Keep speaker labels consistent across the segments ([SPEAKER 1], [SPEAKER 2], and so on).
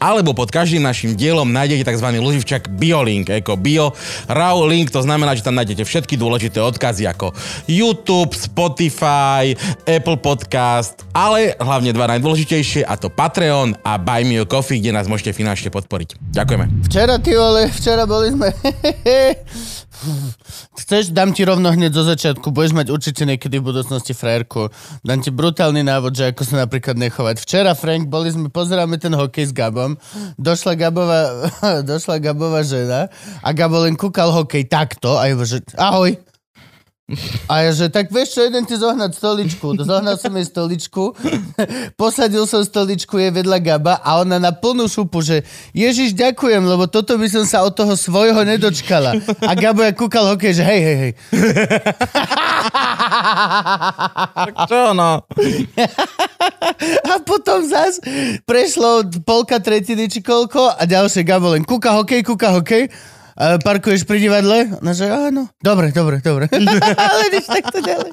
[SPEAKER 1] Alebo pod každým našim dielom nájdete tzv. loživčak BioLink, ako Bio Raw Link, to znamená, že tam nájdete všetky dôležité odkazy ako YouTube, Spotify, Apple Podcast, ale hlavne dva najdôležitejšie a to Patreon a Buy Me a Coffee, kde nás môžete finančne podporiť. Ďakujeme.
[SPEAKER 2] Včera, ty vole, včera boli sme... Chceš, dám ti rovno hneď zo začiatku, budeš mať určite niekedy v budúcnosti frajerku. Dám ti brutálny návod, že ako sa napríklad nechovať. Včera, Frank, boli sme, pozeráme ten hokej s Gabom, došla Gabová, došla Gabová žena a Gabo len kúkal hokej takto a je, že ahoj. A ja, že tak vieš čo, jeden ti zohnať stoličku. Zohnal som jej stoličku, posadil som stoličku, je vedľa Gaba a ona na plnú šupu, že Ježiš, ďakujem, lebo toto by som sa od toho svojho nedočkala. A Gabo ja kúkal hokej, že hej, hej, hej.
[SPEAKER 1] Čo no?
[SPEAKER 2] A potom zas prešlo polka tretiny či koľko a ďalšie Gabo len kúka hokej, kúka hokej. A parkuješ pri divadle? No, že áno. Dobre, dobre, dobre. Ale nič takto ďalej.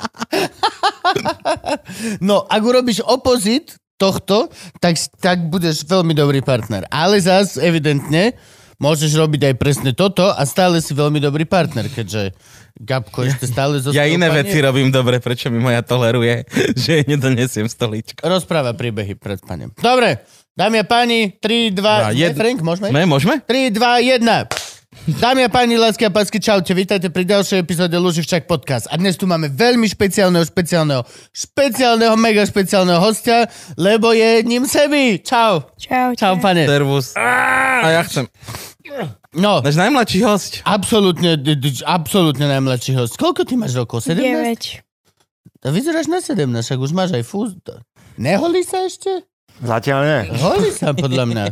[SPEAKER 2] no, ak urobíš opozit tohto, tak, tak budeš veľmi dobrý partner. Ale zas, evidentne, môžeš robiť aj presne toto a stále si veľmi dobrý partner, keďže Gabko ešte stále zostal.
[SPEAKER 1] Ja iné
[SPEAKER 2] úplne-
[SPEAKER 1] veci robím dobre, prečo mi moja toleruje, že jej nedonesiem stoličku.
[SPEAKER 2] Rozpráva príbehy pred panem. Dobre, dámy a páni, 3, 2,
[SPEAKER 1] Dva,
[SPEAKER 2] jed...
[SPEAKER 1] jed-
[SPEAKER 2] Frank, môžeme?
[SPEAKER 1] Sme, môžeme?
[SPEAKER 2] 3, 2, 1. Dámy a páni, lásky a pásky, čaute, vítajte pri ďalšej epizóde Luživčak podcast. A dnes tu máme veľmi špeciálneho, špeciálneho, špeciálneho, mega špeciálneho hostia, lebo je ním sebi. Čau.
[SPEAKER 3] Čau,
[SPEAKER 2] Čau, pane.
[SPEAKER 1] Servus. A ja chcem.
[SPEAKER 2] No,
[SPEAKER 1] Náš najmladší host.
[SPEAKER 2] absolútne, d- d- absolútne najmladší host. Koľko ty máš rokov? 17?
[SPEAKER 3] 9.
[SPEAKER 2] To vyzeráš na 17, však už máš aj fúz. Neholí sa ešte?
[SPEAKER 4] Zatiaľ nie.
[SPEAKER 2] Holí sa, podľa mňa.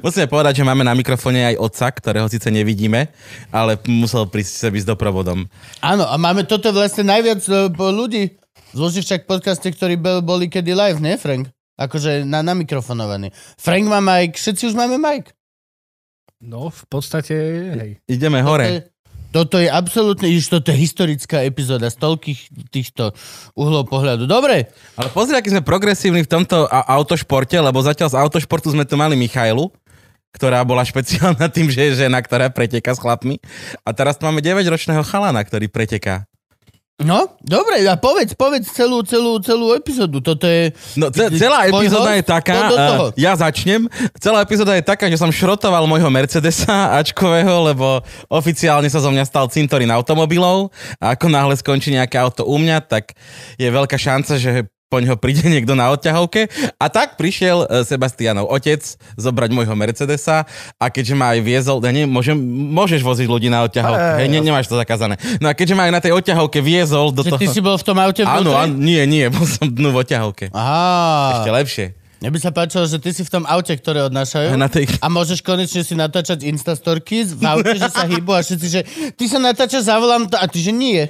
[SPEAKER 1] Musíme povedať, že máme na mikrofóne aj otca, ktorého síce nevidíme, ale musel prísť sebi s doprovodom.
[SPEAKER 2] Áno, a máme toto je vlastne najviac e, po- ľudí v Luživčak podcaste, ktorí be- boli kedy live, ne Frank? Akože na, na mikrofonovaný. Frank má mic, všetci už máme mic.
[SPEAKER 5] No, v podstate, hej.
[SPEAKER 1] Ideme
[SPEAKER 2] To
[SPEAKER 1] hore.
[SPEAKER 2] je- E, Toto je absolútne, iš, toto je historická epizóda z toľkých týchto uhlov pohľadu. Dobre,
[SPEAKER 1] Ale pozri, aký sme progresívni v tomto a- autošporte, lebo zatiaľ z autošportu sme tu mali Michailu, ktorá bola špeciálna tým, že je žena, ktorá preteká s chlapmi. A teraz tu máme 9-ročného chalana, ktorý preteká.
[SPEAKER 2] no, dobre, a povedz, povedz celú, celú, celú epizódu. Toto je...
[SPEAKER 1] No, ce- celá
[SPEAKER 2] Tvoj
[SPEAKER 1] epizóda
[SPEAKER 2] host?
[SPEAKER 1] je taká,
[SPEAKER 2] No, do toho.
[SPEAKER 1] eh, ja začnem, celá epizóda je taká, že som šrotoval môjho Mercedesa Ačkového, lebo oficiálne sa zo mňa stal cintorín automobilov a ako náhle skončí nejaké auto u mňa, tak je veľká šanca, že po ňo príde niekto na odťahovke. A tak prišiel eh, Sebastianov otec zobrať môjho Mercedesa a keďže ma aj viezol, ja nie, môžem, môžeš voziť ľudí na odťahovke, hej, ne, nemáš to zakázané. No a keďže ma aj na tej odťahovke viezol do
[SPEAKER 2] Že
[SPEAKER 1] toho...
[SPEAKER 2] ty si bol v tom aute?
[SPEAKER 1] Áno, áno,
[SPEAKER 2] vnútri?
[SPEAKER 1] nie, nie, bol som dnu v odťahovke.
[SPEAKER 2] Aha,
[SPEAKER 1] Ešte lepšie.
[SPEAKER 2] mne by sa páčilo, že ty si v tom aute, ktoré odnášajú.
[SPEAKER 1] Na tej...
[SPEAKER 2] A môžeš konečne si natáčať instastorky v aute, že sa hýbu a všetci, že ty sa natáčaš, zavolám to a ty, že nie.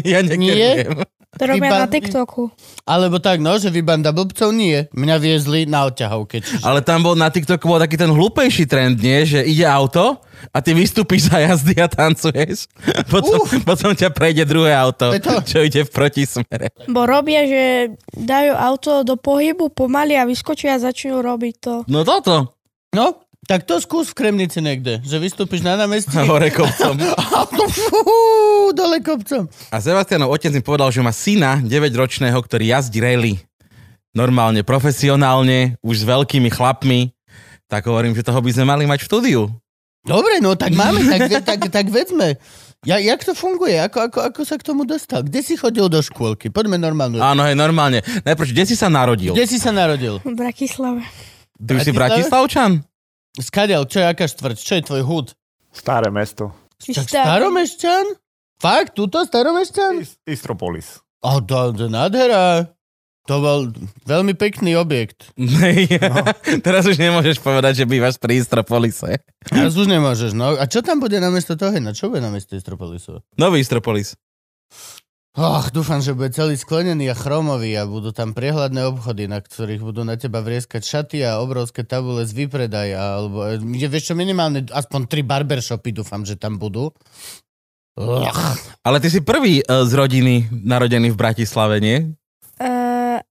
[SPEAKER 1] Ja nekerujem.
[SPEAKER 3] To robia
[SPEAKER 2] Iba-
[SPEAKER 3] na TikToku.
[SPEAKER 2] Alebo tak, no, že vy banda blbcov nie. Mňa viezli na odťahovke. Čiže...
[SPEAKER 1] Ale tam bol na TikToku bol taký ten hlúpejší trend, nie? Že ide auto a ty vystúpiš za jazdy a tancuješ. Potom, potom ťa prejde druhé auto,
[SPEAKER 2] To je to.
[SPEAKER 1] čo ide v protismere.
[SPEAKER 3] Bo robia, že dajú auto do pohybu pomaly a vyskočia a začnú robiť to.
[SPEAKER 1] No toto.
[SPEAKER 2] No, tak to skús v Kremnici niekde, že vystúpiš na námestí
[SPEAKER 1] A Hore kopcom.
[SPEAKER 2] a to fú, dole kopcom.
[SPEAKER 1] A Sebastianov otec mi povedal, že má syna 9-ročného, ktorý jazdí rally. Normálne, profesionálne, už s veľkými chlapmi. Tak hovorím, že toho by sme mali mať v štúdiu.
[SPEAKER 2] Dobre, no tak máme, tak, ve- tak, tak vedzme. Ja, jak to funguje? Ako, ako, ako sa k tomu dostal? Kde si chodil do škôlky? Poďme normálnu.
[SPEAKER 1] Áno, hej, normálne. Najprv, kde si sa narodil?
[SPEAKER 2] Kde si sa narodil?
[SPEAKER 3] V Bratislave.
[SPEAKER 1] Ty už si
[SPEAKER 2] Bratislave?
[SPEAKER 1] Bratislavčan?
[SPEAKER 2] Skadial, čo je aká štvrť? Čo je tvoj hud?
[SPEAKER 4] Staré mesto.
[SPEAKER 2] Tak staromešťan? Fakt, tuto staromešťan?
[SPEAKER 4] Is- Istropolis.
[SPEAKER 2] A to, to je nádhera. To bol veľmi pekný objekt.
[SPEAKER 1] Nej, teraz už nemôžeš povedať, že bývaš pri Istropolise.
[SPEAKER 2] Teraz už nemôžeš, no. A čo tam bude namiesto toho? Na čo bude namiesto Istropolisu?
[SPEAKER 1] Nový Istropolis.
[SPEAKER 2] Och, dúfam, že bude celý sklenený a chromový a budú tam priehľadné obchody, na ktorých budú na teba vrieskať šaty a obrovské tabule z výpredaj. Alebo, e, je, vieš čo, minimálne aspoň tri barbershopy dúfam, že tam budú. Och,
[SPEAKER 1] Ale ty si prvý e, z rodiny narodený v Bratislave, nie?
[SPEAKER 3] Uh,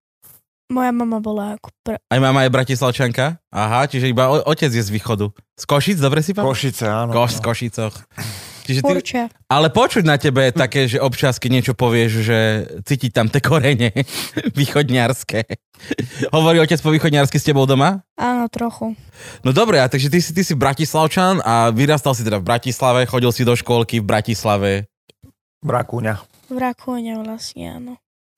[SPEAKER 3] moja mama bola ako pr-
[SPEAKER 1] Aj mama je bratislavčanka? Aha, čiže iba o- otec je z východu. Z Košic, dobre si pamätám?
[SPEAKER 6] No. Košice, áno.
[SPEAKER 1] Koš, z Košicoch. Čiže ty,
[SPEAKER 3] porčia.
[SPEAKER 1] ale počuť na tebe je také, že občas, keď niečo povieš, že cítiť tam tie korene východňarské. Hovorí otec po východňarsky s tebou doma?
[SPEAKER 3] Áno, trochu.
[SPEAKER 1] No dobre, a takže ty si, ty si bratislavčan a vyrastal si teda v Bratislave, chodil si do škôlky v Bratislave.
[SPEAKER 6] Brakúňa.
[SPEAKER 3] V Rakúne vlastne, áno.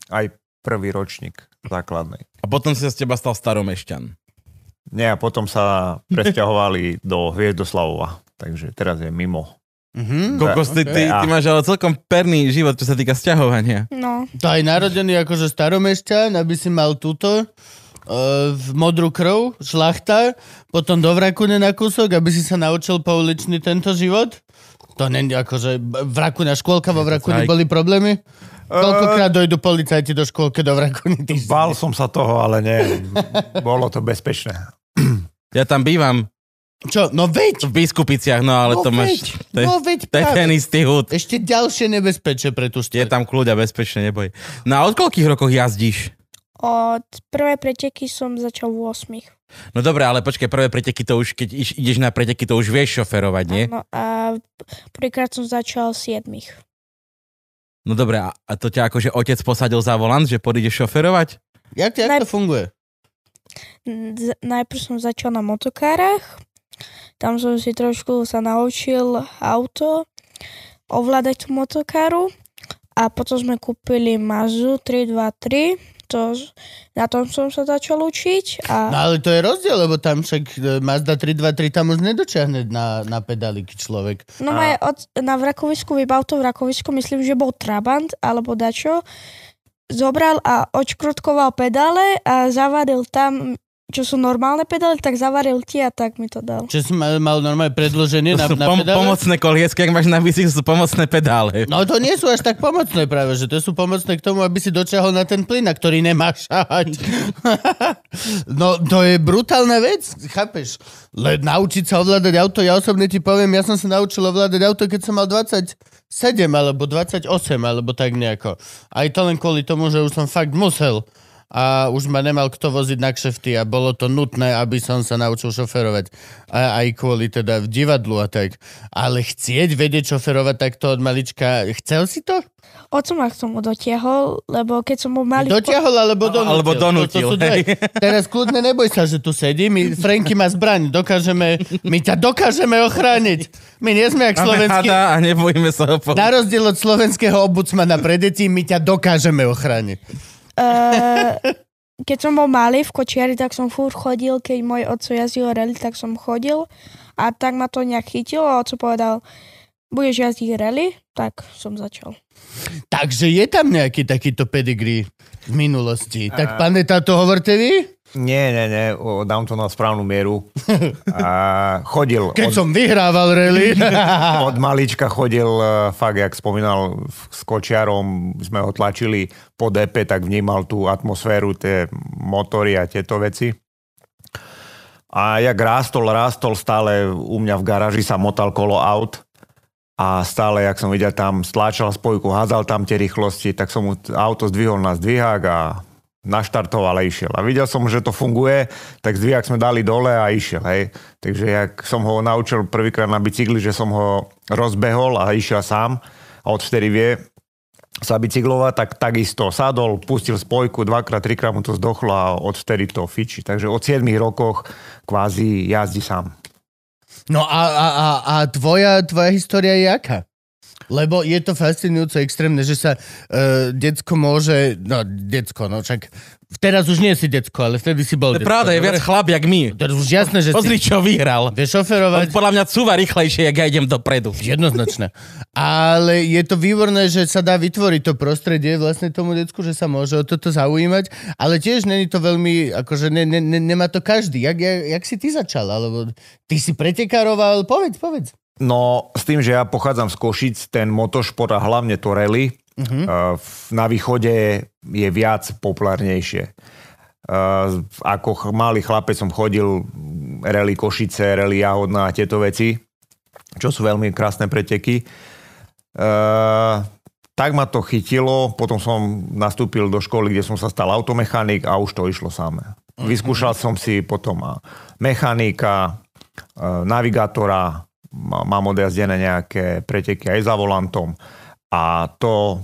[SPEAKER 6] Aj prvý ročník základnej.
[SPEAKER 1] A potom si sa z teba stal staromešťan.
[SPEAKER 6] Nie, a potom sa presťahovali do Hviezdoslavova. Takže teraz je mimo.
[SPEAKER 2] mhm.
[SPEAKER 1] Kokos, ty, ty, ty
[SPEAKER 6] a-
[SPEAKER 1] máš ale celkom perný život, čo sa týka sťahovania.
[SPEAKER 3] No,
[SPEAKER 2] To aj narodený akože staromešťan, aby si mal túto e, v modrú krv, šlachta, potom do Vrakune na kúsok, aby si sa naučil pouličný tento život. To není akože, b- Vrakuna, škôlka vo Vrakune
[SPEAKER 1] Aj-
[SPEAKER 2] boli
[SPEAKER 1] E,
[SPEAKER 2] problémy? Koľkokrát dojdu policajti do škôlke do Vrakuny? Ty
[SPEAKER 6] Bál som sa toho, ale nie. Bolo to bezpečné.
[SPEAKER 1] Ja tam bývam
[SPEAKER 2] Čo? No veď!
[SPEAKER 1] v biskupiciach, no ale
[SPEAKER 2] no
[SPEAKER 1] to
[SPEAKER 2] veď,
[SPEAKER 1] máš... To je,
[SPEAKER 2] no veď
[SPEAKER 1] to je
[SPEAKER 2] práve.
[SPEAKER 1] ten istý hud.
[SPEAKER 2] Ešte ďalšie nebezpečie pre tú
[SPEAKER 1] Je
[SPEAKER 2] štvrť.
[SPEAKER 1] tam kľúď a bezpečne, neboj. No a od koľkých rokoch jazdíš?
[SPEAKER 3] od prvej preteky som začal v 8.
[SPEAKER 1] No dobre, ale počkaj, prvé preteky to už, keď iš, ideš na preteky, to už vieš šoferovať, nie?
[SPEAKER 3] No a prvýkrát som začal v 7.
[SPEAKER 1] No dobre, a, a to ťa akože otec posadil za volant, že pôjdeš šoferovať?
[SPEAKER 2] Jak, jak to
[SPEAKER 3] Naj-
[SPEAKER 2] funguje?
[SPEAKER 3] Z- najprv som začal na motokárach. Tam som si trošku sa naučil auto, ovládať tú motokáru. A potom sme kúpili Mazu 323. To, na tom som sa začal učiť.
[SPEAKER 2] No
[SPEAKER 3] A,
[SPEAKER 2] ale to je rozdiel, lebo tam však e, Mazda 323 tam už nedočiahne na, na pedaliky človek.
[SPEAKER 3] no moje od, na v Rakovisku vybal to v Rakovisku, myslím, že bol Trabant alebo dačo. Zobral a očkrutkoval pedále a zavadil tam, čo sú normálne pedály, tak zavaril tie a tak mi to dal.
[SPEAKER 2] Čo si mal, mal normálne predloženie
[SPEAKER 1] To
[SPEAKER 2] na,
[SPEAKER 1] sú
[SPEAKER 2] na
[SPEAKER 1] pom-
[SPEAKER 2] pedále?
[SPEAKER 1] pomocné koliesky, ak máš na bicích, sú pomocné pedále.
[SPEAKER 2] No to nie sú až tak pomocné práve, že to sú pomocné k tomu, aby si dočiahol na ten plyn, na ktorý nemáš šahať. no to je brutálna vec, chápeš? Le, naučiť sa ovládať auto, ja osobne ti poviem, ja som sa naučil ovládať auto, keď som mal 27 alebo 28 alebo tak nejako. Aj to len kvôli tomu, že už som fakt musel a už ma nemal kto voziť na kšefty a bolo to nutné, aby som sa naučil šoferovať. A aj kvôli teda v divadlu a tak. Ale chcieť vedieť šoferovať takto od malička, chcel si to?
[SPEAKER 3] Oco ma k tomu dotiahol, lebo keď som bol malý...
[SPEAKER 2] Dotiahol alebo donútil?
[SPEAKER 1] Alebo donútil,
[SPEAKER 2] To, to sú dve.
[SPEAKER 1] hej.
[SPEAKER 2] Teraz kľudne neboj sa, že tu sedí. My, Franky má zbraň, dokážeme, my ťa dokážeme ochrániť. My nie sme jak
[SPEAKER 1] Máme
[SPEAKER 2] slovenský...
[SPEAKER 1] hada a nebojíme sa ho po...
[SPEAKER 2] Na rozdiel od slovenského ombudsmana pre deti, my ťa dokážeme ochrániť.
[SPEAKER 3] Eh, keď som bol malý v kočiari, tak som furt chodil, keď môj oco jazdil rally, tak som chodil a tak ma to nejak chytilo a oco povedal, budeš jazdiť rally, tak som začal.
[SPEAKER 2] Takže je tam nejaký takýto pedigree z minulosti. Tak, pane táto, hovorte vy?
[SPEAKER 6] Nie, nie, nie. O, dám to na správnu mieru. A chodil.
[SPEAKER 2] Keď
[SPEAKER 6] od,
[SPEAKER 2] som vyhrával rally.
[SPEAKER 6] od malička chodil, e, fakt, jak spomínal, v- s kočiarom sme ho tlačili po DP, tak vnímal tú atmosféru, tie motory a tieto veci. A jak rástol, rástol, stále u mňa v garáži sa motal kolo aut a stále, jak som videl, tam stláčal spojku, házal tam tie rýchlosti, tak som mu t- auto zdvihol na zdvihák a naštartoval a išiel. A videl som, že to funguje, tak zdvihák sme dali dole a išiel. Hej. Takže jak som ho naučil prvýkrát na bicykli, že som ho rozbehol a išiel sám a odvtedy vie, sa bicyklovať, tak takisto sadol, pustil spojku, dvakrát, trikrát mu to zdochlo a odvtedy to fiči. Takže od 7 rokoch kvázi jazdí sám.
[SPEAKER 2] No a, a, a, a tvoja, tvoja história je aká? Lebo je to fascinujúce, extrémne, že sa uh, decko môže... No, decko, no však... Teraz už nie si decko, ale vtedy si bol
[SPEAKER 1] To je pravda, je viac chlap, jak my.
[SPEAKER 2] Teraz už jasné, že
[SPEAKER 1] Pozri,
[SPEAKER 2] si...
[SPEAKER 1] čo vyhral.
[SPEAKER 2] Vieš
[SPEAKER 1] On
[SPEAKER 2] šoferovať?
[SPEAKER 1] podľa mňa cúva rýchlejšie, jak ja idem dopredu.
[SPEAKER 2] Jednoznačné. Ale je to výborné, že sa dá vytvoriť to prostredie vlastne tomu decku, že sa môže o toto zaujímať, ale tiež není to veľmi, akože ne, ne, ne, nemá to každý. Jak, jak, jak si ty začal? Alebo ty si pretekároval? Povedz, povedz.
[SPEAKER 6] No s tým, že ja pochádzam z Košic, ten motošport a hlavne to rally,
[SPEAKER 2] Mhm.
[SPEAKER 6] Uh, v- Na východe je viac populárnejšie. Uh, Ako ch- malý chlapec som chodil mm, rally Košice, rally Jahodná a tieto veci, čo sú veľmi krásne preteky. Uh, tak ma to chytilo, potom som nastúpil do školy, kde som sa stal automechanik a už to išlo samé. Vyskúšal som si potom a mechanika, e, navigátora, ma- mám odjazdené nejaké preteky aj za volantom a to,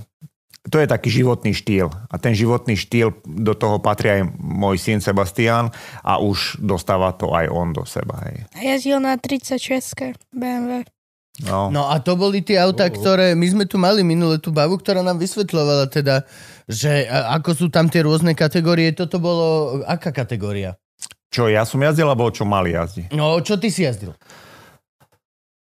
[SPEAKER 6] to je taký životný štýl. A ten životný štýl, do toho patrí aj môj syn Sebastian a už dostáva to aj on do seba. Hej.
[SPEAKER 3] A jazdil na 36 BMW.
[SPEAKER 6] No. Oh.
[SPEAKER 2] No a to boli tie auta, ktoré... My sme tu mali minule tú bavu, ktorá nám vysvetľovala teda, že a, ako sú tam tie rôzne kategórie. Toto bolo... Aká kategória?
[SPEAKER 6] Čo ja som jazdil, alebo čo mali jazdi?
[SPEAKER 2] No, čo ty si jazdil?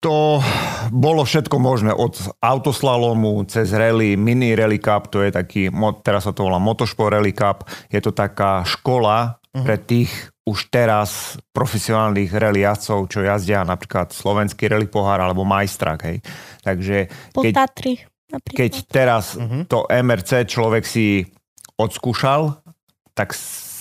[SPEAKER 6] To bolo všetko možné, od autoslalomu cez rally, mini rally cup, to je taký, mo- teraz sa to volá motošpo rally cup, je to taká škola
[SPEAKER 2] Mhm.
[SPEAKER 6] pre tých už teraz profesionálnych rally jazdcov, čo jazdia napríklad slovenský rally pohár alebo majstrak, hej. Takže
[SPEAKER 3] Po
[SPEAKER 6] keď,
[SPEAKER 3] Tatry
[SPEAKER 6] keď
[SPEAKER 3] napríklad.
[SPEAKER 6] teraz
[SPEAKER 2] Mhm.
[SPEAKER 6] to MRC človek si odskúšal, tak s-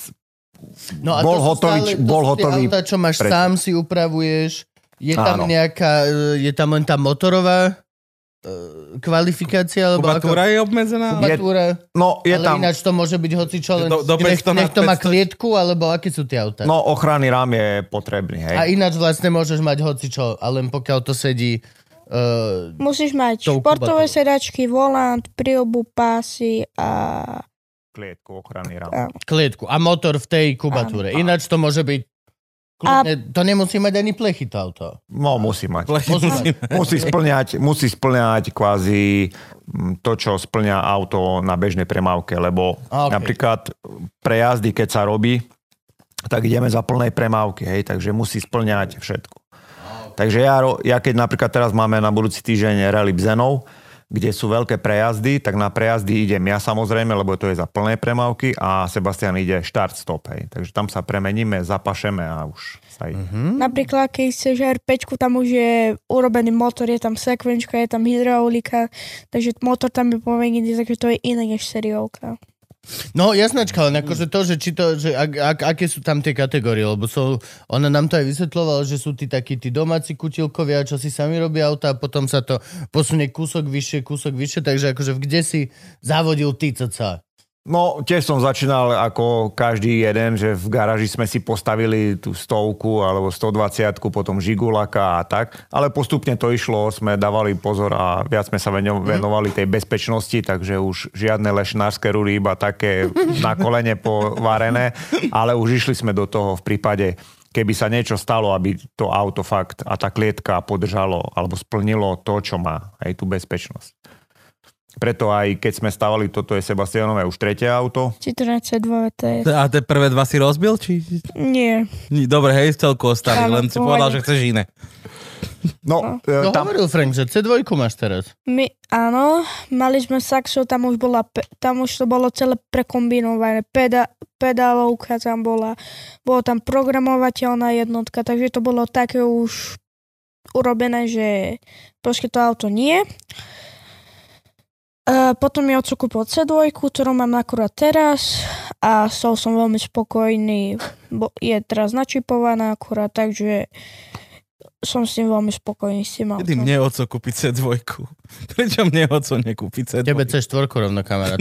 [SPEAKER 2] No a to
[SPEAKER 6] Bol
[SPEAKER 2] sú
[SPEAKER 6] hotový-
[SPEAKER 2] stále, to sú
[SPEAKER 6] bol
[SPEAKER 2] tie
[SPEAKER 6] hotový
[SPEAKER 2] Auta, čo máš
[SPEAKER 6] pretek.
[SPEAKER 2] sám, si upravuješ. Je tam
[SPEAKER 6] Áno.
[SPEAKER 2] nejaká, e, je tam len tá motorová e, kvalifikácia, alebo
[SPEAKER 1] Kubatúra
[SPEAKER 2] ako...
[SPEAKER 1] je obmedzená?
[SPEAKER 6] Je-
[SPEAKER 2] Kubatúra,
[SPEAKER 6] no je
[SPEAKER 2] ale
[SPEAKER 6] tam...
[SPEAKER 2] ináč to môže byť hocičo, len
[SPEAKER 1] Do- do
[SPEAKER 2] nech,
[SPEAKER 1] 500 na
[SPEAKER 2] nech to má
[SPEAKER 1] 500.
[SPEAKER 2] klietku, alebo aké sú tie auta.
[SPEAKER 6] No ochranný rám je potrebný, hej.
[SPEAKER 2] A ináč vlastne môžeš mať hocičo, ale len pokiaľ to sedí... Uh,
[SPEAKER 3] Musíš mať
[SPEAKER 2] Tou
[SPEAKER 3] športové
[SPEAKER 2] kubatúrou.
[SPEAKER 3] sedačky, volant, priobu, pásy a...
[SPEAKER 6] Klietku, ochranný rám.
[SPEAKER 3] a
[SPEAKER 2] klietku a motor v tej kubatúre.
[SPEAKER 3] Áno.
[SPEAKER 2] Ináč to môže byť...
[SPEAKER 3] A-
[SPEAKER 2] Kľudne, to nemusí mať ani plechy to auto.
[SPEAKER 6] No, musí mať.
[SPEAKER 1] Plechy
[SPEAKER 2] Musí
[SPEAKER 1] musí-
[SPEAKER 6] Musí splňať, musí splňať kvázi mm, to, čo splňa auto na bežnej premávke, lebo
[SPEAKER 2] A, ok.
[SPEAKER 6] okay. napríklad pre jazdy, keď sa robí, tak ideme za plnej premávky, hej, takže musí splňať všetko. Takže ja, ro- ja keď napríklad teraz máme na budúci týždeň rally Bzenov, kde sú veľké prejazdy, tak na prejazdy idem ja samozrejme, lebo to je za plné premávky a Sebastian ide štart-stop, hej. Takže tam sa premeníme, zapašeme a už sa ide.
[SPEAKER 3] Mm. Napríklad, keď chceš R5, tam už je urobený motor, je tam sekvenčka, je tam hydraulika, takže motor tam je pomenený, takže to je iné než seriálka.
[SPEAKER 2] No jasnačka, len akože to, že či to, že ak, ak, aké sú tam tie kategórie, lebo sú, ona nám to aj vysvetľovala, že sú tí takí tí domáci kutilkovia, čo si sami robia auta a potom sa to posunie kúsok vyššie, kúsok vyššie, takže akože v- kde si závodil ty, cca?
[SPEAKER 6] No, tiež som začínal ako každý jeden, že v garáži sme si postavili tú stovku alebo 120 potom žigulaka a tak, ale postupne to išlo, sme dávali pozor a viac sme sa veňo- venovali tej bezpečnosti, takže už žiadne lešnárske rúry, iba také na kolene povarené, ale už išli sme do toho v prípade, keby sa niečo stalo, aby to auto fakt a tá klietka podržalo alebo splnilo to, čo má, aj tú bezpečnosť. Preto aj keď sme stavali, toto je Sebastianové už tretie auto.
[SPEAKER 3] Citroen C2 VTS.
[SPEAKER 1] A tie prvé dva si rozbil? Či...
[SPEAKER 3] Nie.
[SPEAKER 1] Ni- Dobre, hej, v celku ostali,
[SPEAKER 3] Áno,
[SPEAKER 1] len si
[SPEAKER 3] pohode.
[SPEAKER 1] povedal, že chceš iné.
[SPEAKER 6] No, e,
[SPEAKER 2] No
[SPEAKER 6] tam,
[SPEAKER 2] hovoril Frank, že C2 máš teraz.
[SPEAKER 3] My, áno, mali sme saxo, tam už bola, pe- tam už to bolo celé prekombinované, Peda, pedálovka tam bola, bolo tam programovateľná jednotka, takže to bolo také už urobené, že proste to auto nie. E, potom mi otco kúpil C2, ktorú mám akurát teraz a s tou som veľmi spokojný. Bo je teraz načipovaná akurát, takže som s tým veľmi spokojný s
[SPEAKER 2] No,
[SPEAKER 3] tým
[SPEAKER 1] Kedy
[SPEAKER 3] autom.
[SPEAKER 1] mne oco kúpi C2? Prečo mne oco nekúpi C2?
[SPEAKER 2] Tebe C4 rovno, kamarát.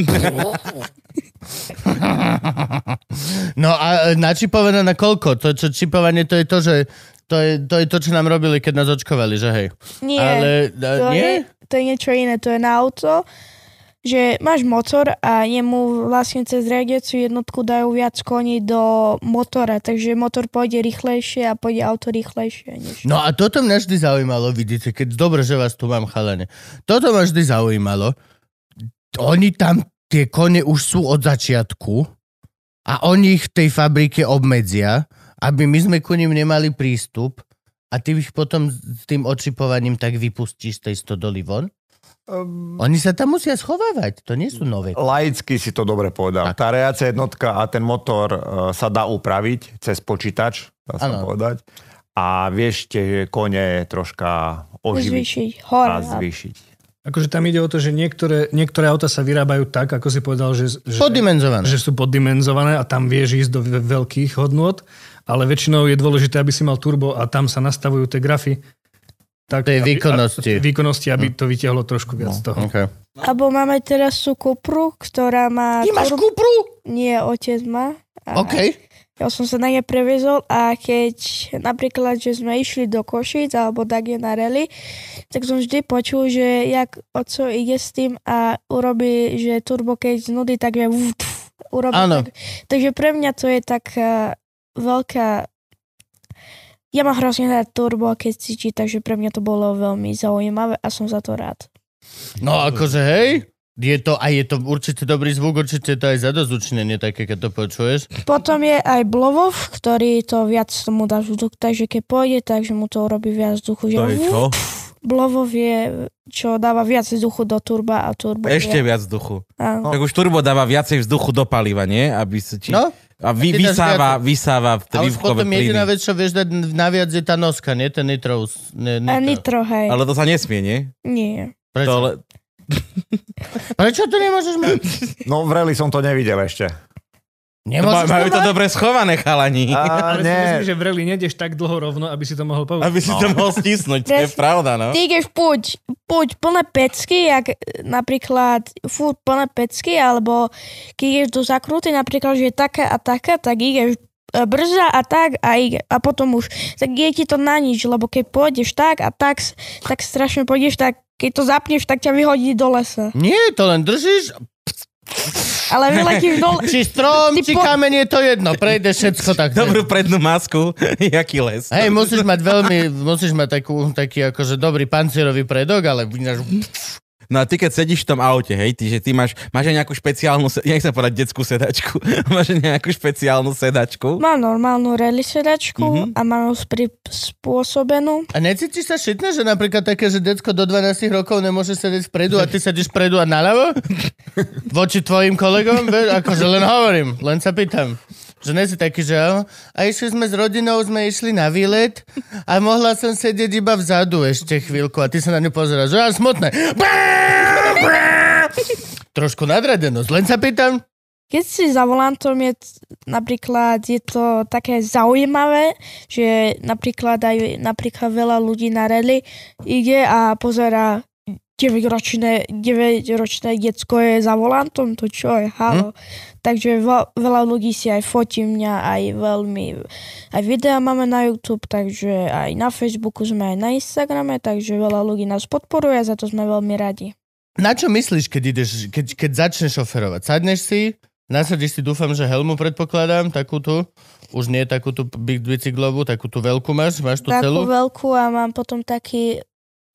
[SPEAKER 2] no a e, načipované na koľko? To, čo čipovanie, to je to, že to je, to je to, čo nám robili, keď nás očkovali, že hej.
[SPEAKER 3] Nie.
[SPEAKER 2] Ale e,
[SPEAKER 3] To,
[SPEAKER 2] nie?
[SPEAKER 3] Je, to je niečo iné, to je na auto, že máš motor a jemu vlastne cez riadiacu jednotku dajú viac koní do motora, takže motor pôjde rýchlejšie a pôjde auto rýchlejšie. Než...
[SPEAKER 2] No a toto mňa vždy zaujímalo, vidíte, keď dobre, že vás tu mám, chalane. Toto ma vždy zaujímalo. Oni tam, tie kone už sú od začiatku a oni ich v tej fabrike obmedzia, aby my sme ku nim nemali prístup a ty ich potom s tým očipovaním tak vypustíš z tej stodoly von? Um... Oni sa tam musia schovávať, to nie sú nové.
[SPEAKER 6] Ehm, laicky si to dobre povedal. Tá reacia jednotka a ten motor e, sa dá upraviť cez počítač, dá sa
[SPEAKER 2] Áno.
[SPEAKER 6] povedať. A vieš tie kone troška oživiť
[SPEAKER 3] Zvýšiť hore.
[SPEAKER 6] a zvýšiť.
[SPEAKER 5] Akože tam ide o to, že niektoré, niektoré auta sa vyrábajú tak, ako si povedal, že, že,
[SPEAKER 2] Poddimenzované.
[SPEAKER 5] že sú poddimenzované a tam vieš ísť do ve- veľkých hodnôt, ale väčšinou je dôležité, aby si mal turbo a tam sa nastavujú tie grafy tak,
[SPEAKER 2] Tej
[SPEAKER 5] aby-
[SPEAKER 2] výkonnosti. No.
[SPEAKER 5] A, výkonnosti, aby to vytiahlo trošku viac z toho.
[SPEAKER 2] Okay.
[SPEAKER 3] Alebo máme teraz tú Kupru, ktorá má...
[SPEAKER 2] Ty máš Kupru?
[SPEAKER 3] Nie, otec má. A
[SPEAKER 2] OK.
[SPEAKER 3] Ja som sa na ne previezol a keď napríklad, že sme išli do Košic alebo také na rally, tak som vždy počul, že jak oco ide s tým a urobí, že turbo keď znudí, tak je vf, vf, urobí.
[SPEAKER 2] Áno.
[SPEAKER 3] Tak, takže pre mňa to je tak eh, veľká... Ja mám hrozne rád turbo, keď cíti, takže pre mňa to bolo veľmi zaujímavé a som za to rád.
[SPEAKER 2] No akože hej, je to, a je to určite dobrý zvuk, určite je to aj zadozučnenie také, keď to počuješ.
[SPEAKER 3] Potom je aj Blovov, ktorý to viac tomu dá vzduch, takže keď pôjde, takže mu to urobí viac vzduchu. Že
[SPEAKER 1] To je
[SPEAKER 3] vf,
[SPEAKER 1] čo?
[SPEAKER 3] Blovov je, čo dáva viac vzduchu do turba a turbo.
[SPEAKER 1] Ešte
[SPEAKER 3] Je,
[SPEAKER 1] viac vzduchu.
[SPEAKER 3] áno.
[SPEAKER 1] Tak už turbo dáva viacej vzduchu do paliva, nie? Aby si, či...
[SPEAKER 2] No,
[SPEAKER 1] A vy,
[SPEAKER 2] Ty dáš
[SPEAKER 1] vysáva, vysáva v
[SPEAKER 2] a už
[SPEAKER 1] výfukové
[SPEAKER 2] potom
[SPEAKER 1] plyny.
[SPEAKER 2] jediná vec, čo vieš dať naviac je tá noska, nie? Ten nitrous. Ne,
[SPEAKER 3] A
[SPEAKER 2] nitro.
[SPEAKER 3] nitro, hej.
[SPEAKER 1] Ale to sa nesmie, nie?
[SPEAKER 3] Nie.
[SPEAKER 2] Prečo?
[SPEAKER 1] To, ale...
[SPEAKER 2] Prečo to nemôžeš mať?
[SPEAKER 4] No v rally som to nevidel ešte.
[SPEAKER 2] Nemôžeš
[SPEAKER 1] majú
[SPEAKER 2] to
[SPEAKER 1] to
[SPEAKER 2] mať?
[SPEAKER 1] dobre schované, chalani.
[SPEAKER 4] A,
[SPEAKER 5] Ale si myslím,
[SPEAKER 4] nie,
[SPEAKER 5] že v rally nedeš tak dlho rovno, aby si to mohol povedať.
[SPEAKER 1] Aby si
[SPEAKER 2] No.
[SPEAKER 1] to mohol stisnúť, to je
[SPEAKER 3] Presne.
[SPEAKER 1] pravda, no.
[SPEAKER 3] Ty ideš buď, buď plné pecky, jak e, napríklad furt plné pecky, alebo keď ideš do zakruty, napríklad, že je taká a taká, tak ideš e, brzda a tak a, ide, a potom už. Tak je ti to na nič, lebo keď pôjdeš tak a tak, s- tak strašne pôjdeš tak, keď to zapneš, tak ťa vyhodí do lesa.
[SPEAKER 2] Nie, to len držíš,
[SPEAKER 3] Ale vyletíš dole.
[SPEAKER 2] či strom,
[SPEAKER 3] Ty
[SPEAKER 2] či
[SPEAKER 3] po-
[SPEAKER 2] kameň, je to jedno, prejde všetko tak.
[SPEAKER 1] Dobrú prednú masku, jaký les.
[SPEAKER 2] Hej, musíš mať veľmi, musíš mať takú, taký akože dobrý pancierový predok, ale ináč
[SPEAKER 1] No a ty keď sedíš v tom aute, hej, ty, že ty máš, máš aj nejakú špeciálnu, se- nechcem povedať detskú sedačku, máš aj nejakú špeciálnu sedačku.
[SPEAKER 3] Mám normálnu rally sedačku
[SPEAKER 1] Mhm.
[SPEAKER 3] mm-hmm. a mám ju prispôsobenú.
[SPEAKER 2] A necítiš sa šitne, že napríklad také, že decko do 12 rokov nemôže sedieť vpredu a ty sedíš vpredu a naľavo? Voči tvojim kolegom? Ve- Akože len hovorím, len sa pýtam. Že nie si taký, že áno. A išli sme s rodinou, sme išli na výlet a mohla som sedieť iba vzadu ešte chvíľku a ty sa na ňu pozeráš, že á, smutné. Brá, brá. Trošku nadradenosť, len sa pýtam.
[SPEAKER 3] Keď si za volantom je t- napríklad, je to také zaujímavé, že napríklad aj napríklad veľa ľudí na rally ide a pozera 9-ročné, 9-ročné detsko je za volantom, to čo je, halo. Takže veľa, veľa ľudí si aj fotí mňa, aj veľmi, aj videa máme na YouTube, takže aj na Facebooku sme aj na Instagrame, takže veľa ľudí nás podporuje, za to sme veľmi radi.
[SPEAKER 2] Na čo myslíš, keď, ideš, keď, keď začneš šoferovať? Sadneš si, nasadíš si, dúfam, že helmu predpokladám, takú tu, už nie takú tú bi- bicyklovú, takú tú veľkú máš, máš tú
[SPEAKER 3] takú
[SPEAKER 2] celú?
[SPEAKER 3] veľkú a mám potom taký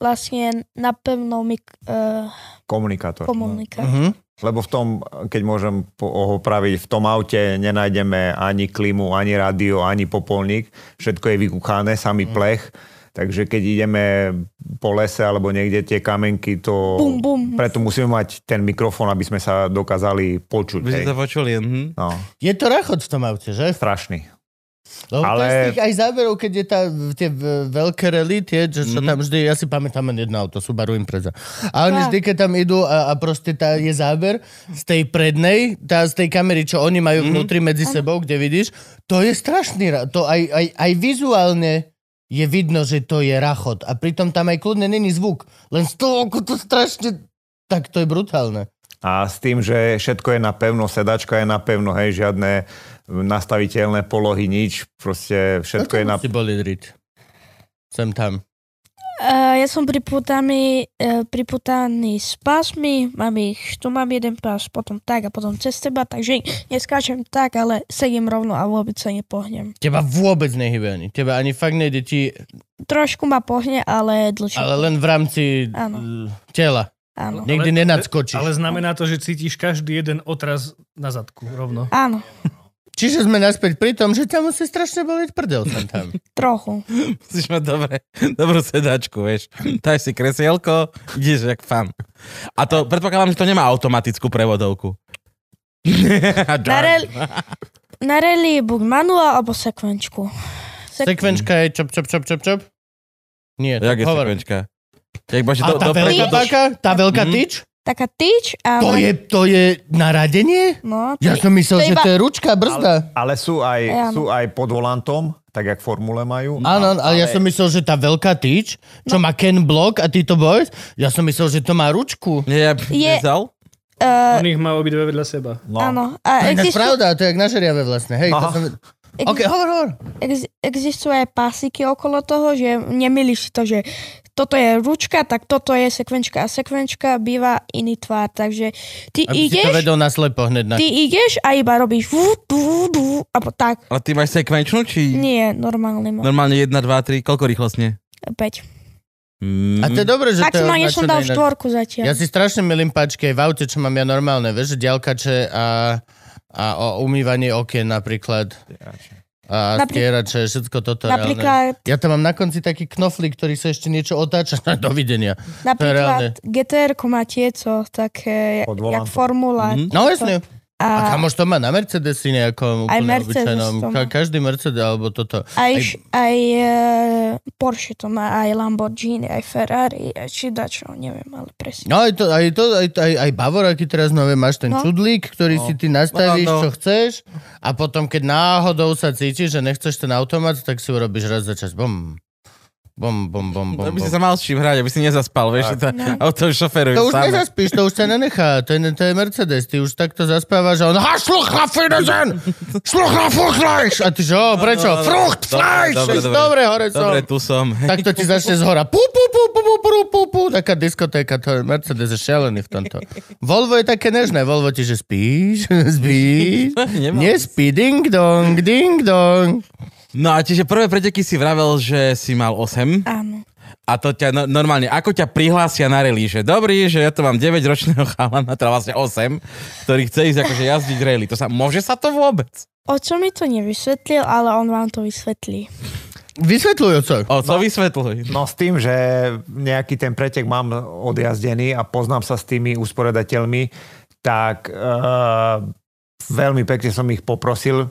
[SPEAKER 3] vlastne napevno mik- uh,
[SPEAKER 4] komunikátor.
[SPEAKER 3] komunikát.
[SPEAKER 2] Mhm.
[SPEAKER 4] Lebo v tom, keď môžem po- opraviť, v tom aute nenájdeme ani klimu, ani rádio, ani popolník. Všetko je vykúchané, samý plech. Takže keď ideme po lese alebo niekde tie kamenky, to...
[SPEAKER 3] Bum, bum.
[SPEAKER 4] Preto musíme mať ten mikrofón, aby sme sa dokázali počuť.
[SPEAKER 1] By ste
[SPEAKER 4] Hej.
[SPEAKER 1] to počuli, mhm.
[SPEAKER 4] No,
[SPEAKER 2] Je to rachot v tom aute, že?
[SPEAKER 4] strašný.
[SPEAKER 2] Lebo ale...
[SPEAKER 4] Ale-
[SPEAKER 2] No, z tých aj záberov, keď je tá, tie v- veľké rally, tie, čo, čo
[SPEAKER 1] Mhm.
[SPEAKER 2] tam vždy, ja si pamätám len jedno auto, Subaru Impreza. A oni
[SPEAKER 3] Á.
[SPEAKER 2] vždy, keď tam idú a, a proste tá je záber z tej prednej, tá, z tej kamery, čo oni
[SPEAKER 4] Mhm.
[SPEAKER 2] majú vnútri medzi sebou, kde vidíš, to je strašný, ra- to aj, aj, aj vizuálne je vidno, že to je rachot. A pritom tam aj kľudne není zvuk. Len z toho oku to strašne... Tak to je brutálne.
[SPEAKER 4] A s tým, že všetko je na pevno, sedačka je na pevno, hej, žiadne nastaviteľné polohy, nič, proste
[SPEAKER 3] No
[SPEAKER 4] všetko je na...
[SPEAKER 2] Si boli driť. Sem tam.
[SPEAKER 3] Uh, ja som priputaný, uh, priputaný s pásmi, mám ich, tu mám jeden pás, potom tak a potom cez teba, takže neskáčem tak, ale sedím rovno a vôbec sa nepohnem.
[SPEAKER 2] Teba vôbec nehybe ani. Teba ani fakt nejde ti
[SPEAKER 3] Trošku ma pohne, ale dlhšie.
[SPEAKER 2] Ale len v rámci
[SPEAKER 3] Áno.
[SPEAKER 2] eh, tela.
[SPEAKER 3] Áno.
[SPEAKER 2] Nikdy
[SPEAKER 5] Ale-
[SPEAKER 2] nenadskočíš.
[SPEAKER 5] Ale znamená to, že cítiš každý jeden otraz na zadku rovno.
[SPEAKER 3] Áno,
[SPEAKER 2] Čiže sme naspäť pri tom, že tam musí strašne boliť prdel sem tam.
[SPEAKER 3] trochu.
[SPEAKER 1] Musíš mať dobré, dobrú sedačku, vieš. Dáš si kresielko, ideš jak fan. A to, predpokladám, že to nemá automatickú prevodovku.
[SPEAKER 3] Na, rel- na rally je buď manuál alebo sekvenčku. Sek-
[SPEAKER 2] Sekvenčka je čop, čop, čop, čop, čop. Nie,
[SPEAKER 1] Jak
[SPEAKER 2] tak
[SPEAKER 1] je
[SPEAKER 2] hovor.
[SPEAKER 1] sekvenčka? Jak iba, že
[SPEAKER 2] A
[SPEAKER 1] do,
[SPEAKER 2] tá
[SPEAKER 1] do,
[SPEAKER 2] veľká
[SPEAKER 1] do,
[SPEAKER 2] paka, tá veľká
[SPEAKER 1] Mhm.
[SPEAKER 2] tyč,
[SPEAKER 3] Taká tyč a...
[SPEAKER 2] to je, to je naradenie?
[SPEAKER 3] No,
[SPEAKER 2] Ja
[SPEAKER 3] ty-
[SPEAKER 2] som myslel,
[SPEAKER 3] to
[SPEAKER 2] že
[SPEAKER 3] iba-
[SPEAKER 2] to je ručka, brzda.
[SPEAKER 6] Ale sú aj,
[SPEAKER 3] Áno.
[SPEAKER 6] sú aj pod volantom, tak jak formule majú.
[SPEAKER 2] Áno, ale ja som myslel, že tá veľká tyč, čo
[SPEAKER 3] No.
[SPEAKER 2] má Ken Block a Tito Boys, ja som myslel, že to má ručku.
[SPEAKER 1] Nie,
[SPEAKER 3] Je-
[SPEAKER 1] je... Nezal?
[SPEAKER 3] Uh,
[SPEAKER 5] On ich má obidve vedľa seba.
[SPEAKER 6] No.
[SPEAKER 3] áno. A
[SPEAKER 2] To je ináč
[SPEAKER 3] existujú,
[SPEAKER 2] pravda, to je jak na žeriave vlastne. Hej, to
[SPEAKER 6] Aha.
[SPEAKER 2] som...
[SPEAKER 3] exi-
[SPEAKER 2] OK, hovor, hovor.
[SPEAKER 3] ex, existujú aj pásiky okolo toho, že nemýliš si to, že toto je ručka, tak toto je sekvenčka a sekvenčka býva iný tvár. Takže ty
[SPEAKER 2] Aby si to
[SPEAKER 3] ideš,
[SPEAKER 2] vedel naslepo hneď na...
[SPEAKER 3] ty ideš a iba robíš vú, vú, vú, a po, tak.
[SPEAKER 1] Ale ty máš sekvenčnú, či
[SPEAKER 3] Nie, normálne
[SPEAKER 2] No.
[SPEAKER 3] mám.
[SPEAKER 1] normálne 1, 2, 3, koľko rýchlostne?
[SPEAKER 3] 5.
[SPEAKER 2] A to je dobré, že to je
[SPEAKER 3] Maximálne som
[SPEAKER 2] označené
[SPEAKER 3] dal
[SPEAKER 2] inak.
[SPEAKER 3] štvorku zatiaľ.
[SPEAKER 2] Ja si strašne milím páčky aj v aute, čo mám ja normálne, vieš, že ďalkače a, a o umývanie okien napríklad. A
[SPEAKER 3] Naprík-
[SPEAKER 2] stierače, všetko toto. Reálne.
[SPEAKER 3] Napríklad,
[SPEAKER 2] Ja tam mám na konci taký knoflík, ktorý sa ešte niečo otáča. Dovidenia.
[SPEAKER 3] napríklad GTR má tieto také,
[SPEAKER 6] Pod
[SPEAKER 3] jak
[SPEAKER 6] volantom.
[SPEAKER 3] formula.
[SPEAKER 1] Mhm.
[SPEAKER 2] No jasne. A
[SPEAKER 3] A,
[SPEAKER 2] kamož to má na Mercedesi nejakom
[SPEAKER 3] Aj
[SPEAKER 2] úplne
[SPEAKER 3] Mercedes
[SPEAKER 2] obyčajnom.
[SPEAKER 3] to má.
[SPEAKER 2] Ka- každý Mercedes alebo toto.
[SPEAKER 3] aj, aj, aj e, Porsche to má, aj Lamborghini, aj Ferrari, aj či dačo, neviem, ale presne.
[SPEAKER 2] No aj to, aj, to, aj, to, aj, aj Bavoraky teraz nové, máš ten no.
[SPEAKER 3] No.
[SPEAKER 2] čudlík, ktorý no. si ty nastavíš,
[SPEAKER 1] No,
[SPEAKER 2] no,
[SPEAKER 1] no.
[SPEAKER 2] čo chceš a potom, keď náhodou sa cítiš, že nechceš ten automat, tak si urobíš raz za čas. Bom, bom, bom, bom, bom.
[SPEAKER 1] Aby
[SPEAKER 2] bom.
[SPEAKER 1] No, si sa mal s čím hrať, aby si nezaspal, vieš, to
[SPEAKER 3] No.
[SPEAKER 1] auto šoferuje
[SPEAKER 2] To už
[SPEAKER 1] samé.
[SPEAKER 2] nezaspíš, to už sa nenechá, to je, to je Mercedes, ty už takto zaspávaš a on ha, šluchla, fidesen, šluchla, fuchlajš! A ty že, o, prečo?
[SPEAKER 1] no, no.
[SPEAKER 2] Frucht,
[SPEAKER 1] Dobre,
[SPEAKER 2] flajš!
[SPEAKER 1] dobre,
[SPEAKER 2] Dobre,
[SPEAKER 1] dobre.
[SPEAKER 2] hore som.
[SPEAKER 1] Dobre, tu som.
[SPEAKER 2] Takto ti začne z hora. Pu, pu, pu, pu, pu, pu, pu, pu. Taká diskotéka, to je- Mercedes je šelený v tomto. Volvo je také nežné, Volvo ti, že spíš, spíš,
[SPEAKER 1] Nemám.
[SPEAKER 2] nespí, ding dong, ding dong.
[SPEAKER 1] No a čiže prvé preteky si vravel, že si mal 8
[SPEAKER 3] Áno.
[SPEAKER 1] a to ťa no, normálne, ako ťa prihlásia na rally, že dobrý, že ja tu mám 9 ročného chalana, teda vlastne 8, ktorý chce ísť akože jazdiť rally. To sa, môže sa to vôbec?
[SPEAKER 3] Oco mi to nevysvetlil, ale on vám to vysvetlí.
[SPEAKER 2] Vysvetľujú to.
[SPEAKER 1] O, co vysvetľuj.
[SPEAKER 6] No s tým, že nejaký ten pretek mám odjazdený a poznám sa s tými usporedateľmi, tak uh, veľmi pekne som ich poprosil,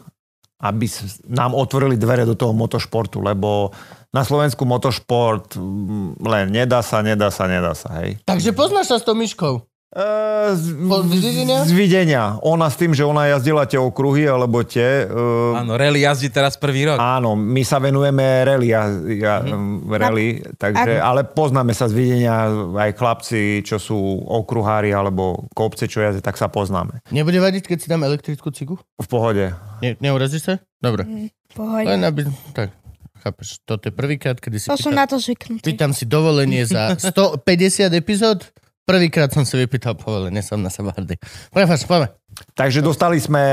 [SPEAKER 6] aby s- nám otvorili dvere do toho motošportu, lebo na Slovensku motošport mm, len nedá sa, nedá sa, nedá sa, hej.
[SPEAKER 2] Takže poznáš sa s tou myškou.
[SPEAKER 6] Eh, Z,
[SPEAKER 2] Po- z videnia?
[SPEAKER 6] z videnia. Ona s tým, že ona jazdila tie okruhy, alebo tie... eh,
[SPEAKER 1] Áno, rally jazdí teraz prvý rok.
[SPEAKER 6] Áno, my sa venujeme rally, ja, ja, mm. rally
[SPEAKER 3] Mhm.
[SPEAKER 6] takže,
[SPEAKER 3] Ak-
[SPEAKER 6] ale poznáme sa z videnia aj chlapci, čo sú okruhári alebo kopce, čo jazde, tak sa poznáme.
[SPEAKER 2] Nebude vadiť, keď si dám elektrickú cigu?
[SPEAKER 6] V pohode.
[SPEAKER 2] Ne, neurazíš sa? Dobre.
[SPEAKER 3] Pohode.
[SPEAKER 2] Len aby... Tak, chápeš. Toto je prvýkrát, kedy si...
[SPEAKER 3] To
[SPEAKER 2] pýtam-
[SPEAKER 3] som na to zvyknutý.
[SPEAKER 2] Pýtam si dovolenie za 150 epizód. Prvýkrát som si vypýtal povolenie, som na seba hrdý. Prepač, poďme.
[SPEAKER 6] Takže dostali sme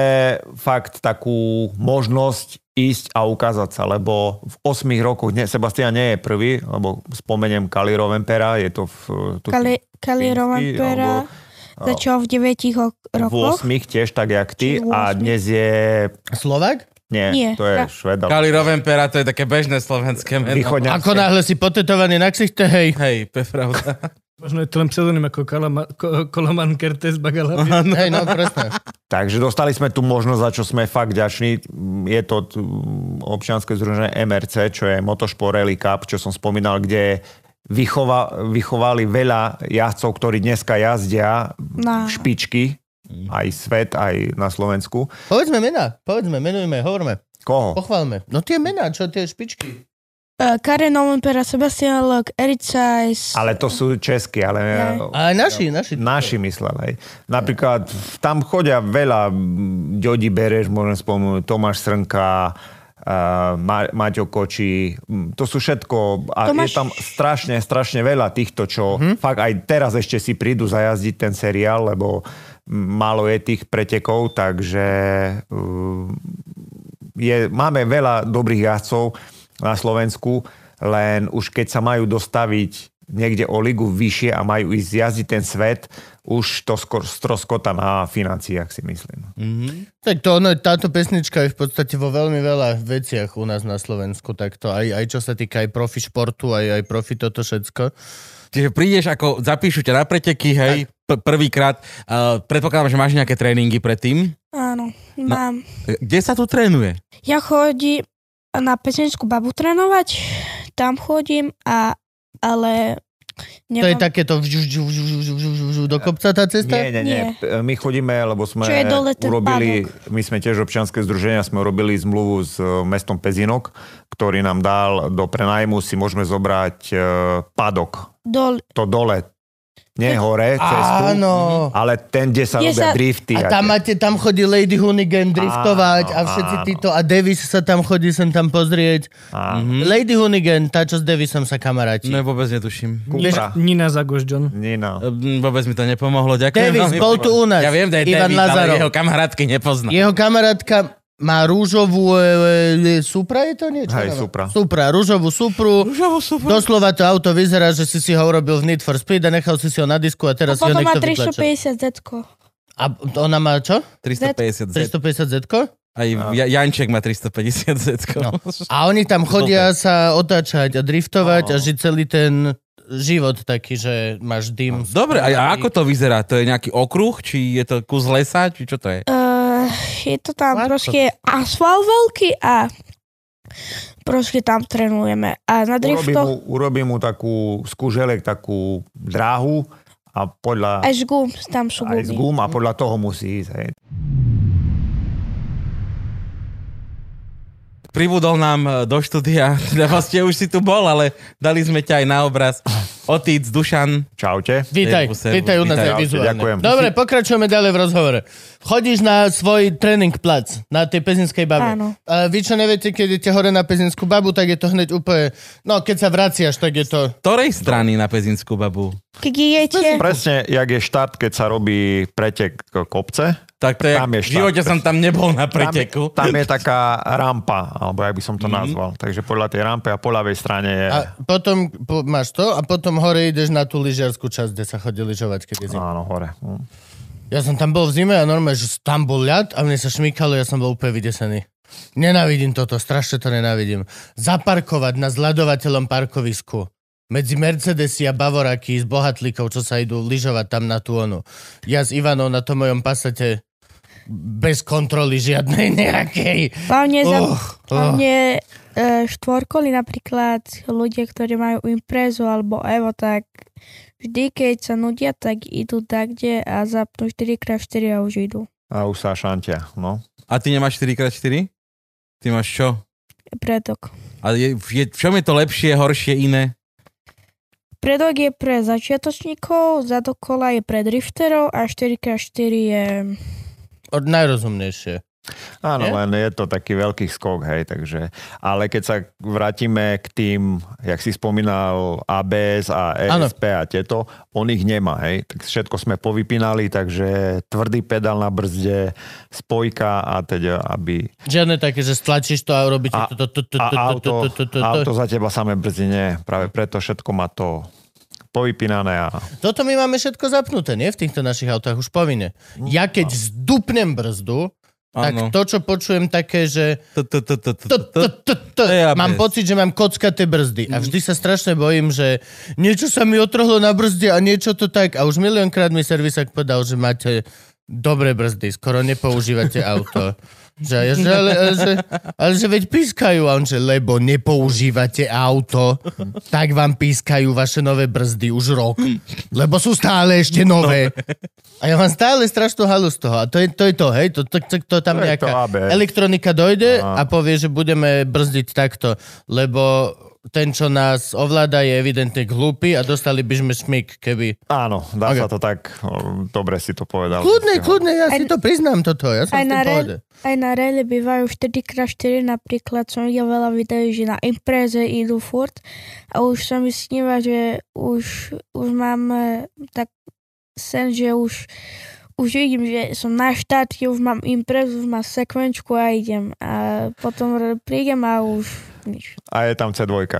[SPEAKER 6] fakt takú možnosť ísť a ukázať sa, lebo v 8 rokoch, ne, Sebastian nie je prvý, lebo spomeniem Kalirov Empera, je to v... Tu,
[SPEAKER 3] Kali, Kali
[SPEAKER 6] Fínsky,
[SPEAKER 3] Rovampera začal v 9 ok-
[SPEAKER 6] v
[SPEAKER 3] rokoch.
[SPEAKER 6] 8 tiež tak jak
[SPEAKER 3] Či
[SPEAKER 6] ty
[SPEAKER 3] v
[SPEAKER 6] a
[SPEAKER 3] osmich?
[SPEAKER 6] dnes je...
[SPEAKER 2] Slovak?
[SPEAKER 6] Nie,
[SPEAKER 3] Nie,
[SPEAKER 6] to je
[SPEAKER 3] tak.
[SPEAKER 6] Šved. alebo
[SPEAKER 1] Kali Rovenpera, to je také bežné slovenské meno.
[SPEAKER 6] Východňarské.
[SPEAKER 2] Ako náhle si potetovaný na ksichte, hej.
[SPEAKER 1] Hej, to je pravda.
[SPEAKER 5] Možno je to len pseudonym ako Kalama, Ko- Koloman Kertes Bagala.
[SPEAKER 2] Hej, no presne.
[SPEAKER 6] Takže dostali sme tu možnosť, za čo sme fakt ďační. Je to t- občianske združenie MRC, čo je Motošport Rally Cup, čo som spomínal, kde vychova, vychovali veľa jazdcov, ktorí dneska jazdia
[SPEAKER 3] Na-
[SPEAKER 6] špičky, aj svet, aj na Slovensku.
[SPEAKER 2] Povedzme mená, povedzme, menujme, hovorme,
[SPEAKER 6] Koho?
[SPEAKER 2] pochválme. No tie mená, čo tie špičky?
[SPEAKER 3] Eh, Karen Rovampera, Sebastian Lok, Eric Sajs.
[SPEAKER 6] Ale to sú česky, ale
[SPEAKER 2] A aj naši, naši.
[SPEAKER 6] naši myslel. Hej. Napríklad tam chodia veľa mm, Ďodi Bereš, môžem spomenúť, Tomáš Srnka, Uh, Ma- Maťo Koči, mm, to sú všetko a
[SPEAKER 3] Tomáš-
[SPEAKER 6] je tam strašne, strašne veľa týchto, čo fakt aj teraz ešte si prídu zajazdiť ten seriál, lebo mm, málo je tých pretekov, takže mm, je, máme veľa dobrých jazdcov na Slovensku, len už keď sa majú dostaviť niekde o ligu vyššie a majú ísť jazdiť ten svet, už to skôr stroskota na financiách, si myslím.
[SPEAKER 2] Tak to ono, táto pesnička je v podstate vo veľmi veľa veciach u nás na Slovensku, tak to aj, aj čo sa týka aj profi športu, aj, aj profi toto všetko.
[SPEAKER 1] Čiže prídeš, ako zapíšu ťa na preteky, hej, p- prvýkrát. Uh, predpokladám, že máš nejaké tréningy predtým.
[SPEAKER 3] Áno, mám.
[SPEAKER 1] Kde sa tu trénuje?
[SPEAKER 3] Ja chodím na pezinskú babu trénovať, tam chodím, a, ale
[SPEAKER 2] To je
[SPEAKER 3] Nemám,
[SPEAKER 2] takéto vžu, vžu, vžu, vžu, vžu, vžu, vžu, do kopca tá
[SPEAKER 6] Nie,
[SPEAKER 2] cesta?
[SPEAKER 6] nie, nie.
[SPEAKER 3] Nie.
[SPEAKER 6] P- e, My chodíme, lebo sme
[SPEAKER 3] Čo je dole ten
[SPEAKER 6] urobili, my sme tiež občianske združenia, sme urobili zmluvu s e, mestom Pezinok, ktorý nám dal do prenajmu, si môžeme zobrať e, padok.
[SPEAKER 3] dol,
[SPEAKER 6] To dole, nie hore, cestu,
[SPEAKER 2] Áno.
[SPEAKER 6] ale ten, kde sa
[SPEAKER 3] Hm. Kde
[SPEAKER 6] robia
[SPEAKER 3] sa-
[SPEAKER 6] drifty.
[SPEAKER 2] A tam, máte, tam chodí Lady Hoonigan driftovať a
[SPEAKER 6] Áno,
[SPEAKER 2] všetci
[SPEAKER 6] áno.
[SPEAKER 2] títo. A Davis sa tam chodí sem tam pozrieť.
[SPEAKER 6] a,
[SPEAKER 2] Lady Hoonigan, tá, čo s Davisom sa kamaráti.
[SPEAKER 1] Ne, vôbec netuším.
[SPEAKER 6] Kupra.
[SPEAKER 5] Nina Zagožďon.
[SPEAKER 6] Nina.
[SPEAKER 2] E,
[SPEAKER 1] Mm, Vôbec mi to nepomohlo, ďakujem.
[SPEAKER 2] Davis,
[SPEAKER 1] veľmi
[SPEAKER 2] bol
[SPEAKER 1] pekne.
[SPEAKER 2] tu u nás.
[SPEAKER 1] Ja viem, že je
[SPEAKER 2] Ivan
[SPEAKER 1] Davis,
[SPEAKER 2] Lazarov.
[SPEAKER 1] ale jeho kamarátky nepoznám.
[SPEAKER 2] Jeho kamarátka má rúžovú e, e, Supra, je to niečo?
[SPEAKER 6] Hej,
[SPEAKER 2] Áno.
[SPEAKER 6] Supra.
[SPEAKER 2] Supra, rúžovú Supru.
[SPEAKER 1] Žavo, super.
[SPEAKER 2] Doslova to auto vyzerá, že si si ho urobil v Need for Speed a nechal si si ho na disku a
[SPEAKER 3] a
[SPEAKER 2] teraz si ho
[SPEAKER 3] potom má
[SPEAKER 2] niekto vytlačil.
[SPEAKER 3] 350 zetko.
[SPEAKER 2] A ona má čo?
[SPEAKER 1] 350 Z.
[SPEAKER 2] 350 z
[SPEAKER 1] Aj Ja- Janček má 350 Z.
[SPEAKER 2] No. A oni tam chodia sa otáčať a
[SPEAKER 6] No.
[SPEAKER 2] driftovať a žiť celý ten život taký, že máš dym.
[SPEAKER 6] No.
[SPEAKER 2] v-
[SPEAKER 1] Dobre, a- a ako to vyzerá? To je nejaký okruh? Či je to kus lesa? Či čo to je?
[SPEAKER 3] Uh, je to tam
[SPEAKER 2] Marko.
[SPEAKER 3] proste asfalt veľký a proste tam trénujeme. A na
[SPEAKER 6] Urobím
[SPEAKER 3] driftoch
[SPEAKER 6] mu, urobím mu takú skúželek, takú dráhu a podľa
[SPEAKER 3] aj z gum, tam sú
[SPEAKER 6] aj
[SPEAKER 3] gumy.
[SPEAKER 6] z gum a podľa toho musí ísť. Hej.
[SPEAKER 1] Pribudol nám e, do štúdia, teda vlastne už si tu bol, ale dali sme ťa aj na obraz. Otic, Dušan,
[SPEAKER 6] Čaute.
[SPEAKER 2] Vítaj,
[SPEAKER 1] Servus, servus,
[SPEAKER 2] vítaj u nás
[SPEAKER 1] vítaj.
[SPEAKER 2] aj vizuálne.
[SPEAKER 6] Ďakujem.
[SPEAKER 2] Dobre, pokračujeme ďalej v rozhovore. Chodíš na svoj tréning plac, na tej pezinskej babe.
[SPEAKER 3] Áno.
[SPEAKER 2] A vy čo neviete, keď idete hore na pezinskú babu, tak je to hneď úplne... No, keď sa vraciaš, tak je to...
[SPEAKER 1] ktorej strany na Pezinskú babu?
[SPEAKER 3] Keď idete,
[SPEAKER 6] Presne, jak je štart, keď sa robí pretek kopce.
[SPEAKER 1] Tak to je,
[SPEAKER 6] Tam je
[SPEAKER 1] v živote
[SPEAKER 6] štart.
[SPEAKER 1] som tam nebol na preteku.
[SPEAKER 6] Tam, tam je taká rampa, alebo jak by som to mm-hmm. nazval. Takže podľa tej rampe a po ľavej strane je...
[SPEAKER 2] Mhm. A potom po, máš to a potom hore ideš na tú lyžiarskú časť, kde sa chodí lyžovať, keď je zima.
[SPEAKER 6] Áno, hore. Mm.
[SPEAKER 2] Ja som tam bol v zime a normálne, že tam bol ľad a mne sa šmýkalo, ja som bol úplne vydesený. Nenávidím toto, strašne to nenávidím. Zaparkovať na zľadovateľom parkovisku medzi Mercedesy a Bavoraky s bohatlíkov, čo sa idú lyžovať tam na tú onu. Ja s Ivanou na tom mojom pasate bez kontroly žiadnej nejakej.
[SPEAKER 3] hlavne za...
[SPEAKER 2] Oh, oh.
[SPEAKER 3] Hlavne e, štvorkoly napríklad, ľudia, ktorí majú imprezu alebo evo, tak vždy, keď sa nudia, tak idú tak, kde a zapnú 4x4 a už idú.
[SPEAKER 6] A už sa šantia, no.
[SPEAKER 1] A ty nemáš 4x4? Ty máš čo?
[SPEAKER 3] Predok.
[SPEAKER 1] A je, je, v čom je to lepšie, horšie, iné?
[SPEAKER 3] Predok je pre začiatočníkov, zadok kola je pre drifterov a 4x4 je...
[SPEAKER 2] Od najrozumnejšie.
[SPEAKER 6] Áno,
[SPEAKER 2] Je?
[SPEAKER 6] len je to taký veľký skok, hej, takže... Ale keď sa vrátime k tým, jak si spomínal, ABS a
[SPEAKER 2] Áno.
[SPEAKER 6] ESP a tieto, on ich nemá, hej. Tak všetko sme povypínali, takže tvrdý pedál na brzde, spojka a teda, aby
[SPEAKER 2] Žiadne také, že stlačíš to a robíš
[SPEAKER 6] A-
[SPEAKER 2] to, to, to, to,
[SPEAKER 6] A
[SPEAKER 2] to, to,
[SPEAKER 6] auto,
[SPEAKER 2] to, to, to, to.
[SPEAKER 6] auto za teba samé brzdi nie. Práve preto všetko má to povypínané a
[SPEAKER 2] Toto my máme všetko zapnuté, nie? V týchto našich autách už povinne. Ja keď zdupnem brzdu, tak
[SPEAKER 1] Áno.
[SPEAKER 2] to, čo počujem také, že
[SPEAKER 1] To, to, to, to, to,
[SPEAKER 2] to,
[SPEAKER 1] to.
[SPEAKER 2] to, to, to,
[SPEAKER 1] to je ABS.
[SPEAKER 2] mám pocit, že mám kockaté brzdy. A vždy sa strašne bojím, že niečo sa mi otrhlo na brzde a niečo to tak. A už miliónkrát mi servisák povedal, že máte dobré brzdy, skoro nepoužívate auto. Že, ja, že, ale, ale, že, ale že veď pískajú, a on že lebo nepoužívate auto, tak vám pískajú vaše nové brzdy už rok, lebo sú stále ešte nové. A ja mám stále strašnú halu z toho. A to je to, je to hej, to, to, to, to tam
[SPEAKER 6] To je to
[SPEAKER 2] nejaká
[SPEAKER 6] ABS.
[SPEAKER 2] elektronika dojde a povie, že budeme brzdiť takto, lebo ten, čo nás ovláda, je evidentne hlúpy a dostali by sme šmik, keby...
[SPEAKER 6] áno,
[SPEAKER 2] Ok.
[SPEAKER 6] dá okay. sa to tak, o, dobre si to povedal.
[SPEAKER 2] Kľudne, kľudne, ja si
[SPEAKER 3] Aj-
[SPEAKER 2] to priznám toto, ja som
[SPEAKER 3] Aj
[SPEAKER 2] v
[SPEAKER 3] na,
[SPEAKER 2] tom
[SPEAKER 3] rally,
[SPEAKER 2] pohode.
[SPEAKER 3] aj na rally bývajú 4x4, napríklad som videl veľa videí, že na impreze idú furt a už sa mi sníva, že už, už mám e, tak sen, že už, už vidím, že som na štáte, už mám imprezu, už mám sekvenčku a idem. A potom r- prídem a už nič.
[SPEAKER 6] A je tam C2. E,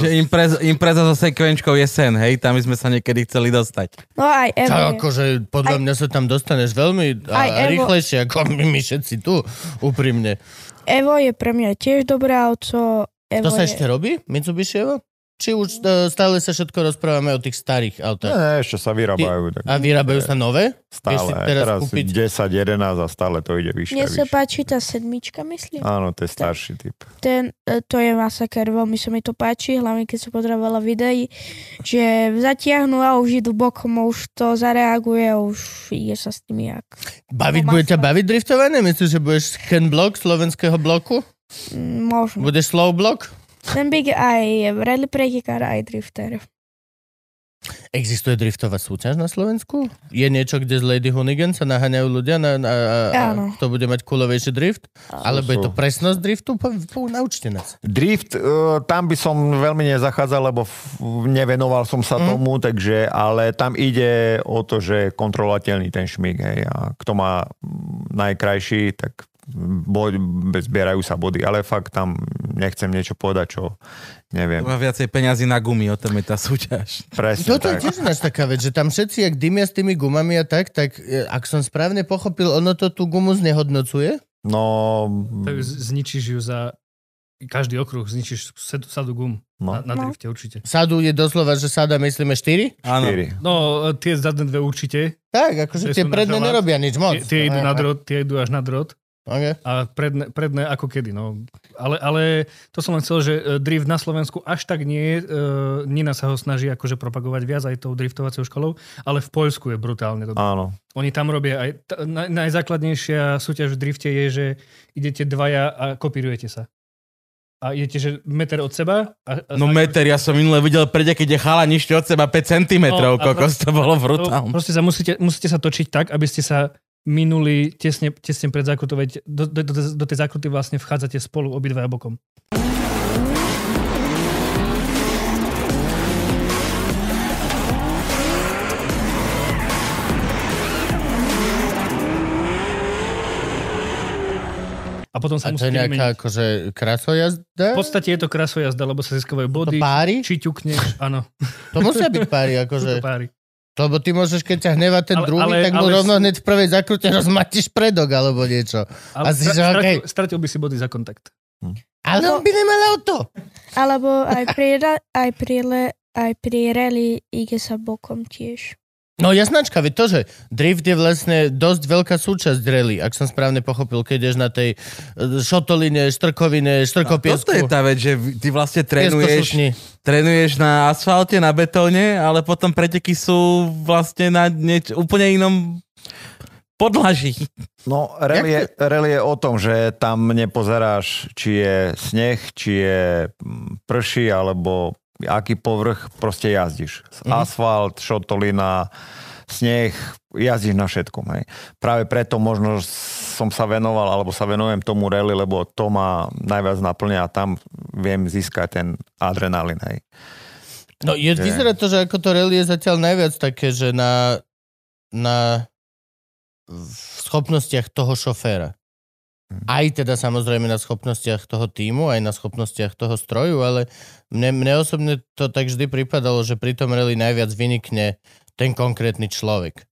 [SPEAKER 1] Že impreza, impreza so sekvenčkou je sen, hej? Tam by sme sa niekedy chceli dostať.
[SPEAKER 3] No aj
[SPEAKER 2] Čo,
[SPEAKER 3] Evo. je-
[SPEAKER 2] akože podľa mňa sa tam dostaneš veľmi
[SPEAKER 3] Aj
[SPEAKER 2] a, a
[SPEAKER 3] Evo-
[SPEAKER 2] rýchlejšie, ako my, my všetci tu, úprimne.
[SPEAKER 3] Evo je pre mňa tiež dobré auto. Evo
[SPEAKER 2] To sa
[SPEAKER 3] je-
[SPEAKER 2] ešte robí? Mitsubishi Evo? Či už e, stále sa všetko rozprávame o tých starých autách.
[SPEAKER 6] Ne, ešte sa vyrábajú. Tak
[SPEAKER 2] A vyrábajú sa nové? Vieš
[SPEAKER 6] stále.
[SPEAKER 2] si
[SPEAKER 6] Teraz,
[SPEAKER 2] teraz kúpiť...
[SPEAKER 6] 10, 11 a stále to ide vyššie.
[SPEAKER 3] Mne
[SPEAKER 6] a
[SPEAKER 3] sa
[SPEAKER 6] vyššie.
[SPEAKER 3] páči tá sedmička, myslím.
[SPEAKER 6] Áno, to je starší typ.
[SPEAKER 3] ten, e, to je masaker, veľmi sa mi to páči, hlavne keď som pozerala veľa videí, že zatiahnu a už idú bokom, už to zareaguje, už ide sa s nimi jak...
[SPEAKER 2] Baviť,
[SPEAKER 3] Tomáš
[SPEAKER 2] bude ťa
[SPEAKER 3] Vajs.
[SPEAKER 2] baviť driftovanie? Myslíš, že budeš Ken Block slovenského bloku?
[SPEAKER 3] Mm, Možno.
[SPEAKER 2] Budeš Slow Block?
[SPEAKER 3] Ten big aj je rally pretekár, aj drifter.
[SPEAKER 2] Existuje driftová súťaž na Slovensku? Je niečo, kde z Lady Hoonigan sa naháňajú ľudia na, na, a, a,
[SPEAKER 3] Áno.
[SPEAKER 2] kto bude mať kulovejší drift? Alebo je to
[SPEAKER 6] sú.
[SPEAKER 2] presnosť driftu? Po, po, naučte nás.
[SPEAKER 6] Drift, eh, tam by som veľmi nezachádzal, lebo f- nevenoval som sa mm. tomu, takže, ale tam ide o to, že je kontrolovateľný ten šmik, hej, a kto má mm, najkrajší, tak boj, zbierajú sa body, ale fakt tam nechcem niečo povedať, čo neviem.
[SPEAKER 1] Má viacej peňazí na gumy, o tom je tá súťaž.
[SPEAKER 6] Presne
[SPEAKER 2] Toto je
[SPEAKER 6] tak.
[SPEAKER 2] tiež ináč taká vec, že tam všetci, jak dymia s tými gumami a tak, tak e, ak som správne pochopil, ono to tú gumu znehodnocuje?
[SPEAKER 6] No,
[SPEAKER 5] Tak z- zničíš ju za každý okruh, zničíš sed- sadu gum
[SPEAKER 6] no,
[SPEAKER 5] na, na
[SPEAKER 3] No.
[SPEAKER 5] drifte určite.
[SPEAKER 2] Sadu je doslova, že sada myslíme 4?
[SPEAKER 1] Áno.
[SPEAKER 6] 4.
[SPEAKER 5] No, e, tie zadné dve určite,
[SPEAKER 2] Tak, akože tie
[SPEAKER 5] Tie sú na
[SPEAKER 2] predne
[SPEAKER 5] želát.
[SPEAKER 2] nerobia nič moc. No,
[SPEAKER 5] tie, tie, idú na
[SPEAKER 2] Aha.
[SPEAKER 5] drot, tie idú až na drot
[SPEAKER 2] Okay.
[SPEAKER 5] a predné, predné ako kedy. No. Ale, ale to som len chcel, že e, drift na Slovensku až tak nie je. E, Nina sa ho snaží akože propagovať viac aj tou driftovacou školou, ale v Poľsku je brutálne to
[SPEAKER 6] Áno.
[SPEAKER 5] Oni tam robia aj... T- naj, najzákladnejšia súťaž v drifte je, že idete dvaja a kopírujete sa. A idete, že meter od seba. A, a
[SPEAKER 1] No meter, ja som minule videl prede, keď je chala nižšie od seba 5 cm,
[SPEAKER 5] No, a
[SPEAKER 1] kokos, to bolo brutálne.
[SPEAKER 5] Proste sa musíte, musíte sa točiť tak, aby ste sa minuli tesne, tesne pred zákrutou, veď do, do, do, do tej zákruty vlastne vchádzate spolu obidvaja bokom. A
[SPEAKER 2] A
[SPEAKER 5] potom sa
[SPEAKER 2] to je
[SPEAKER 5] musíte
[SPEAKER 2] nejaká
[SPEAKER 5] vymeniť.
[SPEAKER 2] akože krasojazda?
[SPEAKER 5] V podstate je to krasojazda, lebo sa získavajú
[SPEAKER 2] To
[SPEAKER 5] body,
[SPEAKER 2] páry?
[SPEAKER 5] či ťukneš, áno,
[SPEAKER 2] To musia byť páry,
[SPEAKER 5] sú to
[SPEAKER 2] akože.
[SPEAKER 5] páry.
[SPEAKER 2] Lebo ty môžeš, keď ťa hneva ten
[SPEAKER 5] Ale-
[SPEAKER 2] druhý,
[SPEAKER 5] ale-
[SPEAKER 2] tak mu
[SPEAKER 5] ale-
[SPEAKER 2] rovno hneď v prvej zakrute rozmatíš predok alebo niečo.
[SPEAKER 5] Ale
[SPEAKER 2] si, že
[SPEAKER 5] stra-
[SPEAKER 2] okej.
[SPEAKER 5] stratil, stratil by si body za kontakt.
[SPEAKER 2] Ale
[SPEAKER 5] No-
[SPEAKER 2] on by nemal auto.
[SPEAKER 3] Alebo aj pri, ra- aj pri, le, aj pri rally ide sa bokom tiež.
[SPEAKER 2] No jasnačka, veď to, že drift je vlastne dosť veľká súčasť rally, ak som správne pochopil, keď ideš na tej e, šotoline,
[SPEAKER 5] No
[SPEAKER 2] štrkovine,
[SPEAKER 1] Toto
[SPEAKER 2] štrkopiesku.
[SPEAKER 1] je tá vec, že ty vlastne trénuješ,
[SPEAKER 2] pieskošutni.
[SPEAKER 1] trénuješ na asfalte, na betóne, ale potom preteky sú vlastne na nieč, úplne inom podlaží.
[SPEAKER 6] No, rally je, rally je o tom, že tam nepozeráš, či je sneh, či je mm, prší, alebo aký povrch, proste jazdíš. Asfalt, šotolina, sneh, jazdíš na všetkom. Hej. Práve preto možno som sa venoval, alebo sa venujem tomu rally, lebo to ma najviac naplňa a tam viem získať ten adrenalin. Hej.
[SPEAKER 2] No je,
[SPEAKER 6] Že-
[SPEAKER 2] vyzerá to, že ako to rally je zatiaľ najviac také, že na, na v schopnostiach toho šoféra. Aj teda samozrejme na schopnostiach toho týmu, aj na schopnostiach toho stroju, ale mne, mne osobne to tak vždy pripadalo, že pri tom rally najviac vynikne ten konkrétny človek.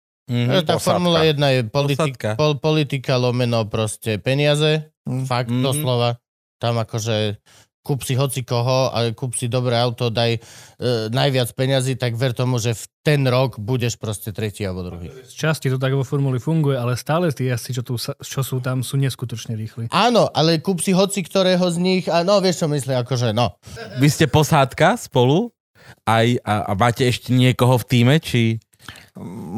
[SPEAKER 2] Že
[SPEAKER 1] Mhm.
[SPEAKER 2] tá
[SPEAKER 6] Posádka.
[SPEAKER 2] Formula 1 je politik,
[SPEAKER 1] Posádka.
[SPEAKER 2] pol, politika lomeno proste peniaze,
[SPEAKER 6] Mm.
[SPEAKER 2] fakt,
[SPEAKER 1] Mhm.
[SPEAKER 2] doslova. Tam akože kúp si hoci koho, ale kúp si dobré auto, daj e, najviac peňazí, tak ver tomu, že v ten rok budeš proste tretí alebo druhý.
[SPEAKER 5] Z časti to tak vo formuli funguje, ale stále tí jazdci, čo, tu, sa- čo sú tam, sú neskutočne rýchli.
[SPEAKER 2] Áno, ale kúp si hoci ktorého z nich a no, vieš čo myslím, akože no.
[SPEAKER 1] Vy ste posádka spolu aj, a, a máte ešte niekoho v týme, či...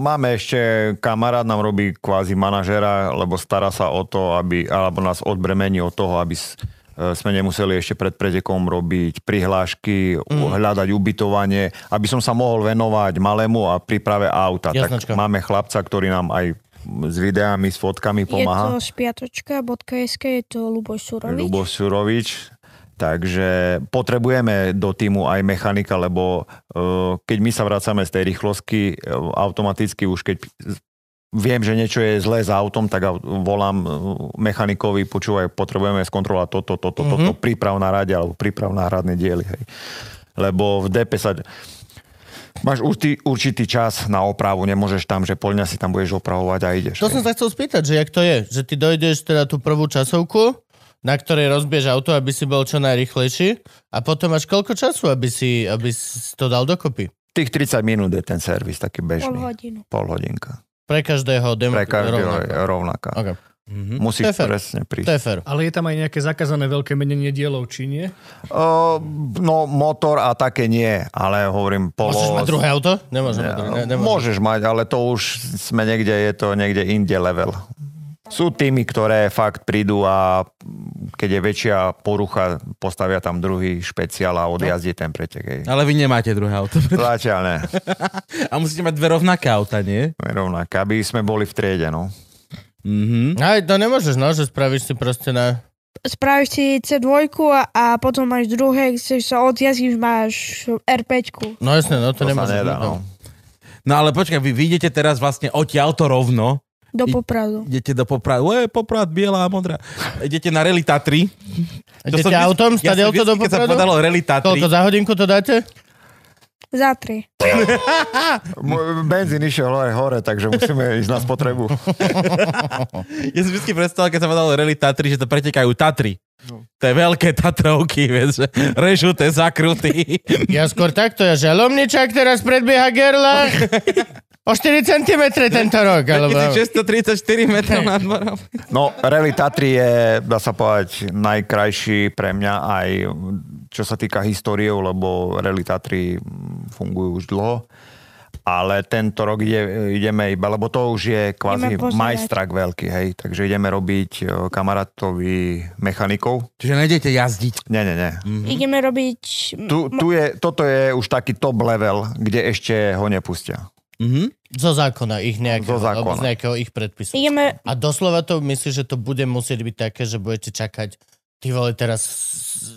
[SPEAKER 6] Máme ešte kamarát, nám robí kvázi manažera, lebo stará sa o to, aby, alebo nás odbremení od toho, aby s- e, sme nemuseli ešte pred pretekom robiť prihlášky, mm. hľadať ubytovanie, aby som sa mohol venovať malému a príprave auta.
[SPEAKER 2] Jasnačka.
[SPEAKER 6] Tak máme chlapca, ktorý nám aj s videami, s fotkami pomáha.
[SPEAKER 3] Je to spiatočka.sk, je to Luboš Surovič.
[SPEAKER 6] Ľubo Surovič. Takže potrebujeme do týmu aj mechanika, lebo eh, keď my sa vracame z tej rýchlosti, eh, automaticky už keď viem, že niečo je zlé s autom, tak au- volám eh, mechanikovi, počúvaj, potrebujeme skontrolovať toto, toto, toto, mm-hmm. príprav na rade alebo príprav na hradné diely. Hej. Lebo v DP sa... Máš určitý, určitý čas na opravu, nemôžeš tam, že poľňa si tam budeš opravovať a ideš.
[SPEAKER 2] To
[SPEAKER 6] hej.
[SPEAKER 2] som sa chcel spýtať, že jak to je, že ty dojdeš teda tú prvú časovku, na ktorej rozbiež auto, aby si bol čo najrychlejší a potom máš koľko času, aby si, aby si to dal dokopy.
[SPEAKER 6] Tých 30 minút je ten servis taký
[SPEAKER 3] Pol
[SPEAKER 6] bežný.
[SPEAKER 3] hodinu.
[SPEAKER 6] Pol hodinka.
[SPEAKER 2] Pre každého demo.
[SPEAKER 6] Pre každého
[SPEAKER 2] rovnako.
[SPEAKER 6] je rovnaká.
[SPEAKER 2] Okay. To je
[SPEAKER 1] Mhm.
[SPEAKER 6] Musíš
[SPEAKER 2] fér.
[SPEAKER 6] presne
[SPEAKER 2] To je
[SPEAKER 6] prísť.
[SPEAKER 2] fér.
[SPEAKER 5] Ale je tam aj nejaké zakázané veľké menenie dielov, či nie?
[SPEAKER 6] O, no motor a také nie, ale hovorím polo...
[SPEAKER 2] Môžeš mať druhé auto? Nemôžem mať druhé. Ne,
[SPEAKER 6] Ne,
[SPEAKER 2] nemôžem.
[SPEAKER 6] môžeš mať, ale to už sme niekde, je to niekde inde level. Sú týmy, ktoré fakt prídu a keď je väčšia porucha, postavia tam druhý špeciál a odjazdí ten pretek. hej.
[SPEAKER 1] Ale vy nemáte druhé auto.
[SPEAKER 6] Zatiaľ ne.
[SPEAKER 1] A musíte mať dve rovnaké auta, nie?
[SPEAKER 6] Rovnaké, aby sme boli v triede, no.
[SPEAKER 1] Mhm.
[SPEAKER 2] Aj to nemôžeš, no, že spravíš si proste na...
[SPEAKER 3] Spravíš si C2 a, a potom máš druhé, chceš sa odjazdíš, máš R5.
[SPEAKER 2] No jasné, no to,
[SPEAKER 6] To sa
[SPEAKER 2] nemôžeš.
[SPEAKER 6] nedá, no.
[SPEAKER 1] No ale počkaj, vy vidíte teraz vlastne odtiaľ to rovno.
[SPEAKER 3] Do
[SPEAKER 1] I-
[SPEAKER 3] popravdu.
[SPEAKER 1] Idete do Poprad, ue, Poprad, biela a modrá. Idete na Rally Tatry.
[SPEAKER 2] Idete
[SPEAKER 1] som vždy-
[SPEAKER 2] autom, stade
[SPEAKER 1] som
[SPEAKER 2] auto
[SPEAKER 1] vždy,
[SPEAKER 2] do
[SPEAKER 1] Keď sa
[SPEAKER 2] Popradu?
[SPEAKER 1] podalo Rally Tatry,
[SPEAKER 2] Koľko za hodinku to dáte?
[SPEAKER 3] Za tri.
[SPEAKER 6] Môj Benzín išiel hore, hore, takže musíme ísť na spotrebu.
[SPEAKER 1] ja som vždy predstavil, keď sa podalo Rally Tatry, že to pretekajú Tatry. To je veľké Tatrovky, vieš, že režuté, zakruty.
[SPEAKER 2] Ja skôr takto, ja žalomničák teraz predbieha Gerla o 4 cm tento rok, alebo...
[SPEAKER 1] 1634 metrov nad morom.
[SPEAKER 6] No, Rally Tatry je, dá sa povedať, najkrajší pre mňa aj čo sa týka histórie, lebo Rally Tatry mm, fungujú už dlho. Ale tento rok ide, ideme iba, lebo to už je
[SPEAKER 3] Ideme
[SPEAKER 6] kvázi
[SPEAKER 3] pozerať.
[SPEAKER 6] majstrak veľký, hej. Takže ideme robiť e, kamarátovi mechanikov.
[SPEAKER 1] Čiže nejdete jazdiť.
[SPEAKER 6] Nie, nie, nie.
[SPEAKER 3] Ideme robiť...
[SPEAKER 6] Tu, tu je, toto je už taký top level, kde ešte ho nepustia. E,
[SPEAKER 1] Mhm.
[SPEAKER 2] Zo zákona ich nejakého,
[SPEAKER 6] Zo zákona.
[SPEAKER 2] alebo z nejakého ich predpisu.
[SPEAKER 3] Ideme,
[SPEAKER 2] A doslova to myslíš, že to bude musieť byť také, že budete čakať ty vole teraz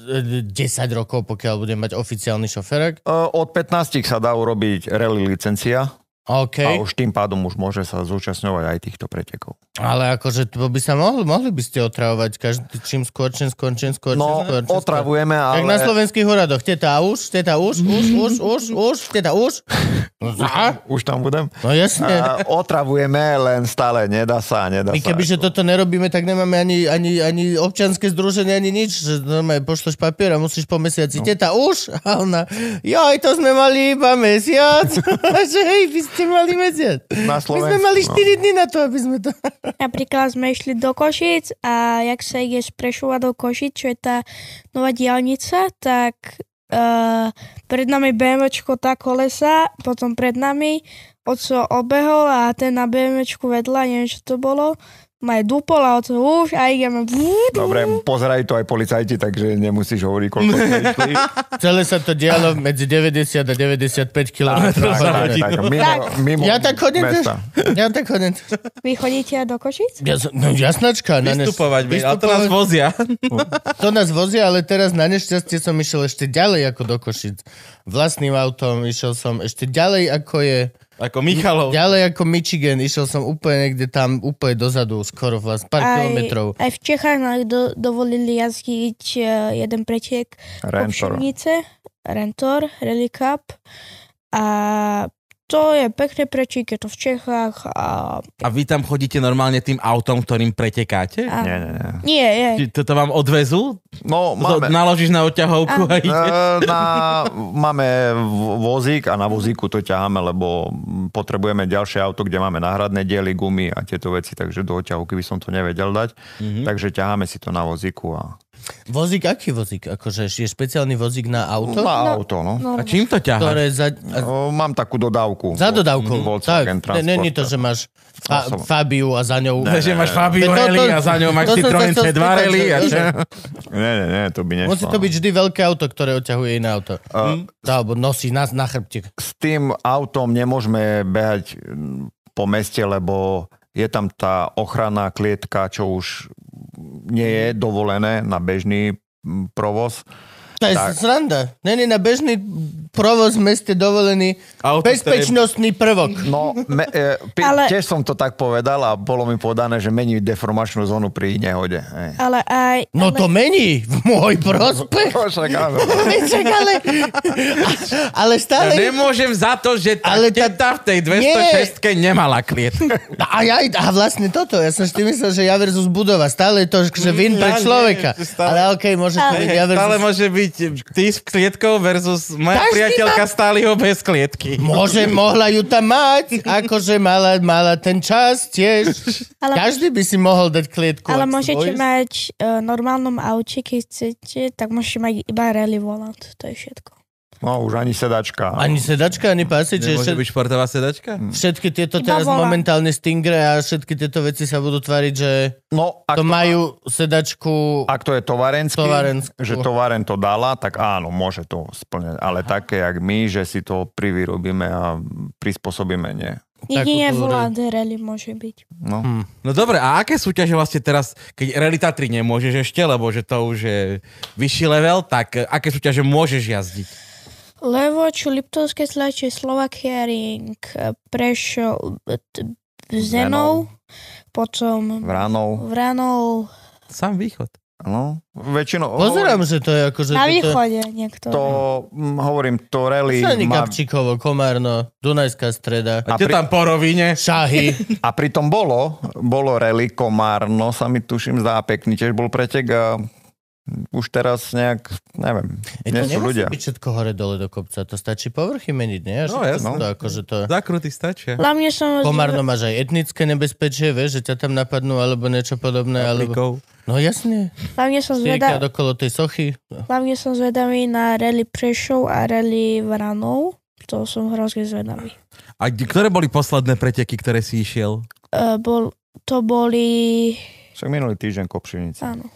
[SPEAKER 2] e, 10 rokov, pokiaľ budem mať oficiálny šoferák.
[SPEAKER 6] E, Od 15 sa dá urobiť rally licencia a
[SPEAKER 2] OK,
[SPEAKER 6] už tým pádom už môže sa zúčastňovať aj týchto pretekov.
[SPEAKER 2] ale akože to by sa mohli, mohli by ste otravovať každý, čím skôr, čím skôr, čím skôr, čím
[SPEAKER 6] No,
[SPEAKER 2] skôr. Čím skôr.
[SPEAKER 6] otravujeme, ale...
[SPEAKER 2] Jak na slovenských úradoch. Teta už, teta už, už, už, už, už, teta už. Za?
[SPEAKER 6] Už tam budem.
[SPEAKER 2] No jasne.
[SPEAKER 6] A otravujeme, len stále nedá sa, nedá
[SPEAKER 2] My
[SPEAKER 6] sa.
[SPEAKER 2] kebyže toto nerobíme, tak nemáme ani, ani, ani občanské združenie, ani nič. Že normálne pošleš papier a musíš po mesiaci. No. Teta už? A ona, joj, to sme mali iba mesiac. A že hej, vy ste mali mesiac.
[SPEAKER 6] Na
[SPEAKER 2] My
[SPEAKER 6] Slovensku,
[SPEAKER 2] sme mali
[SPEAKER 6] no.
[SPEAKER 2] 4 dní na to, aby sme to...
[SPEAKER 3] Napríklad sme išli do Košic a jak sa ide z Prešova do Košic, čo je tá nová diálnica, tak uh, pred nami BMWčko tá kolesa, potom pred nami oco obehol a ten na BMWčku vedľa, neviem čo to bolo, ma je dupol a oco už a ideme.
[SPEAKER 6] Dobre, pozerajú to aj policajti, takže nemusíš hovoriť, koľko sme išli.
[SPEAKER 2] Celé sa to dialo medzi 90 a 95 km.
[SPEAKER 6] mimo, mimo
[SPEAKER 2] Ja tak chodím tiež.
[SPEAKER 6] mesta.
[SPEAKER 2] Ja tak chodím tiež.
[SPEAKER 3] Vy chodíte do Košic?
[SPEAKER 2] Ja, som- no jasnačka. na nes-
[SPEAKER 1] Vystupovať, vieš, ale to nás
[SPEAKER 2] vystupovať.
[SPEAKER 1] vozia.
[SPEAKER 2] To nás vozia, ale teraz na nešťastie som išiel ešte ďalej ako do Košic. Vlastným autom išiel som ešte ďalej ako je...
[SPEAKER 1] Ako Michalov.
[SPEAKER 2] Ďalej ako Michigan, išiel som úplne niekde tam, úplne dozadu, skoro vlastne, pár
[SPEAKER 3] Aj,
[SPEAKER 2] kilometrov.
[SPEAKER 3] aj v Čechách nám do, dovolili jazdiť eh, jeden pretek
[SPEAKER 6] Rentor.
[SPEAKER 3] Ovšimnice, Rentor, Rally Cup. A to je pekné prečík, je to v Čechách a...
[SPEAKER 1] A vy tam chodíte normálne tým autom, ktorým pretekáte?
[SPEAKER 3] a
[SPEAKER 6] Nie, nie, nie.
[SPEAKER 3] nie, je.
[SPEAKER 1] Či Toto vám odvezú?
[SPEAKER 6] No,
[SPEAKER 1] To
[SPEAKER 6] máme...
[SPEAKER 1] naložíš na oťahovku a
[SPEAKER 6] E,
[SPEAKER 1] ide?
[SPEAKER 6] Na, máme v- vozík a na vozíku to ťaháme, lebo mm, potrebujeme ďalšie auto, kde máme náhradné diely, gumy a tieto veci, takže do oťahovky by som to nevedel dať.
[SPEAKER 2] Mhm.
[SPEAKER 6] Takže ťaháme si to na vozíku a
[SPEAKER 2] Vozík, aký vozík? Akože je špeciálny vozík na auto,
[SPEAKER 6] na auto, no.
[SPEAKER 1] A čím to ťaháš?
[SPEAKER 2] ktoré za, a,
[SPEAKER 6] O, Mám takú dodávku.
[SPEAKER 2] za dodávkou.
[SPEAKER 6] Mm, Volkswagen
[SPEAKER 2] Tak, ne-
[SPEAKER 6] Transport.
[SPEAKER 2] není to, že máš fa,
[SPEAKER 6] Som-
[SPEAKER 2] Fabiu a za ňou...
[SPEAKER 1] Takže máš
[SPEAKER 2] To-
[SPEAKER 1] Fabio
[SPEAKER 2] to-
[SPEAKER 1] Rally a za ňou máš
[SPEAKER 2] to som sa
[SPEAKER 1] Citroen
[SPEAKER 2] chcel
[SPEAKER 1] C2
[SPEAKER 2] spýtať,
[SPEAKER 1] Rally a
[SPEAKER 2] že-
[SPEAKER 1] čo?
[SPEAKER 6] Nie, nie, nie, to by nešlo. no.
[SPEAKER 2] Musí to byť vždy veľké auto, ktoré oťahuje iné auto. Uh, Alebo nosí na, na chrbte.
[SPEAKER 6] S tým autom nemôžeme behať mm, po meste, lebo je tam tá ochranná klietka, čo už nie je dovolené na bežný mm, provoz.
[SPEAKER 2] To je
[SPEAKER 6] Tak.
[SPEAKER 2] sranda. Není na bežný provoz v meste dovolený
[SPEAKER 1] Auto,
[SPEAKER 2] bezpečnostný prvok.
[SPEAKER 6] No, me, e, pi,
[SPEAKER 3] Ale-
[SPEAKER 6] Ale... tiež som to tak povedal a bolo mi povedané, že mení deformačnú zónu pri nehode. Hej.
[SPEAKER 3] Ale aj...
[SPEAKER 2] No
[SPEAKER 3] ale,
[SPEAKER 2] to mení v môj prospech.
[SPEAKER 6] No, Však áno.
[SPEAKER 2] Čak, ale, ale
[SPEAKER 1] Ja
[SPEAKER 2] stále...
[SPEAKER 1] nemôžem za to, že tá
[SPEAKER 2] Ale
[SPEAKER 1] Ale
[SPEAKER 2] tá-
[SPEAKER 1] teta v tej 206 nemala kliet.
[SPEAKER 2] A ja, a vlastne toto, ja som si myslel, že ja versus budova, stále je to, že
[SPEAKER 1] Mm,
[SPEAKER 2] win
[SPEAKER 1] ja
[SPEAKER 2] pre
[SPEAKER 1] nie,
[SPEAKER 2] človeka.
[SPEAKER 1] že stále-
[SPEAKER 2] Ale okej, môže to
[SPEAKER 3] Ale-
[SPEAKER 2] byť ja
[SPEAKER 1] Stále
[SPEAKER 2] versus...
[SPEAKER 1] môže byť ty s klietkou versus moja
[SPEAKER 2] Každý
[SPEAKER 1] priateľka
[SPEAKER 2] má-
[SPEAKER 1] stáliho bez klietky.
[SPEAKER 2] Môže, mohla ju tam mať, akože mala, mala ten čas tiež.
[SPEAKER 3] Ale-
[SPEAKER 2] Každý by si mohol dať klietku.
[SPEAKER 3] ale
[SPEAKER 2] ak sa
[SPEAKER 3] môžete
[SPEAKER 2] bojíš.
[SPEAKER 3] mať e, normálnom aute, keď chcete, tak môžete mať iba rally volant. To je všetko.
[SPEAKER 6] No, už ani sedačka.
[SPEAKER 2] Ani sedačka, ani pasič,
[SPEAKER 1] Nemôže
[SPEAKER 2] ešte
[SPEAKER 1] byť športová sedačka?
[SPEAKER 2] všetky tieto
[SPEAKER 3] Iba
[SPEAKER 2] teraz
[SPEAKER 3] vola.
[SPEAKER 2] momentálne stingre a všetky tietto veci sa budú tváriť, že
[SPEAKER 6] No, ak
[SPEAKER 2] to majú sedačku...
[SPEAKER 6] Ak to je tovarenský,
[SPEAKER 2] Tovarenský.
[SPEAKER 6] že tovaren to dala, tak áno, môže to splňať. Ale také, jak my, že si to privyrobíme a prispôsobíme, nie.
[SPEAKER 3] Jedine
[SPEAKER 2] kultúru.
[SPEAKER 3] volant rally môže byť.
[SPEAKER 6] No.
[SPEAKER 1] No dobre, a aké súťaže vlastne teraz, keď Realita 3 nemôžeš ešte, lebo že to už je vyšší level, tak e, aké súťaže môžeš jazdiť?
[SPEAKER 3] Levoč, Liptovské tlače, Slovakia Ring, e, Prešov, e, t- Zenov, potom
[SPEAKER 6] Vranov.
[SPEAKER 3] Vranov,
[SPEAKER 1] Sám východ.
[SPEAKER 6] No. Väčšinou...
[SPEAKER 2] Pozerám, že to je akože...
[SPEAKER 3] na
[SPEAKER 2] toto-
[SPEAKER 3] východe
[SPEAKER 6] hovorím, To,
[SPEAKER 3] niektoré.
[SPEAKER 6] mm, hovorím, to rally
[SPEAKER 2] Sani
[SPEAKER 6] má,
[SPEAKER 2] Kapčíkovo, Komárno, Dunajská streda,
[SPEAKER 1] A,
[SPEAKER 6] A
[SPEAKER 1] ty
[SPEAKER 6] pri-
[SPEAKER 1] tam po rovine.
[SPEAKER 2] Šahy.
[SPEAKER 6] A pritom bolo, bolo rally Komárno, sa mi tuším zdá pekný, tiež bol pretek a už teraz nejak, neviem,
[SPEAKER 2] E, to
[SPEAKER 6] nie sú
[SPEAKER 2] nemusí
[SPEAKER 6] ľudia.
[SPEAKER 2] byť všetko hore dole do kopca, to stačí povrchy meniť, nie? Že
[SPEAKER 1] No,
[SPEAKER 2] to-
[SPEAKER 1] jasno.
[SPEAKER 2] To, akože to...
[SPEAKER 1] Zakrutý stačia.
[SPEAKER 3] Hlavne som...
[SPEAKER 2] Komárno máš aj etnické nebezpečie, vieš, že ťa tam napadnú alebo niečo podobné, alebo...
[SPEAKER 1] Klikov.
[SPEAKER 2] No jasne,
[SPEAKER 3] Hlavne som,
[SPEAKER 2] Stýrka
[SPEAKER 3] zveda-
[SPEAKER 2] dokolo tej sochy.
[SPEAKER 3] hlavne som zvedavý na rally Prešov a rally Vranov. To som hrozne zvedavý.
[SPEAKER 1] A kde- ktoré boli posledné preteky, ktoré si išiel?
[SPEAKER 3] E, bol, to boli...
[SPEAKER 6] Však minulý týždeň Kopšivnica.
[SPEAKER 3] Áno,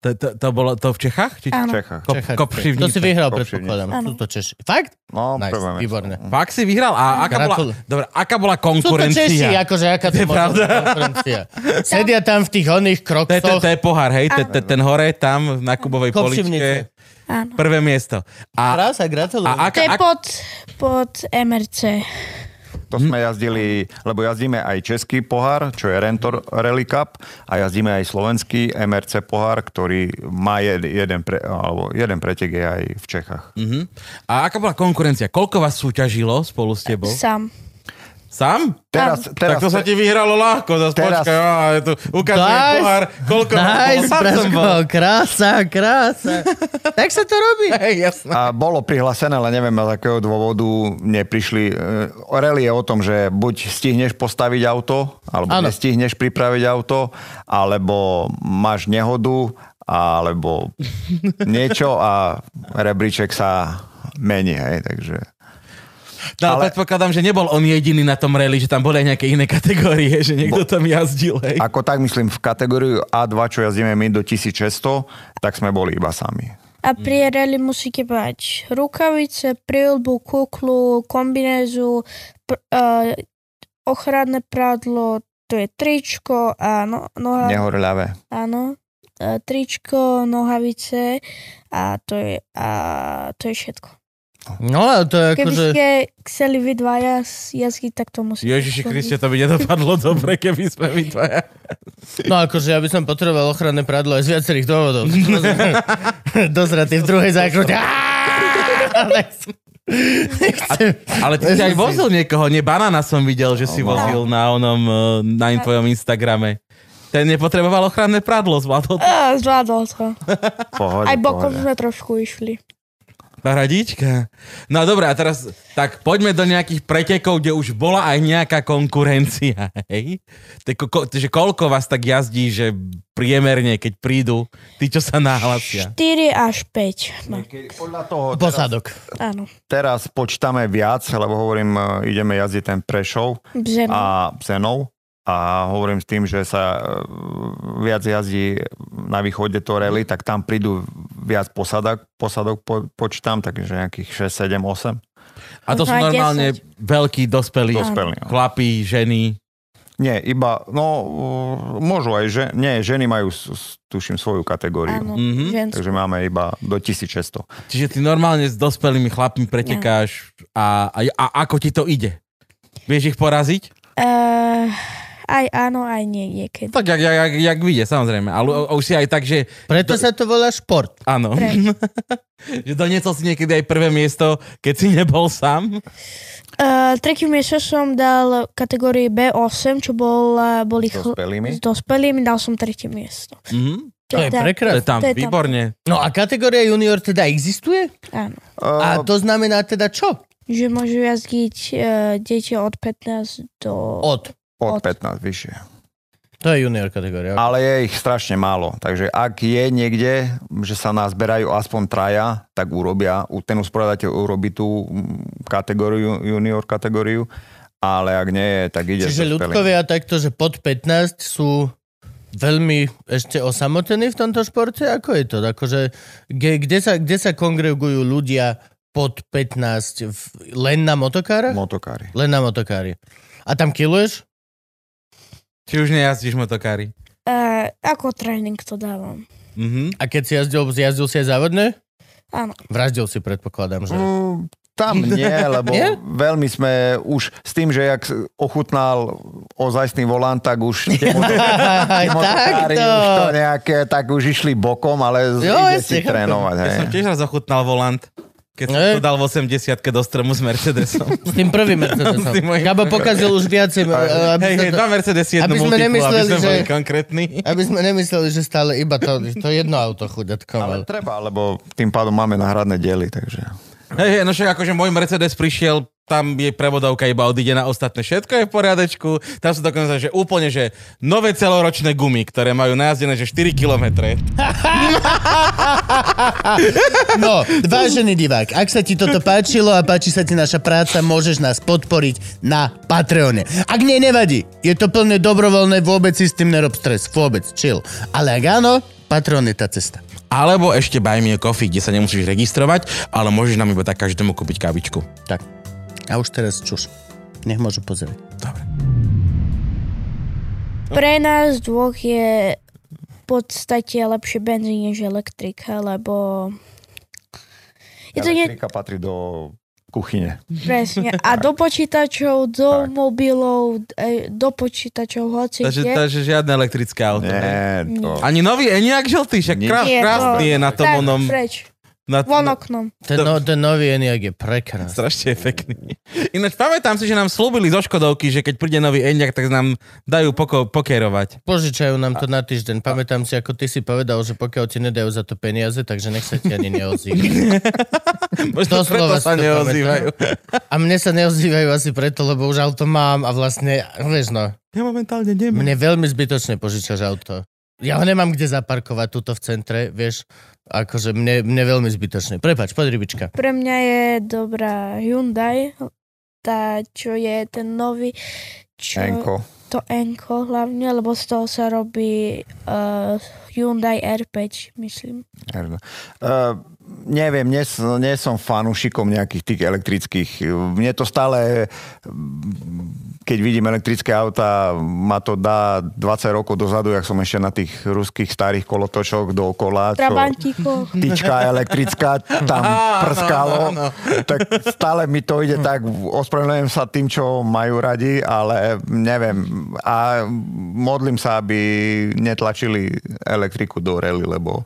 [SPEAKER 1] To, to, to bolo to v Čechách? Či...
[SPEAKER 6] V
[SPEAKER 3] áno.
[SPEAKER 6] Čechách.
[SPEAKER 1] Kop,
[SPEAKER 2] Čechať.
[SPEAKER 1] Kopšivnice.
[SPEAKER 2] To si vyhral,
[SPEAKER 6] Kopšivnice.
[SPEAKER 2] predpokladám.
[SPEAKER 3] Áno.
[SPEAKER 2] Sú to Češi. Fakt?
[SPEAKER 6] No,
[SPEAKER 2] Nice,
[SPEAKER 6] prvé miesto.
[SPEAKER 2] výborné.
[SPEAKER 1] Fakt si vyhral? A aká bola,
[SPEAKER 2] Gratul-
[SPEAKER 1] dobre, aká bola
[SPEAKER 2] Sú to Češi,
[SPEAKER 1] konkurencia?
[SPEAKER 2] akože aká to
[SPEAKER 1] To
[SPEAKER 2] môže
[SPEAKER 1] je
[SPEAKER 2] byť
[SPEAKER 1] pravda.
[SPEAKER 2] konkurencia. Sedia tam v tých oných
[SPEAKER 1] To je, to,
[SPEAKER 2] kroksoch.
[SPEAKER 1] to je pohár, hej? To, to, ten hore, tam na Kubovej
[SPEAKER 2] Kopšivnice.
[SPEAKER 1] poličke.
[SPEAKER 3] áno.
[SPEAKER 1] Prvé miesto. A,
[SPEAKER 2] Krása,
[SPEAKER 1] a
[SPEAKER 2] gratulujem.
[SPEAKER 3] To je
[SPEAKER 1] aká, ak,
[SPEAKER 3] pod, pod MRC.
[SPEAKER 6] To sme jazdili, lebo jazdíme aj Český pohár, čo je Rentor Rally Cup a jazdíme aj slovenský MRC pohár, ktorý má jed- jeden, pre, alebo jeden pretek je aj v Čechách.
[SPEAKER 1] Mhm. a aká bola konkurencia? Koľko vás súťažilo spolu s tebou?
[SPEAKER 3] Sám.
[SPEAKER 1] Sám?
[SPEAKER 6] Teraz,
[SPEAKER 1] Teraz, tak
[SPEAKER 6] teraz,
[SPEAKER 1] to sa ti vyhralo ľahko, zase
[SPEAKER 6] Teraz.
[SPEAKER 1] počkaj, á, je tu, ukazujem
[SPEAKER 2] Nice.
[SPEAKER 1] pohár, koľko
[SPEAKER 2] Nice,
[SPEAKER 1] sám som
[SPEAKER 2] Braško,
[SPEAKER 1] bol.
[SPEAKER 2] krása, krása. tak sa to robí.
[SPEAKER 1] Hej, jasné.
[SPEAKER 6] A bolo prihlásené, ale neviem, z akého dôvodu neprišli. E, Rally je o tom, že buď stihneš postaviť auto, alebo
[SPEAKER 2] Áno.
[SPEAKER 6] ano. nestihneš pripraviť auto, alebo máš nehodu, alebo niečo a rebríček sa mení. Hej, takže...
[SPEAKER 1] No, ale predpokladám, že nebol on jediný na tom rally, že tam boli aj nejaké iné kategórie, že niekto tam jazdil, hej.
[SPEAKER 6] Ako tak myslím, v kategóriu A2, čo jazdíme my do 1600, tak sme boli iba sami.
[SPEAKER 3] A pri rally musíte mať rukavice, prílbu, kuklu, kombinézu, pr- uh, ochranné prádlo, to je tričko a no, noha,
[SPEAKER 6] Nehorľavé.
[SPEAKER 3] áno, e, tričko, nohavice a to je, a to je všetko.
[SPEAKER 2] No a to je
[SPEAKER 3] Keby
[SPEAKER 2] akože...
[SPEAKER 3] ste chceli vy dvaja s- jazdiť, tak to musíte.
[SPEAKER 1] Ježiši Kriste, to by nedopadlo dobre, keby sme my dvaja.
[SPEAKER 2] No akože ja by som potreboval ochranné prádlo aj z viacerých dôvodov. Dozratý v druhej zákrute. Nechcem.
[SPEAKER 1] Ale ty si No, aj vozil niekoho, nie banána som videl, že si vozil na onom, eh, na in- tvojom Instagrame. Ten nepotreboval ochranné prádlo, zvládol to.
[SPEAKER 3] Á, zvládol to.
[SPEAKER 6] Pohode,
[SPEAKER 3] Aj bokom
[SPEAKER 6] pohode.
[SPEAKER 3] sme trošku išli.
[SPEAKER 1] Paradička. No dobre, a teraz tak poďme do nejakých pretekov, kde už bola aj nejaká konkurencia, hej? Te, ko, ko, že koľko vás tak jazdí, že priemerne, keď prídu, tí, čo sa nahlasia.
[SPEAKER 3] 4 až 5. No,
[SPEAKER 6] Niekedy- Podľa toho,
[SPEAKER 2] Posádok.
[SPEAKER 3] áno.
[SPEAKER 6] teraz počítame viac, lebo hovorím, e, ideme jazdiť ten Prešov,
[SPEAKER 3] Bzeno.
[SPEAKER 6] a psenov a hovorím s tým, že sa e, viac jazdí na východe to rally, tak tam prídu viac posadok, posadok po, počítam, takže nejakých 6, 7, 8
[SPEAKER 1] A to sú
[SPEAKER 3] Možno aj
[SPEAKER 1] normálne veľkí dospelí,
[SPEAKER 6] dospelí. no.
[SPEAKER 1] chlapí, ženy.
[SPEAKER 6] Nie, iba, no uh, môžu aj, že, nie, ženy majú, s- s- tuším, svoju kategóriu.
[SPEAKER 3] Áno,
[SPEAKER 1] Mhm.
[SPEAKER 3] ženskú.
[SPEAKER 6] Takže máme iba do 1600.
[SPEAKER 1] Čiže ty normálne s dospelými chlapmi pretekáš a, a, a ako ti to ide? Vieš ich poraziť?
[SPEAKER 3] Eh, aj áno, aj nie niekedy.
[SPEAKER 1] No Tak jak, jak, jak, jak vyjde, samozrejme. Ale u- už si aj tak, že
[SPEAKER 2] Preto sa to volá šport.
[SPEAKER 1] áno.
[SPEAKER 3] Pre-
[SPEAKER 1] že doniesol si niekedy aj prvé miesto, keď si nebol sám.
[SPEAKER 3] Uh, tretí mesiac som dal kategórii B8, čo bol, eh, boli
[SPEAKER 6] S
[SPEAKER 3] chl-
[SPEAKER 6] dospelými.
[SPEAKER 3] s dospelými, dal som tretie miesto.
[SPEAKER 1] Mhm.
[SPEAKER 2] To je
[SPEAKER 3] Teda,
[SPEAKER 1] To je
[SPEAKER 2] prekrásne.
[SPEAKER 1] tam,
[SPEAKER 3] To je tam.
[SPEAKER 1] výborne.
[SPEAKER 2] No a kategória junior teda existuje?
[SPEAKER 3] Áno.
[SPEAKER 2] A to znamená teda čo?
[SPEAKER 3] Že môžu jazdiť uh, deti od 15 do...
[SPEAKER 2] Od.
[SPEAKER 6] Od
[SPEAKER 3] od-
[SPEAKER 6] 15 vyššie.
[SPEAKER 2] To je junior kategória.
[SPEAKER 6] Ale je ich strašne málo. Takže ak je niekde, že sa nazberajú aspoň traja, tak urobia, ten usporiadateľ urobí tú mm, kategóriu, junior kategóriu, ale ak nie je, tak ide.
[SPEAKER 2] Čiže
[SPEAKER 6] s dospelými.
[SPEAKER 2] ľudkovia takto, že pod 15 sú veľmi ešte osamotení v tomto športe? Ako je to? Akože, kde, kde, sa, kde sa kongregujú ľudia pod 15 v, len na motokárach?
[SPEAKER 6] Motokári.
[SPEAKER 2] Len na motokári. A tam kiluješ?
[SPEAKER 1] Či už nejazdíš motokári.
[SPEAKER 3] Uh, ako tréning to dávam.
[SPEAKER 1] Mhm.
[SPEAKER 2] A keď si jazdil, jazdil si aj závodne?
[SPEAKER 3] Áno.
[SPEAKER 1] No.
[SPEAKER 2] Vraždil si, predpokladám, že...
[SPEAKER 6] Mm, tam nie, lebo
[SPEAKER 2] Nie?
[SPEAKER 6] veľmi sme už s tým, že jak ochutnal ozajstný volant, tak už tie moto-
[SPEAKER 2] Aj
[SPEAKER 6] tie motokári
[SPEAKER 2] takto!
[SPEAKER 6] už to nejaké, tak už išli bokom, ale z-
[SPEAKER 2] Jo, jasne,
[SPEAKER 6] ide si
[SPEAKER 2] chápem.
[SPEAKER 6] trénovať.
[SPEAKER 1] Ja
[SPEAKER 6] hej.
[SPEAKER 1] som tiež raz ochutnal volant, keď som
[SPEAKER 2] Hej.
[SPEAKER 1] to dal v 80 do stromu s Mercedesom.
[SPEAKER 2] S tým prvým Mercedesom.
[SPEAKER 1] S tým mojim-
[SPEAKER 2] Gabo pokazil už viacej... aby
[SPEAKER 1] hej,
[SPEAKER 2] sa
[SPEAKER 1] hej,
[SPEAKER 2] to-
[SPEAKER 1] dva Mercedes, jednu
[SPEAKER 2] aby sme
[SPEAKER 1] multiplu, aby
[SPEAKER 2] nemysleli,
[SPEAKER 1] sme
[SPEAKER 2] že-
[SPEAKER 1] boli konkrétni.
[SPEAKER 2] Aby sme nemysleli, že stále iba to, to jedno auto chudatko.
[SPEAKER 6] Ale
[SPEAKER 2] Ale...
[SPEAKER 6] treba, lebo tým pádom máme náhradné diely, takže...
[SPEAKER 1] Hej, hej, no však akože môj Mercedes prišiel, tam je prevodovka iba odidená, ostatné všetko je v poriadečku. Tam sú dokonca, že úplne, že nové celoročné gumy, ktoré majú najazdené, že 4 km.
[SPEAKER 2] No, vážený divák, ak sa ti toto páčilo a páči sa ti naša práca, môžeš nás podporiť na Patreone. Ak nie, nevadí. Je to plne dobrovoľné, vôbec si s tým nerob stres, vôbec, chill. Ale ak áno, Patreon je tá cesta.
[SPEAKER 1] Alebo ešte Buy Me a Coffee, kde sa nemusíš registrovať, ale môžeš nám iba tak každému kúpiť kávičku.
[SPEAKER 2] Tak. A už teraz čuš. Nech môžu pozrieť.
[SPEAKER 1] Dobre.
[SPEAKER 3] Pre nás dvoch je v podstate lepšie benzín než elektrika, lebo... Je to nie...
[SPEAKER 6] Elektrika patrí do kuchyne.
[SPEAKER 3] Presne. A do počítačov, do mobilov, e, do počítačov, hoci
[SPEAKER 1] Takže,
[SPEAKER 3] kde.
[SPEAKER 1] takže žiadne elektrické auto. hej?
[SPEAKER 6] Nie, to...
[SPEAKER 1] Ani nový Eniak žltý, však
[SPEAKER 6] Nie.
[SPEAKER 1] krás,
[SPEAKER 3] Nie,
[SPEAKER 1] krásny
[SPEAKER 3] to-
[SPEAKER 1] je na tom
[SPEAKER 3] Tak,
[SPEAKER 1] onom...
[SPEAKER 3] Preč,
[SPEAKER 1] Na,
[SPEAKER 3] von oknom.
[SPEAKER 2] Ten, no, ten nový Eniak je prekrásny.
[SPEAKER 1] Strašne efektný. Ináč pamätám si, že nám slúbili zo Škodovky, že keď príde nový Eniak, tak nám dajú poko- pokerovať.
[SPEAKER 2] Požičajú nám to na týždeň. Pamätám si, ako ty si povedal, že pokiaľ ti nedajú za to peniaze, takže nech sa ti ani neozývajú.
[SPEAKER 1] Možno
[SPEAKER 2] Doslova
[SPEAKER 1] preto
[SPEAKER 2] si
[SPEAKER 1] sa
[SPEAKER 2] to
[SPEAKER 1] neozývajú.
[SPEAKER 2] A mne sa neozývajú asi preto, lebo už auto mám a vlastne, vieš no,
[SPEAKER 1] Ja momentálne nemám.
[SPEAKER 2] mne veľmi zbytočne požičaš auto. Ja ho nemám kde zaparkovať tuto v centre, vieš, akože mne, mne veľmi zbytočne. Prepač, poď rybička.
[SPEAKER 3] Pre mňa je dobrá Hyundai, tá, čo je ten nový, čo,
[SPEAKER 6] Enko.
[SPEAKER 3] to Enko hlavne, lebo z toho sa robí uh, Hyundai R5, myslím.
[SPEAKER 6] Erdo. Uh, neviem, nie, s- nie som fanúšikom nejakých tých elektrických. Mne to stále, mm, keď vidím elektrické auta, ma to dá 20 rokov dozadu, jak som ešte na tých ruských starých kolotočoch dookola. čo-
[SPEAKER 3] Trabantiko.
[SPEAKER 6] tyčka elektrická tam prskalo, tak stále mi to ide tak, ospravedlňujem sa tým, čo majú radi, ale neviem. A modlím sa, aby netlačili elektriku do rally, lebo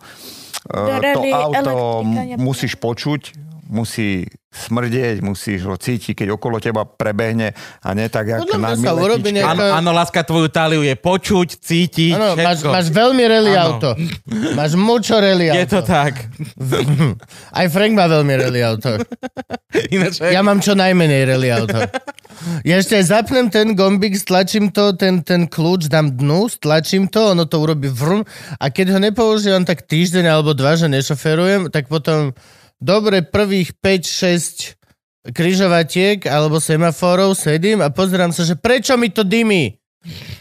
[SPEAKER 6] eh,
[SPEAKER 3] Do
[SPEAKER 6] to
[SPEAKER 3] rally
[SPEAKER 6] auto
[SPEAKER 3] elektrika
[SPEAKER 6] m-
[SPEAKER 3] nepôjde.
[SPEAKER 6] musíš počuť, musí smrdieť, musíš ho cítiť, keď okolo teba prebehne a nie tak, jak
[SPEAKER 2] Podľa
[SPEAKER 6] na
[SPEAKER 2] mňa sa urobí
[SPEAKER 6] miletičke.
[SPEAKER 2] nejak-
[SPEAKER 1] Áno, áno, láska, tvoju táliu je počuť, cítiť,
[SPEAKER 2] Áno, máš,
[SPEAKER 1] všetko.
[SPEAKER 2] máš veľmi rally
[SPEAKER 1] Áno.
[SPEAKER 2] auto. Máš mučo rally
[SPEAKER 1] Je to
[SPEAKER 2] auto.
[SPEAKER 1] tak.
[SPEAKER 2] Aj Frank má veľmi rally auto.
[SPEAKER 1] Ináč,
[SPEAKER 2] Ja mám čo najmenej rally auto. Ja ešte aj zapnem ten gombík, stlačím to, ten, ten kľúč dám dnu, stlačím to, ono to urobí vrum a keď ho nepoužívam tak týždeň alebo dva, že nešoferujem, tak potom dobre prvých 5-6 križovatiek alebo semaforov sedím a pozerám sa, že prečo mi to dymí?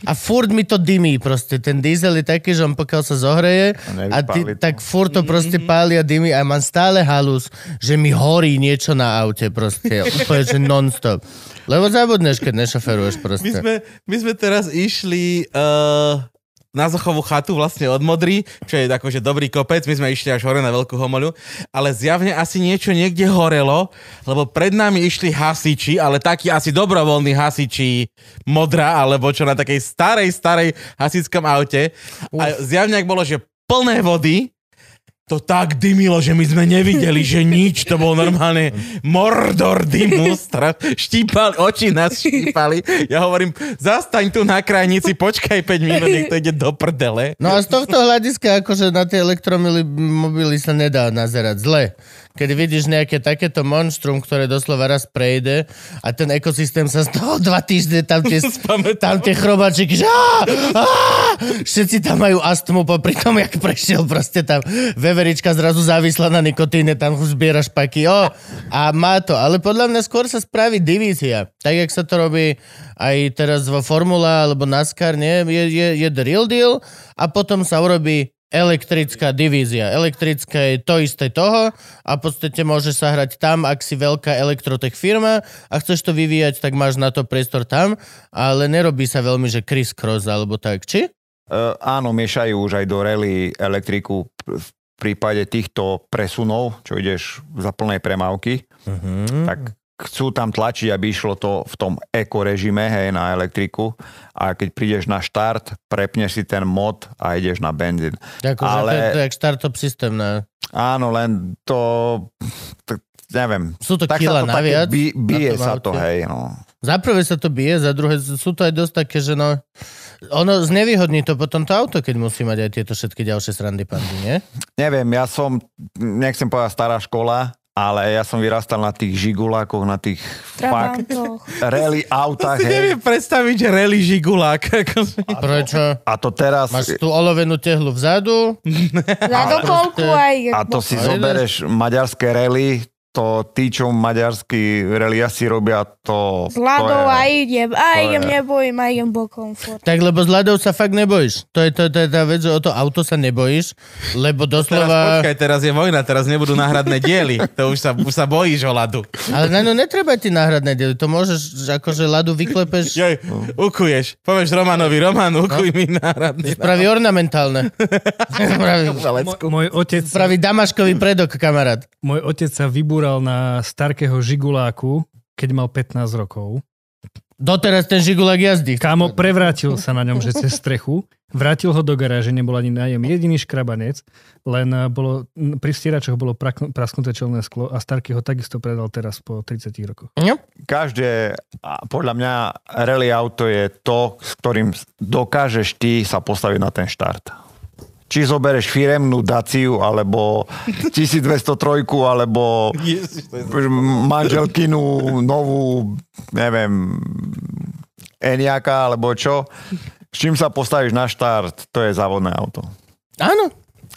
[SPEAKER 2] A furt mi to dymí proste. Ten diesel je taký, že on pokiaľ sa zohreje a ty,
[SPEAKER 6] nevypáli to.
[SPEAKER 2] tak furt to proste páli a dymí a mám stále halus, že mi horí niečo na aute proste. Úplne, že non-stop. Lebo zabudneš, keď nešoferuješ
[SPEAKER 1] My
[SPEAKER 2] proste.
[SPEAKER 1] sme, my sme teraz išli uh, na Zochovú chatu vlastne od Modry, čo je akože dobrý kopec, my sme išli až hore na Veľkú homoľu, ale zjavne asi niečo niekde horelo, lebo pred nami išli hasiči, ale takí asi dobrovoľní hasiči Modra, alebo čo na takej starej, starej hasičskom aute. A zjavne, ak bolo, že plné vody, to tak dymilo, že my sme nevideli, že nič, to bol normálne mordor dymu, stra- štípali, oči nás štípali. Ja hovorím, zastaň tu na krajnici, počkaj 5 minút, nech to ide do prdele.
[SPEAKER 2] No a z tohto hľadiska, akože na tie elektromobily sa nedá nazerať zle. Keď vidíš nejaké takéto monštrum, ktoré doslova raz prejde a ten ekosystém sa z toho dva týždne tam tie, tam tie chrobačiky, že á, á, všetci tam majú astmu popri tom, jak prešiel proste tam veverička zrazu závislá na nikotíne, tam zbiera špaky, o, a má to. Ale podľa mňa skôr sa spraví divízia. Tak, jak sa to robí aj teraz vo Formula alebo NASCAR, nie? Je, je, je the real deal a potom sa urobí elektrická divízia. Elektrická je to isté toho a v podstate môže sa hrať tam, ak si veľká elektrotech firma a chceš to vyvíjať, tak máš na to priestor tam, ale nerobí sa veľmi, že criss-cross alebo tak, či?
[SPEAKER 6] Uh, áno, miešajú už aj do rally elektriku p- v prípade týchto presunov, čo ideš za plnej premávky,
[SPEAKER 2] Mhm.
[SPEAKER 6] uh-huh. tak chcú tam tlačiť, aby išlo to v tom ekorežime, hej, na elektriku a keď prídeš na štart, prepneš si ten mod a ideš na benzín.
[SPEAKER 2] Ďakujem, ale...
[SPEAKER 6] Ale-
[SPEAKER 2] Akože to, je, to je jak startup systém. Na...
[SPEAKER 6] Áno, len to... T- neviem.
[SPEAKER 2] Sú to
[SPEAKER 6] tak
[SPEAKER 2] kila
[SPEAKER 6] sa to také
[SPEAKER 2] naviac
[SPEAKER 6] bi- bije
[SPEAKER 2] na tom
[SPEAKER 6] sa to,
[SPEAKER 2] aute.
[SPEAKER 6] hej, no.
[SPEAKER 2] Za prvé sa to bije, za druhé sú to aj dosť také, že no... Ono znevýhodní to potom to auto, keď musí mať aj tieto všetky ďalšie srandy pandy, nie?
[SPEAKER 6] Neviem, ja som, nechcem povedať stará škola, ale ja som vyrastal na tých žigulákoch, na tých fakt
[SPEAKER 3] Trabantoch.
[SPEAKER 6] rally autách,
[SPEAKER 1] Si
[SPEAKER 6] hej.
[SPEAKER 1] neviem predstaviť, že rally žigulák. ako sme-
[SPEAKER 2] Prečo?
[SPEAKER 6] A to teraz,
[SPEAKER 2] Máš tú olovenú tehlu vzadu,
[SPEAKER 3] Zadokolku aj...
[SPEAKER 6] a to si
[SPEAKER 2] Ale-
[SPEAKER 6] zobereš maďarské rally, to tí, čo maďarský rally asi robia, to...
[SPEAKER 3] S ľadou
[SPEAKER 6] to je-
[SPEAKER 3] a idem, a
[SPEAKER 6] to je-
[SPEAKER 3] idem, nebojím, a idem bokom furt.
[SPEAKER 2] tak lebo z ľadov sa fakt nebojíš. To je, to, to je tá vec, že o to auto sa nebojíš, lebo
[SPEAKER 1] No Teraz,
[SPEAKER 2] doslova...
[SPEAKER 1] počkaj, teraz je vojna, teraz nebudú náhradné diely. To už sa, už sa bojíš o ladu.
[SPEAKER 2] Ale na ňu netreba ti náhradné diely, to môžeš, že akože ľadu vyklepeš,
[SPEAKER 1] Joj, ukuješ. Povieš Romanovi, Roman, ukuj mi náhradný.
[SPEAKER 2] spraví ornamentálne. spraví,
[SPEAKER 5] Mo- môj, otec,
[SPEAKER 2] spraví damaškový predok, kamarát.
[SPEAKER 5] môj otec sa vybúral na starkého žiguláku, keď mal 15 rokov.
[SPEAKER 2] Doteraz ten žigulák jazdí.
[SPEAKER 5] Kámo, prevrátil sa na ňom, že cez strechu. Vrátil ho do garáže, nebol ani na ňom jediný škrabanec, len eh, bolo, m, pri stieračoch bolo prakn- prasknuté čelné sklo a Starky ho takisto predal teraz po 30 rokoch.
[SPEAKER 2] No,
[SPEAKER 6] každé, a podľa mňa, rally auto je to, s ktorým dokážeš ty sa postaviť na ten štart. Či zobereš firemnú Daciu, alebo 1203, alebo
[SPEAKER 1] Ježiš, to je
[SPEAKER 6] manželkinu novú, neviem, Eniaka, alebo čo. S čím sa postavíš na štart, to je závodné auto.
[SPEAKER 2] áno,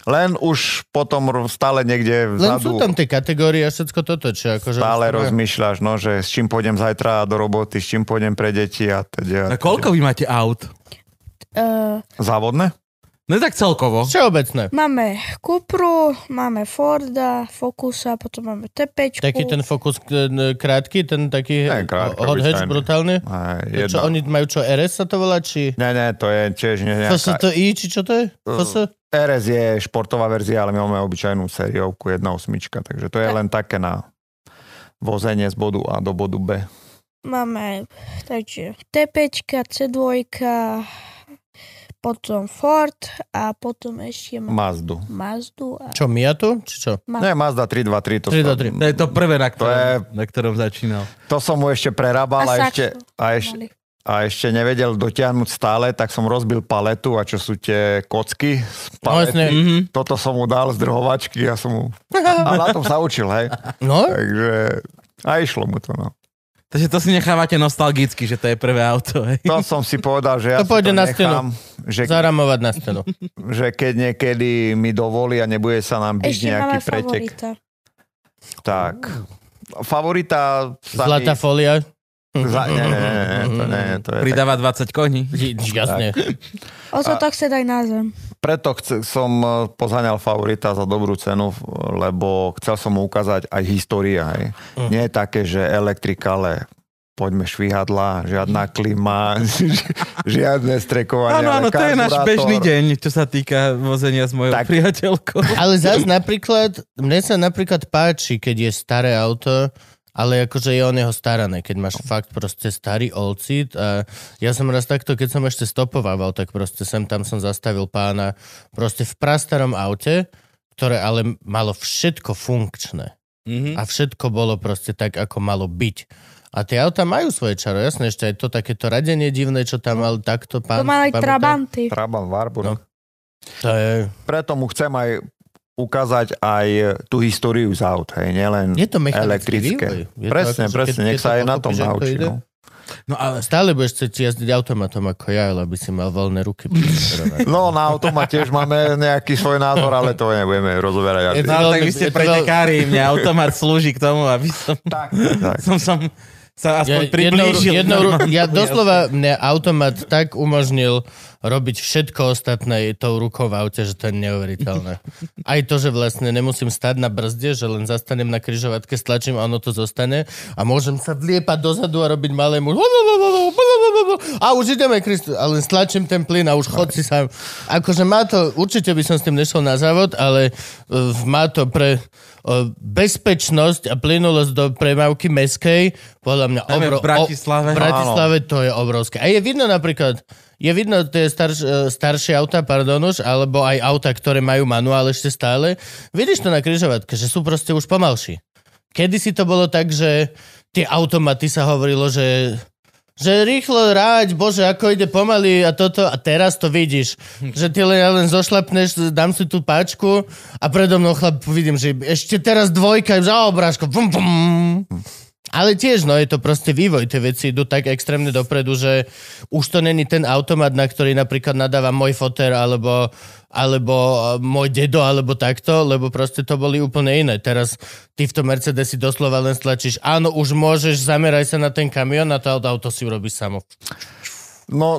[SPEAKER 6] Len už potom r- stále niekde
[SPEAKER 2] len sú
[SPEAKER 6] vzadu.
[SPEAKER 2] tam tie kategórie a všetko toto, čo akože...
[SPEAKER 6] Stále rozmýšľaš, no, že s čím pôjdem zajtra do roboty, s čím pôjdem pre deti a teda.
[SPEAKER 1] Na koľko vy máte aut?
[SPEAKER 3] Uh,
[SPEAKER 6] Závodné?
[SPEAKER 1] No tak celkovo.
[SPEAKER 2] Všeobecné.
[SPEAKER 3] máme Cupru, máme Forda, Focusa, potom máme Tepečku.
[SPEAKER 2] Taký ten fokus k- krátky, ten taký
[SPEAKER 6] Ne, krátky,
[SPEAKER 2] hot hatch
[SPEAKER 6] obyčajný.
[SPEAKER 2] brutálny. To
[SPEAKER 6] Aj,
[SPEAKER 2] Čo,
[SPEAKER 6] jedno.
[SPEAKER 2] oni majú čo, RS sa to volá, či...
[SPEAKER 6] Ne, ne, to je tiež nie- nejaká... To...
[SPEAKER 2] FSTI, či čo to je? FS?
[SPEAKER 6] RS je športová verzia, ale my máme obyčajnú seriovku 1.8, takže to je len také na vozenie z bodu A do bodu B.
[SPEAKER 3] Máme takže Tepečka, C2, potom Ford a potom ešte máme
[SPEAKER 6] Mazdu.
[SPEAKER 3] Mazdu a
[SPEAKER 2] Čo, Miatu? Či čo?
[SPEAKER 6] Ne, Mazda 323, to,
[SPEAKER 2] 323.
[SPEAKER 1] To je to prvé, na ktorom,
[SPEAKER 6] je-
[SPEAKER 1] na ktorom začínal.
[SPEAKER 6] to som mu ešte prerábal
[SPEAKER 3] A
[SPEAKER 6] a,
[SPEAKER 3] Saxo
[SPEAKER 6] ešte, a, ešte,
[SPEAKER 3] mali.
[SPEAKER 6] a ešte nevedel dotiahnuť stále, tak som rozbil paletu a čo sú tie kocky z
[SPEAKER 2] No,
[SPEAKER 6] palety.
[SPEAKER 2] jasne.
[SPEAKER 1] Mhm.
[SPEAKER 6] Toto som mu dal z drhovačky a som mu... A na tom sa učil, hej.
[SPEAKER 2] No,
[SPEAKER 6] Takže... A išlo mu to, no.
[SPEAKER 1] Takže to si nechávate nostalgicky, že to je prvé auto. Hej.
[SPEAKER 6] To som si povedal, že ja
[SPEAKER 2] To pôjde
[SPEAKER 6] si to
[SPEAKER 2] na
[SPEAKER 6] nechám, že,
[SPEAKER 2] zaramovať na stenu.
[SPEAKER 6] že keď niekedy mi dovolí a nebude sa nám byť
[SPEAKER 3] Ešte
[SPEAKER 6] nejaký
[SPEAKER 3] máme
[SPEAKER 6] pretek.
[SPEAKER 3] favorita.
[SPEAKER 6] Tak. Favorita sa mi,
[SPEAKER 2] Zlatá folia.
[SPEAKER 6] Za, nie, nie, nie, nie,
[SPEAKER 2] mhm,
[SPEAKER 6] to, nie, to je tak.
[SPEAKER 1] Pridáva 20 koní.
[SPEAKER 2] Jasne.
[SPEAKER 3] O to tak sa daj na zem.
[SPEAKER 6] Preto chce, som eh, pozáňal favorita za dobrú cenu, f- lebo chcel som mu ukázať aj história. Hej.
[SPEAKER 2] Mhm.
[SPEAKER 6] Nie je také, že elektrikale, poďme
[SPEAKER 2] Mhm.
[SPEAKER 6] švihadla, žiadna klima, ži- žiadne strekovanie.
[SPEAKER 1] Áno, áno,
[SPEAKER 6] ale
[SPEAKER 1] to je náš
[SPEAKER 6] karburátor.
[SPEAKER 1] bežný deň, čo sa týka vozenia s mojou
[SPEAKER 6] Tak.
[SPEAKER 1] priateľkou.
[SPEAKER 2] Ale zás napríklad, mne sa napríklad páči, keď je staré auto, ale akože je o neho starané, keď máš fakt proste starý old seat. A ja som raz takto, keď som ešte stopovával, tak proste sem tam som zastavil pána proste v prastarom aute, ktoré ale malo všetko funkčné.
[SPEAKER 1] Mhm.
[SPEAKER 2] A všetko bolo proste tak, ako malo byť. A tie auta majú svoje čaro, jasné, ešte aj to takéto radenie divné, čo tam mal takto
[SPEAKER 3] To
[SPEAKER 2] pán.
[SPEAKER 3] mali
[SPEAKER 2] pamätá-
[SPEAKER 3] trabanty.
[SPEAKER 6] Trabant Warburg.
[SPEAKER 2] No. To je,
[SPEAKER 6] Preto mu chcem aj ukázať aj tú históriu z aut, hej, nielen
[SPEAKER 2] je to mechanický
[SPEAKER 6] elektrické.
[SPEAKER 2] vývoj. Je to
[SPEAKER 6] presne,
[SPEAKER 2] akože,
[SPEAKER 6] presne,
[SPEAKER 2] keď-
[SPEAKER 6] nech
[SPEAKER 2] keď
[SPEAKER 6] sa aj na tom
[SPEAKER 2] pochopíš, ako
[SPEAKER 6] naučí.
[SPEAKER 2] ide.
[SPEAKER 6] No.
[SPEAKER 1] No ale
[SPEAKER 2] Stále budeš chcieť jazdiť automatom ako ja, ale aby si mal voľné ruky. pri preferovaní.
[SPEAKER 6] No, na automa tiež máme nejaký svoj názor, ale to nebudeme rozoberať.
[SPEAKER 2] Je
[SPEAKER 6] Asi.
[SPEAKER 2] to-
[SPEAKER 1] No,
[SPEAKER 2] veľmi-
[SPEAKER 1] tak vy ste
[SPEAKER 2] je to
[SPEAKER 1] pretekári, mňa automat slúži k tomu, aby som,
[SPEAKER 6] Tak, tak.
[SPEAKER 1] som, som sa
[SPEAKER 2] Ja,
[SPEAKER 1] aspoň
[SPEAKER 2] jednou,
[SPEAKER 1] priblížil.
[SPEAKER 2] jednou, ru- ja doslova mne automat tak umožnil robiť všetko ostatné tou rukou v aute, že to je neuveriteľné. Aj to, že vlastne nemusím stať na brzde, že len zastanem na kryžovatke, stlačím a ono to zostane a môžem sa vliepať dozadu a robiť malému a už ideme, Kristu, ale stlačím ten plyn a už chod si sám. Akože má to, určite by som s tým nešiel na závod, ale uh, má to pre uh, bezpečnosť a plynulosť do premávky meskej, podľa mňa
[SPEAKER 1] Najmä v
[SPEAKER 2] obro- o-
[SPEAKER 1] Bratislave. no
[SPEAKER 2] v Bratislave to je obrovské. A je vidno napríklad, je vidno tie starš, e, staršie auta, pardon už, alebo aj auta, ktoré majú manuál ešte stále. Vidíš to na kryžovatke, že sú proste už pomalší. Kedy si to bolo tak, že tie automaty sa hovorilo, že že rýchlo ráď, bože, ako ide pomaly a toto, a teraz to vidíš, že ty len, ja len zošlapneš, dám si tú páčku a predo mnou chlap vidím, že ešte teraz dvojka, že a obrážko, pum, pum. Ale tiež, no je to proste vývoj, tie veci idú tak extrémne dopredu, že už to není ten automat, na ktorý napríklad nadáva môj foter, alebo, alebo e, môj dedo, alebo takto, lebo proste to boli úplne iné. Teraz ty v tom Mercedesi doslova len stlačíš, áno, už môžeš, zameraj sa na ten kamión a to auto, auto si urobí samo.
[SPEAKER 6] No,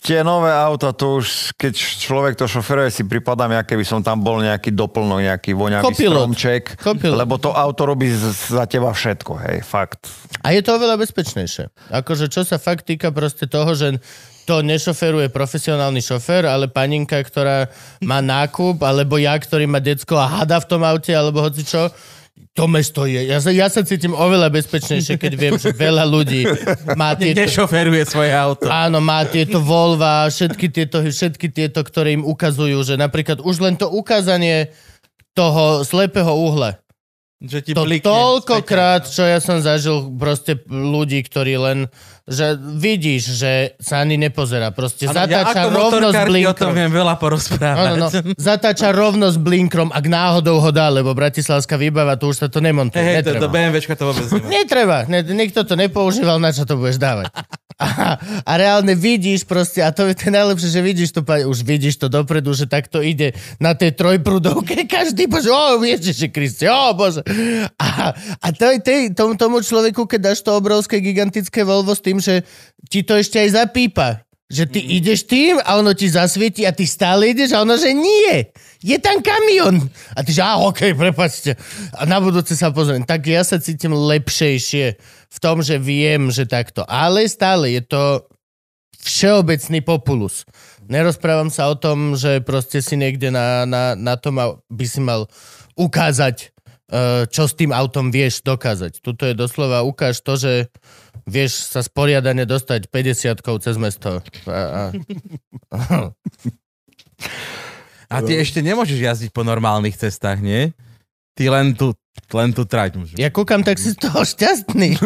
[SPEAKER 6] tie nové auta, to už, keď človek to šoferuje, si pripadám, ja keby som tam bol nejaký doplnok, nejaký voňavý
[SPEAKER 2] Copilot.
[SPEAKER 6] stromček,
[SPEAKER 2] Copilot.
[SPEAKER 6] lebo to auto robí z- za teba všetko, hej, fakt.
[SPEAKER 2] A je to oveľa bezpečnejšie. Akože čo sa fakt týka proste toho, že to nešoferuje profesionálny šofér, ale paninka, ktorá má nákup, alebo ja, ktorý má decko a hada v tom aute, alebo hoci čo, to mesto je. Ja sa, ja sa cítim oveľa bezpečnejšie, keď viem, že veľa ľudí má tieto...
[SPEAKER 1] Nešoferuje svoje auto.
[SPEAKER 2] Áno, má tieto Volva, všetky tieto, všetky tieto, ktoré im ukazujú, že napríklad už len to ukázanie toho slepého uhla,
[SPEAKER 1] Že ti
[SPEAKER 2] to
[SPEAKER 1] blikne
[SPEAKER 2] toľkokrát,
[SPEAKER 1] späť.
[SPEAKER 2] čo ja som zažil proste ľudí, ktorí len, že vidíš, že sa ani nepozerá. Proste ano,
[SPEAKER 1] Áno,
[SPEAKER 2] zatáča
[SPEAKER 1] ja ako
[SPEAKER 2] rovno s
[SPEAKER 1] motorkár ti o tom
[SPEAKER 2] blinkrom.
[SPEAKER 1] viem veľa
[SPEAKER 2] Áno,
[SPEAKER 1] porozprávať.
[SPEAKER 2] no, zatáča rovno s blinkrom, ak náhodou ho dá, lebo bratislavská výbava, tu už sa to nemontuje.
[SPEAKER 1] Hej, hej, to,
[SPEAKER 2] netreba.
[SPEAKER 1] to BMWčka to vôbec nemá.
[SPEAKER 2] Netreba, ne, nikto to nepoužíval, na čo to budeš dávať. A, a reálne vidíš proste, a to je to najlepšie, že vidíš to, pani- už vidíš to dopredu, že takto ide na tej trojprudovke, každý bože, o Ježiši Kriste, o bože. A, a to je tej, tom, tomu človeku, keď dáš to obrovské, gigantické Volvo s tým, že ti to ešte aj zapípa. Že ty ideš tým a ono ti zasvieti a ty stále ideš a ono, že nie. Je tam kamion. A ty že, á, okej, prepačte. A na budúce sa pozriem. Tak ja sa cítim lepšejšie v tom, že viem, že takto. Ale stále je to všeobecný populus. Nerozprávam sa o tom, že proste si niekde na, na, na tom au- by si mal ukázať, eh, čo s tým autom vieš dokázať. Tuto je doslova ukáž to, že vieš sa sporiadane dostať 50 cez mesto. A, a,
[SPEAKER 1] A ty ešte nemôžeš jazdiť po normálnych cestách, nie? Ty len tu, len tu trať môžeš.
[SPEAKER 2] ja kúkam, tak si z toho šťastný.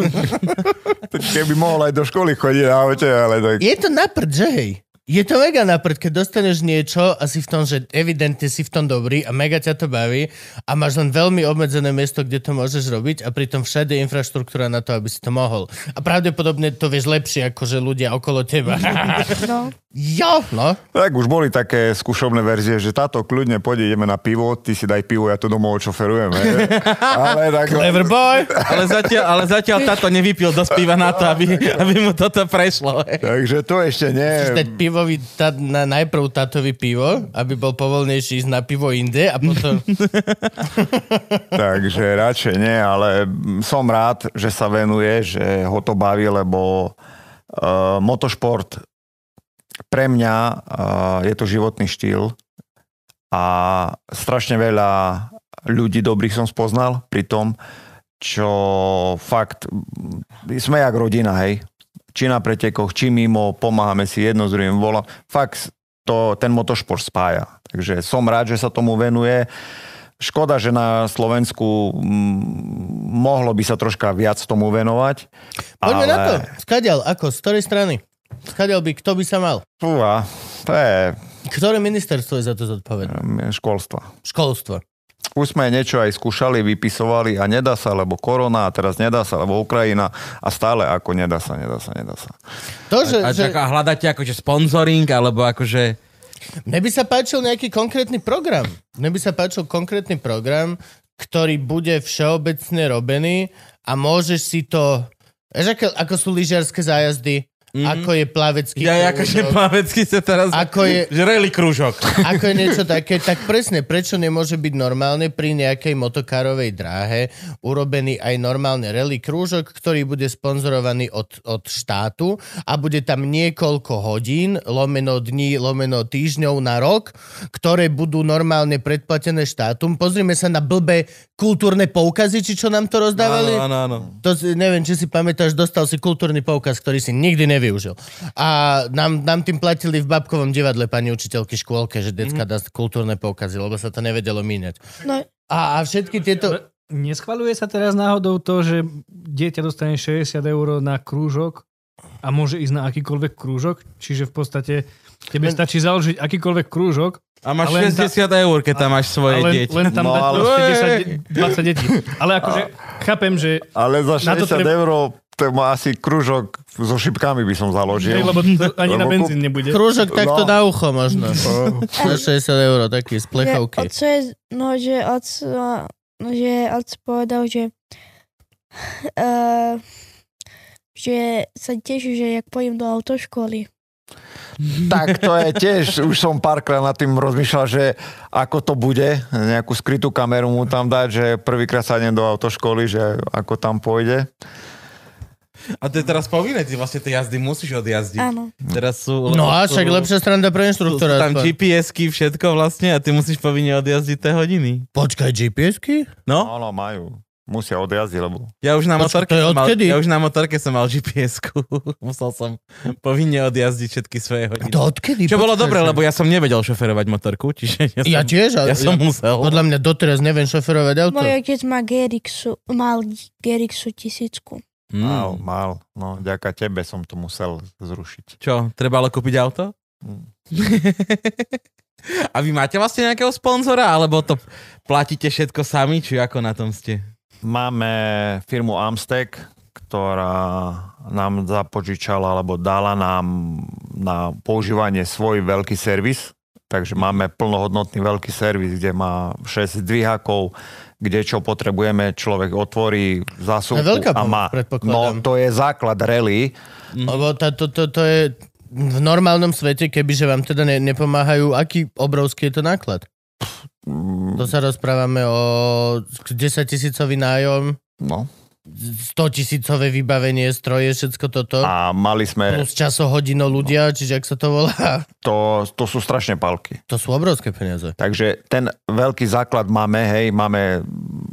[SPEAKER 6] Keby mohol aj do školy chodiť na aute, ale tak...
[SPEAKER 2] Je to naprd, že hej? Je to mega naprd, keď dostaneš niečo a si v tom, že evidentne si v tom dobrý a mega ťa to baví a máš len veľmi obmedzené miesto, kde to môžeš robiť a pritom všade je infraštruktúra na to, aby si to mohol. A pravdepodobne to vieš lepšie ako že ľudia okolo teba.
[SPEAKER 3] No.
[SPEAKER 2] Jo, no.
[SPEAKER 6] Tak už boli také skúšobné verzie, že táto kľudne pôjde, ideme na pivo, ty si daj pivo, ja to domov očoferujem. he. Ale tak...
[SPEAKER 2] Everboy.
[SPEAKER 1] Ale zatiaľ, ale zatiaľ táto nevypil dosť piva na to, aby, aby mu toto prešlo. hej.
[SPEAKER 6] Takže to ešte nie.
[SPEAKER 2] Dať pivovi, tá, na, najprv tátovi pivo, aby bol povolnejší ísť na pivo inde a potom...
[SPEAKER 6] Takže radšej nie, ale som rád, že sa venuje, že ho to baví, lebo uh, motošport pre mňa uh, je to životný štýl a strašne veľa ľudí dobrých som spoznal pri tom, čo fakt, mm, sme jak rodina, hej. Či na pretekoch, či mimo, pomáhame si jedno s druhým, volám. Fakt to, ten motošport spája. Takže som rád, že sa tomu venuje. Škoda, že na Slovensku mm, mohlo by sa troška viac tomu venovať.
[SPEAKER 2] Poďme na to. Skadial, ako? Z ktorej strany? Skadial by, kto by sa mal?
[SPEAKER 6] Fúha, to je
[SPEAKER 2] Ktoré ministerstvo je za to zodpovedné?
[SPEAKER 6] mm, školstva.
[SPEAKER 2] Školstvo.
[SPEAKER 6] Už sme niečo aj skúšali, vypisovali a nedá sa, lebo korona a teraz nedá sa, lebo Ukrajina a stále ako nedá sa, nedá sa, nedá sa.
[SPEAKER 2] To, že,
[SPEAKER 1] A,
[SPEAKER 2] že
[SPEAKER 1] čaká, a hľadáte akože sponsoring, alebo akože...
[SPEAKER 2] mne by sa páčil nejaký konkrétny program. Mne by sa páčil konkrétny program, ktorý bude všeobecne robený a môžeš si to... Vieš, ako, ako sú lyžiarske zájazdy, mm-hmm. ako je plavecký
[SPEAKER 1] Mhm.
[SPEAKER 2] no?
[SPEAKER 1] Ja, ja akože
[SPEAKER 2] krúžok.
[SPEAKER 1] plavecky sa teraz...
[SPEAKER 2] Ako je-
[SPEAKER 1] Že rally krúžok.
[SPEAKER 2] ako je niečo také, tak presne, prečo nemôže byť normálne pri nejakej motokárovej dráhe urobený aj normálne rally krúžok, ktorý bude sponzorovaný od, od štátu a bude tam niekoľko hodín, lomeno dní, lomeno týždňov na rok, ktoré budú normálne predplatené štátum. Pozrime sa na blbé kultúrne poukazy, či čo nám to rozdávali.
[SPEAKER 1] Áno, áno, áno.
[SPEAKER 2] To si, neviem, či si pamätáš, dostal si kultúrny poukaz, ktorý si nikdy nevyužil. A nám, nám tým platili v babkovom divadle pani učiteľky škôlke, že decka
[SPEAKER 1] Mhm.
[SPEAKER 2] dá kultúrne poukazy, lebo sa to nevedelo míňať.
[SPEAKER 3] No,
[SPEAKER 2] A, a všetky tieto...
[SPEAKER 5] Ale Neschvaluje sa teraz náhodou to, že dieťa dostane 60 eur na krúžok a môže ísť na akýkoľvek krúžok, čiže v podstate tebe stačí založiť akýkoľvek krúžok
[SPEAKER 1] A máš
[SPEAKER 5] A len tá-
[SPEAKER 1] 60 eur, keď tam máš svoje
[SPEAKER 5] a len,
[SPEAKER 1] dieťa.
[SPEAKER 5] len tam
[SPEAKER 6] No,
[SPEAKER 5] dať
[SPEAKER 6] ale-
[SPEAKER 5] proste
[SPEAKER 1] Ej.
[SPEAKER 5] 10, de- 20 detí. Ale akože chápem, že
[SPEAKER 6] Ale za
[SPEAKER 5] Na to
[SPEAKER 6] 60
[SPEAKER 5] treba-
[SPEAKER 6] eur to má asi kružok so šipkami by som založil.
[SPEAKER 5] hej, lebo to ani na
[SPEAKER 6] Lebo
[SPEAKER 5] benzín nebude.
[SPEAKER 2] Krúžok takto
[SPEAKER 6] No.
[SPEAKER 2] na ucho možno. Za 60 eur, taký z
[SPEAKER 3] že
[SPEAKER 2] plechovky.
[SPEAKER 3] otco je, no, že otco, no, že otco povedal, že eh, že sa teší, že jak pôjdem do autoškoly.
[SPEAKER 6] Tak to je tiež, už som párkrát nad tým rozmýšľal, že ako to bude, nejakú skrytú kameru mu tam dať, že prvýkrát sadnem do autoškoly, že ako tam pôjde.
[SPEAKER 1] A to je teraz povinné, ty vlastne tie jazdy musíš odjazdiť.
[SPEAKER 3] Áno.
[SPEAKER 1] Teraz sú...
[SPEAKER 2] No a
[SPEAKER 1] sú-
[SPEAKER 2] však lepšia strana pre
[SPEAKER 1] sú
[SPEAKER 2] inštruktora.
[SPEAKER 1] tam GPS-ky, všetko vlastne a ty musíš povinne odjazdiť tie hodiny.
[SPEAKER 2] Počkaj, GPS-ky?
[SPEAKER 1] No,
[SPEAKER 6] Áno, majú. Musia odjazdiť, lebo...
[SPEAKER 1] ja už na
[SPEAKER 2] Počkaj,
[SPEAKER 1] motorke,
[SPEAKER 2] to je
[SPEAKER 1] som mal,
[SPEAKER 2] odkedy?
[SPEAKER 1] ja už na motorke som mal GPS-ku. Musel som povinne odjazdiť všetky svoje hodiny.
[SPEAKER 2] To odkedy?
[SPEAKER 1] Čo bolo
[SPEAKER 2] Počkaj,
[SPEAKER 1] dobre,
[SPEAKER 2] že-
[SPEAKER 1] lebo ja som nevedel šoferovať motorku, čiže ja som,
[SPEAKER 2] Ja tiež, ale...
[SPEAKER 1] ja som musel.
[SPEAKER 2] Podľa mňa doteraz neviem šoferovať auto.
[SPEAKER 3] Môj otec má Gerixu, mal Gerixu tisícku.
[SPEAKER 6] Mal,
[SPEAKER 1] Mm.
[SPEAKER 6] mal. No, ďaká tebe som to musel zrušiť.
[SPEAKER 1] Čo, trebalo kúpiť auto?
[SPEAKER 6] Mm.
[SPEAKER 1] a vy máte vlastne nejakého sponzora, alebo to platíte všetko sami, či ako na tom ste?
[SPEAKER 6] Máme firmu Amstek, ktorá nám zapožičala alebo dala nám na používanie svoj veľký servis. Takže máme plnohodnotný veľký servis, kde má 6 dvihakov, kde čo potrebujeme, človek otvorí
[SPEAKER 2] To
[SPEAKER 6] zásuvku
[SPEAKER 2] je veľká
[SPEAKER 6] a
[SPEAKER 2] pomoc,
[SPEAKER 6] má.
[SPEAKER 2] predpokladám.
[SPEAKER 6] No to je základ rally. Hm.
[SPEAKER 2] Lebo tá, to, to, to je v normálnom svete, kebyže vám teda ne, nepomáhajú, aký obrovský je to náklad? To sa rozprávame o 10 tisícový nájom,
[SPEAKER 6] No.
[SPEAKER 2] 100 tisícové vybavenie, stroje, všetko toto. A...
[SPEAKER 6] A mali sme,
[SPEAKER 2] Plus časohodino ľudia, čiže ak sa to volá.
[SPEAKER 6] to, to sú strašne palky.
[SPEAKER 2] To sú obrovské peniaze.
[SPEAKER 6] Takže ten veľký základ máme, hej, máme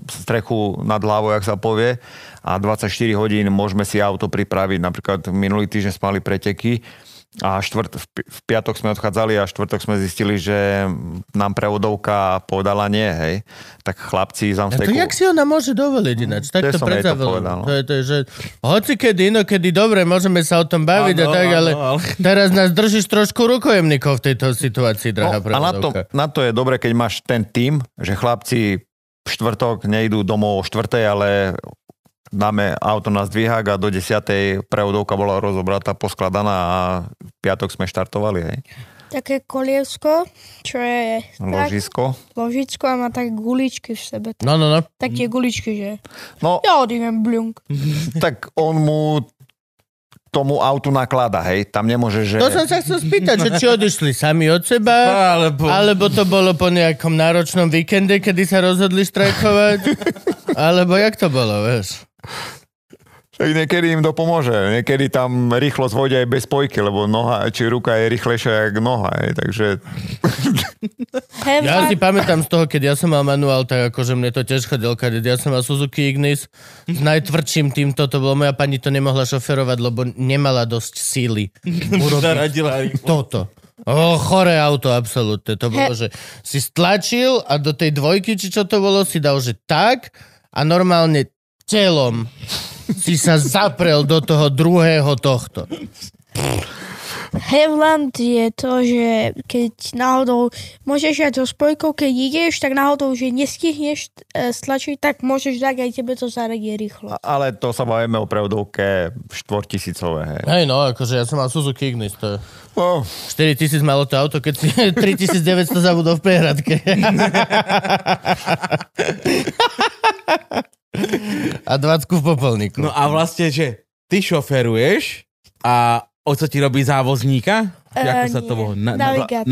[SPEAKER 6] strechu nad hlavou, jak sa povie, a 24 hodín môžeme si auto pripraviť. Napríklad minulý týždeň sme mali preteky a štvrt, v pi- v piatok sme odchádzali a štvrtok sme zistili, že nám prevodovka povedala nie, hej. Tak chlapci z
[SPEAKER 2] A to
[SPEAKER 6] Amsteku...
[SPEAKER 2] jak si ona môže dovoliť ináč? Tak to
[SPEAKER 6] som jej to
[SPEAKER 2] predsa veľmi.
[SPEAKER 6] povedal, no.
[SPEAKER 2] To je, to je, že hoci kedy, inokedy, dobre, môžeme sa o tom baviť a
[SPEAKER 1] Áno,
[SPEAKER 2] tak,
[SPEAKER 1] áno,
[SPEAKER 2] ale,
[SPEAKER 1] ale-
[SPEAKER 2] teraz nás držíš trošku rukojemníkov v tejto situácii, drahá
[SPEAKER 6] No, a na to,
[SPEAKER 2] prevodovka.
[SPEAKER 6] na to je dobre, keď máš ten tým, že chlapci v štvrtok nejdú domov o štvrtej, ale dáme auto na zdvihák a do 10. prevodovka bola rozobratá, poskladaná a v piatok sme štartovali, hej.
[SPEAKER 3] Také kolievsko, čo je tak,
[SPEAKER 6] Ložisko.
[SPEAKER 3] ložičko a má také guličky v sebe. Tak,
[SPEAKER 2] No, no, no.
[SPEAKER 3] Také guličky, že?
[SPEAKER 6] No,
[SPEAKER 3] Ja odídem blunk.
[SPEAKER 6] tak on mu tomu autu naklada, hej. Tam nemôže, že...
[SPEAKER 2] To som sa chcel spýtať, No, že či odišli sami od seba,
[SPEAKER 1] Alebo...
[SPEAKER 2] alebo to bolo po nejakom náročnom víkende, kedy sa rozhodli štrajkovať, alebo jak to bolo, vieš?
[SPEAKER 6] Tak niekedy im to pomôže. Niekedy tam rýchlosť vode aj bez spojky, lebo noha či ruka je rýchlejšia jak noha. Hej. Takže
[SPEAKER 2] Ja
[SPEAKER 3] Heva,
[SPEAKER 2] si pamätám z toho, keď ja som mal manuál, tak akože mne to tiež chodil, keď ja som mal Suzuki Ignis s najtvrdším týmto, to bolo moja pani to nemohla šoferovať, lebo nemala dosť síly.
[SPEAKER 1] Zaradila rýchlo.
[SPEAKER 2] Toto. O, choré auto, absolútne. To bolo, že
[SPEAKER 3] He-
[SPEAKER 2] si stlačil a do tej dvojky, či čo to bolo, si dal, že tak a normálne telom si sa zaprel do toho druhého tohto.
[SPEAKER 3] Hevland je to, že keď náhodou môžeš aj so spojkou, keď ideš, tak náhodou, že nestihneš e, stlačiť, tak môžeš dať aj tebe to zareaguje rýchlo.
[SPEAKER 6] ale to sa bavíme o prevodovke štvortisícové. Hej.
[SPEAKER 2] Hej, no, akože ja som mal Suzuki Ignis, to je
[SPEAKER 6] No,
[SPEAKER 2] 4000 malo to auto, keď si 3900 zabudol v prehradke. A 20 v popolníku.
[SPEAKER 1] No a vlastne, že ty šoferuješ a oco ti robí závozníka?
[SPEAKER 3] E,
[SPEAKER 1] Ako sa to
[SPEAKER 3] nie.
[SPEAKER 1] bolo?
[SPEAKER 3] Navigátor.
[SPEAKER 1] Navigátora.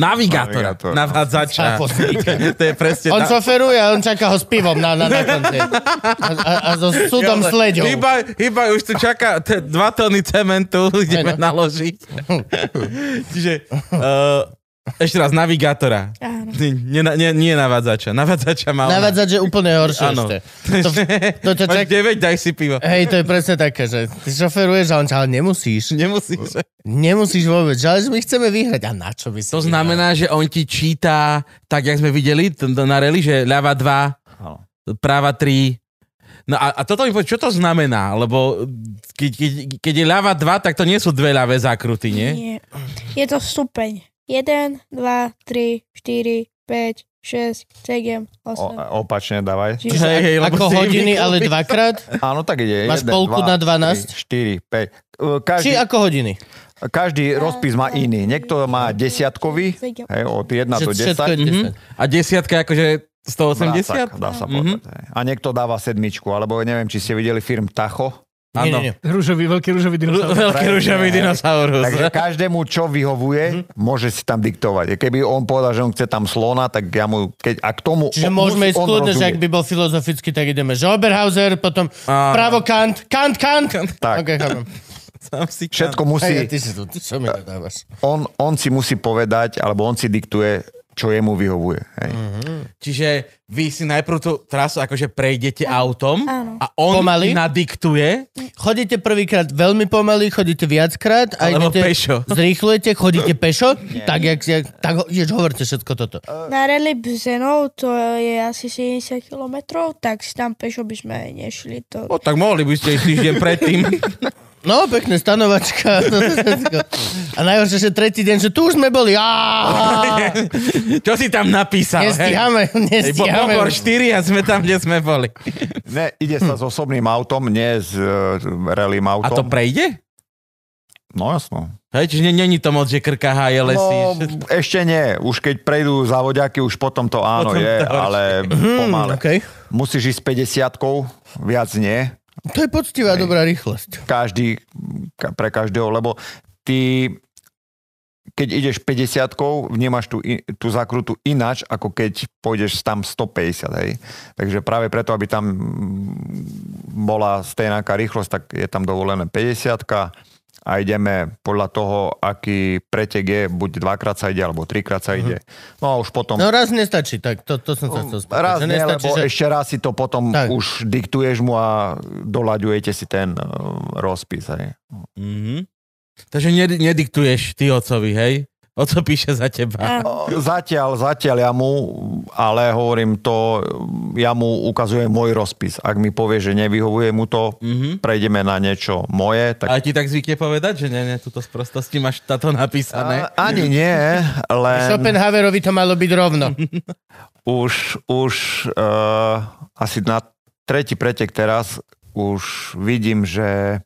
[SPEAKER 6] Navigátor.
[SPEAKER 1] Navádzača.
[SPEAKER 2] Zápasníka.
[SPEAKER 1] to je presne...
[SPEAKER 2] On
[SPEAKER 1] na-
[SPEAKER 2] šoferuje a on čaká ho s pivom na, na, na konci. A, a, a so súdom s leďou.
[SPEAKER 1] Iba, iba už tu čaká t- dva tony cementu, ideme
[SPEAKER 2] Áno.
[SPEAKER 1] naložiť. Čiže uh, ešte raz, navigátora.
[SPEAKER 3] Áno.
[SPEAKER 1] Nie, nie, nie, nie navádzača. Navádzača má ona.
[SPEAKER 2] Navádzať, že úplne horšie
[SPEAKER 1] Áno.
[SPEAKER 2] ešte. To, to, to,
[SPEAKER 1] Máš
[SPEAKER 2] čak... Eh.
[SPEAKER 1] 9, daj si pivo.
[SPEAKER 2] Hej, to je presne také, že ty šoferuješ a on ťa, ale nemusíš.
[SPEAKER 1] Nemusíš.
[SPEAKER 2] Nemusíš vôbec, že ale my chceme vyhrať. A na čo by si
[SPEAKER 1] To
[SPEAKER 2] vyhral?
[SPEAKER 1] znamená, že on ti číta, tak jak sme videli t- na rally, že ľava 2, práva 3. No a, a toto mi povedz, čo to znamená? Lebo keď, keď, keď je ľava 2, tak to nie sú dve ľavé zákruty, nie?
[SPEAKER 3] Nie. Je to stupeň. 1, 2, 3, 4, 5, 6, 7, 8.
[SPEAKER 6] o, opačne dávaj.
[SPEAKER 2] Čiže
[SPEAKER 1] Hej, hej,
[SPEAKER 2] ak-
[SPEAKER 1] lebo
[SPEAKER 2] ako
[SPEAKER 1] si
[SPEAKER 2] hodiny,
[SPEAKER 1] vykúpil.
[SPEAKER 2] ale dvakrát?
[SPEAKER 6] Áno, tak ide.
[SPEAKER 2] Máš
[SPEAKER 6] 1,
[SPEAKER 2] polku na 12?
[SPEAKER 6] 3, 4, 5. Každý,
[SPEAKER 2] Či ako hodiny?
[SPEAKER 6] každý rozpis má iný. Niekto má desiatkový,
[SPEAKER 3] Sedem.
[SPEAKER 6] hej, od 1 do
[SPEAKER 2] Že všetko je 10.
[SPEAKER 1] Mhm.
[SPEAKER 6] 10.
[SPEAKER 1] A desiatka je akože 180?
[SPEAKER 6] Vrácak, dá sa
[SPEAKER 1] Mhm.
[SPEAKER 6] povedať. hej. A niekto dáva sedmičku, alebo neviem, či ste videli film Tacho.
[SPEAKER 2] Nie, nie,
[SPEAKER 1] Áno.
[SPEAKER 2] nie.
[SPEAKER 5] Rúžový, veľký rúžový
[SPEAKER 1] L-
[SPEAKER 5] dinosaur.
[SPEAKER 1] Veľký rúžový dinosaurus.
[SPEAKER 6] Takže každému, čo
[SPEAKER 2] Mhm.
[SPEAKER 6] vyhovuje, môže si tam diktovať. Keby on povedal, že on chce tam slona, tak ja mu, keď, a k tomu...
[SPEAKER 2] Čiže
[SPEAKER 6] on-
[SPEAKER 2] môžeme ísť
[SPEAKER 6] musí on
[SPEAKER 2] kľudne, že ak
[SPEAKER 6] rozumieť.
[SPEAKER 2] by bol filozoficky, tak ideme, že Oberhauser, potom
[SPEAKER 1] Áno.
[SPEAKER 2] pravo Kant, Kant, Kant.
[SPEAKER 6] Tak.
[SPEAKER 2] Ok, chápem.
[SPEAKER 1] Sám si
[SPEAKER 6] Všetko musí,
[SPEAKER 2] Hej, a ty si tu, ty čo mi nadávaš?
[SPEAKER 6] on, on si musí povedať, alebo on si diktuje, čo jemu vyhovuje. Hej.
[SPEAKER 1] Čiže vy si najprv tú trasu akože prejdete autom
[SPEAKER 3] Áno.
[SPEAKER 1] a on
[SPEAKER 2] Pomaly?
[SPEAKER 1] Pomaly? nadiktuje.
[SPEAKER 2] Chodíte prvýkrát veľmi pomaly, chodíte viackrát a
[SPEAKER 1] Alebo
[SPEAKER 2] idete,
[SPEAKER 1] pešo.
[SPEAKER 2] zrýchlujete, chodíte pešo, tak, jak, jak, tak ho- jež, hovorte všetko toto.
[SPEAKER 3] Na rally Bzenov to je asi 70 km, tak si tam pešo by sme nešli. To...
[SPEAKER 1] No tak mohli by ste ísť týždeň predtým.
[SPEAKER 2] No, pekné stanovačka. toto všetko. A najhoršie, že tretí deň, že tu už sme boli. Á,
[SPEAKER 1] Čo si tam napísal?
[SPEAKER 2] Nestíhame,
[SPEAKER 1] Hej, bo,
[SPEAKER 2] nestíhame.
[SPEAKER 1] Bobor 4 a sme tam, kde sme boli.
[SPEAKER 6] Ne, ide sa s osobným autom, nie s uh, rallym
[SPEAKER 1] A to
[SPEAKER 6] autom.
[SPEAKER 1] prejde?
[SPEAKER 6] No jasno.
[SPEAKER 1] Hej, čiže nie- není to moc, že krka háje lesy.
[SPEAKER 6] No,
[SPEAKER 1] všetko.
[SPEAKER 6] ešte nie. Už keď prejdú závodiaky, už potom to áno
[SPEAKER 1] Potom to Mhm,
[SPEAKER 6] je,
[SPEAKER 1] horšie.
[SPEAKER 6] ale pomale.
[SPEAKER 2] Okay.
[SPEAKER 6] Musíš ísť s 50 viac nie.
[SPEAKER 2] To je poctivá, dobrá rýchlosť.
[SPEAKER 6] každý, ka- pre každého, lebo ty keď ideš 50 vnímaš tú, i- tú zakrutu ináč, ako keď pôjdeš tam 150, hej. Takže práve preto, aby tam mm, bola stejnáka rýchlosť, tak je tam dovolené 50 a ideme podľa toho, aký pretek je, buď dvakrát sa ide, alebo trikrát sa ide. No a už potom...
[SPEAKER 2] No raz nestačí, tak to, to som sa chcel spýtať.
[SPEAKER 6] Um, Raz
[SPEAKER 2] že
[SPEAKER 6] nie,
[SPEAKER 2] nestačí,
[SPEAKER 6] lebo
[SPEAKER 2] že...
[SPEAKER 6] ešte raz si to potom
[SPEAKER 2] No, Tak.
[SPEAKER 6] už diktuješ mu a doľaďujete si ten eh, rozpis. Hej.
[SPEAKER 1] Mhm. Takže ned- nediktuješ ty ocovi, hej? Oco píše za teba.
[SPEAKER 3] Áno.
[SPEAKER 6] Zatiaľ, zatiaľ ja mu, ale hovorím to, ja mu ukazujem môj rozpis. Ak mi povie, že nevyhovuje mu to,
[SPEAKER 1] Mhm.
[SPEAKER 6] prejdeme na niečo moje. Tak...
[SPEAKER 1] A ti tak zvykne povedať, že nie, nie, túto sprostosti máš táto napísané.
[SPEAKER 6] A- Ani nie, len
[SPEAKER 2] Schopenhauerovi to malo byť rovno.
[SPEAKER 6] e, už, už uh, asi na tretí pretek teraz už vidím, že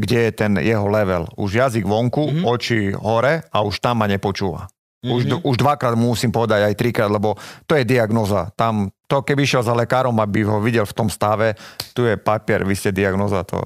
[SPEAKER 6] kde je ten jeho level. Už jazyk vonku,
[SPEAKER 1] Mhm.
[SPEAKER 6] mm-hmm. oči hore a už tam ma nepočúva. Mm-hmm. Už, už dvakrát mu musím povedať, aj trikrát, lebo to je diagnoza. Tam to, keby išiel za lekárom, aby ho videl v tom stave, tu je papier, vy ste diagnoza, to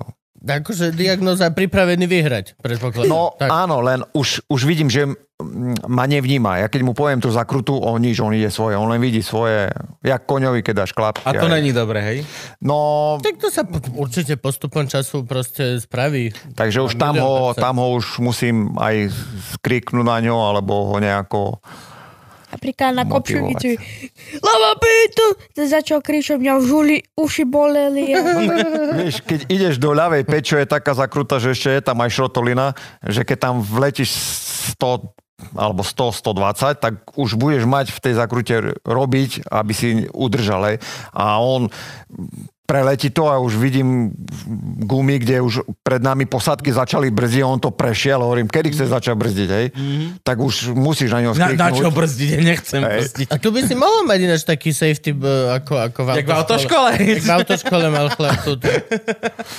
[SPEAKER 2] Akože diagnoza pripravený vyhrať, predpokladám.
[SPEAKER 6] No
[SPEAKER 2] tak.
[SPEAKER 6] áno, len už, už vidím, že mm, ma nevníma. Ja keď mu poviem tú zakrutu, on nič, on ide svoje, on len vidí svoje, jak koňovi, keď dáš klapky.
[SPEAKER 1] A to
[SPEAKER 6] aj-
[SPEAKER 1] není dobre, hej?
[SPEAKER 6] No,
[SPEAKER 2] Tak to sa po- určite postupom času proste spraví.
[SPEAKER 6] takže už tam
[SPEAKER 2] ľudia
[SPEAKER 6] ho,
[SPEAKER 2] obce.
[SPEAKER 6] tam ho už musím aj skriknúť na ňo, alebo ho nejako...
[SPEAKER 3] Napríklad na kopčulni
[SPEAKER 6] Motivovať.
[SPEAKER 3] tu Lava Pitu! Začal kričať, mňa už uli- uši boleli.
[SPEAKER 6] Vieš, keď ideš do ľavej pečo, je taká zakruta, že ešte je tam aj šrotolina, že keď tam vletíš 100 alebo 100, 120, tak už budeš mať v tej zakrute robiť, aby si udržal. hej. A on preletí to a už vidím gumy, kde už pred nami posádky začali brzdiť, on to prešiel, hovorím, kedy chce začať brzdiť, hej? Tak už musíš na ňo
[SPEAKER 1] Na,
[SPEAKER 6] skriknúť.
[SPEAKER 1] na čo brzdiť? Ja Nechcem
[SPEAKER 6] Hej.
[SPEAKER 1] brzdiť.
[SPEAKER 2] A tu by si mohol mať ináč taký safety b- ako, ako v
[SPEAKER 1] Jak v autoškole.
[SPEAKER 2] Jak v autoškole mal chlap túto.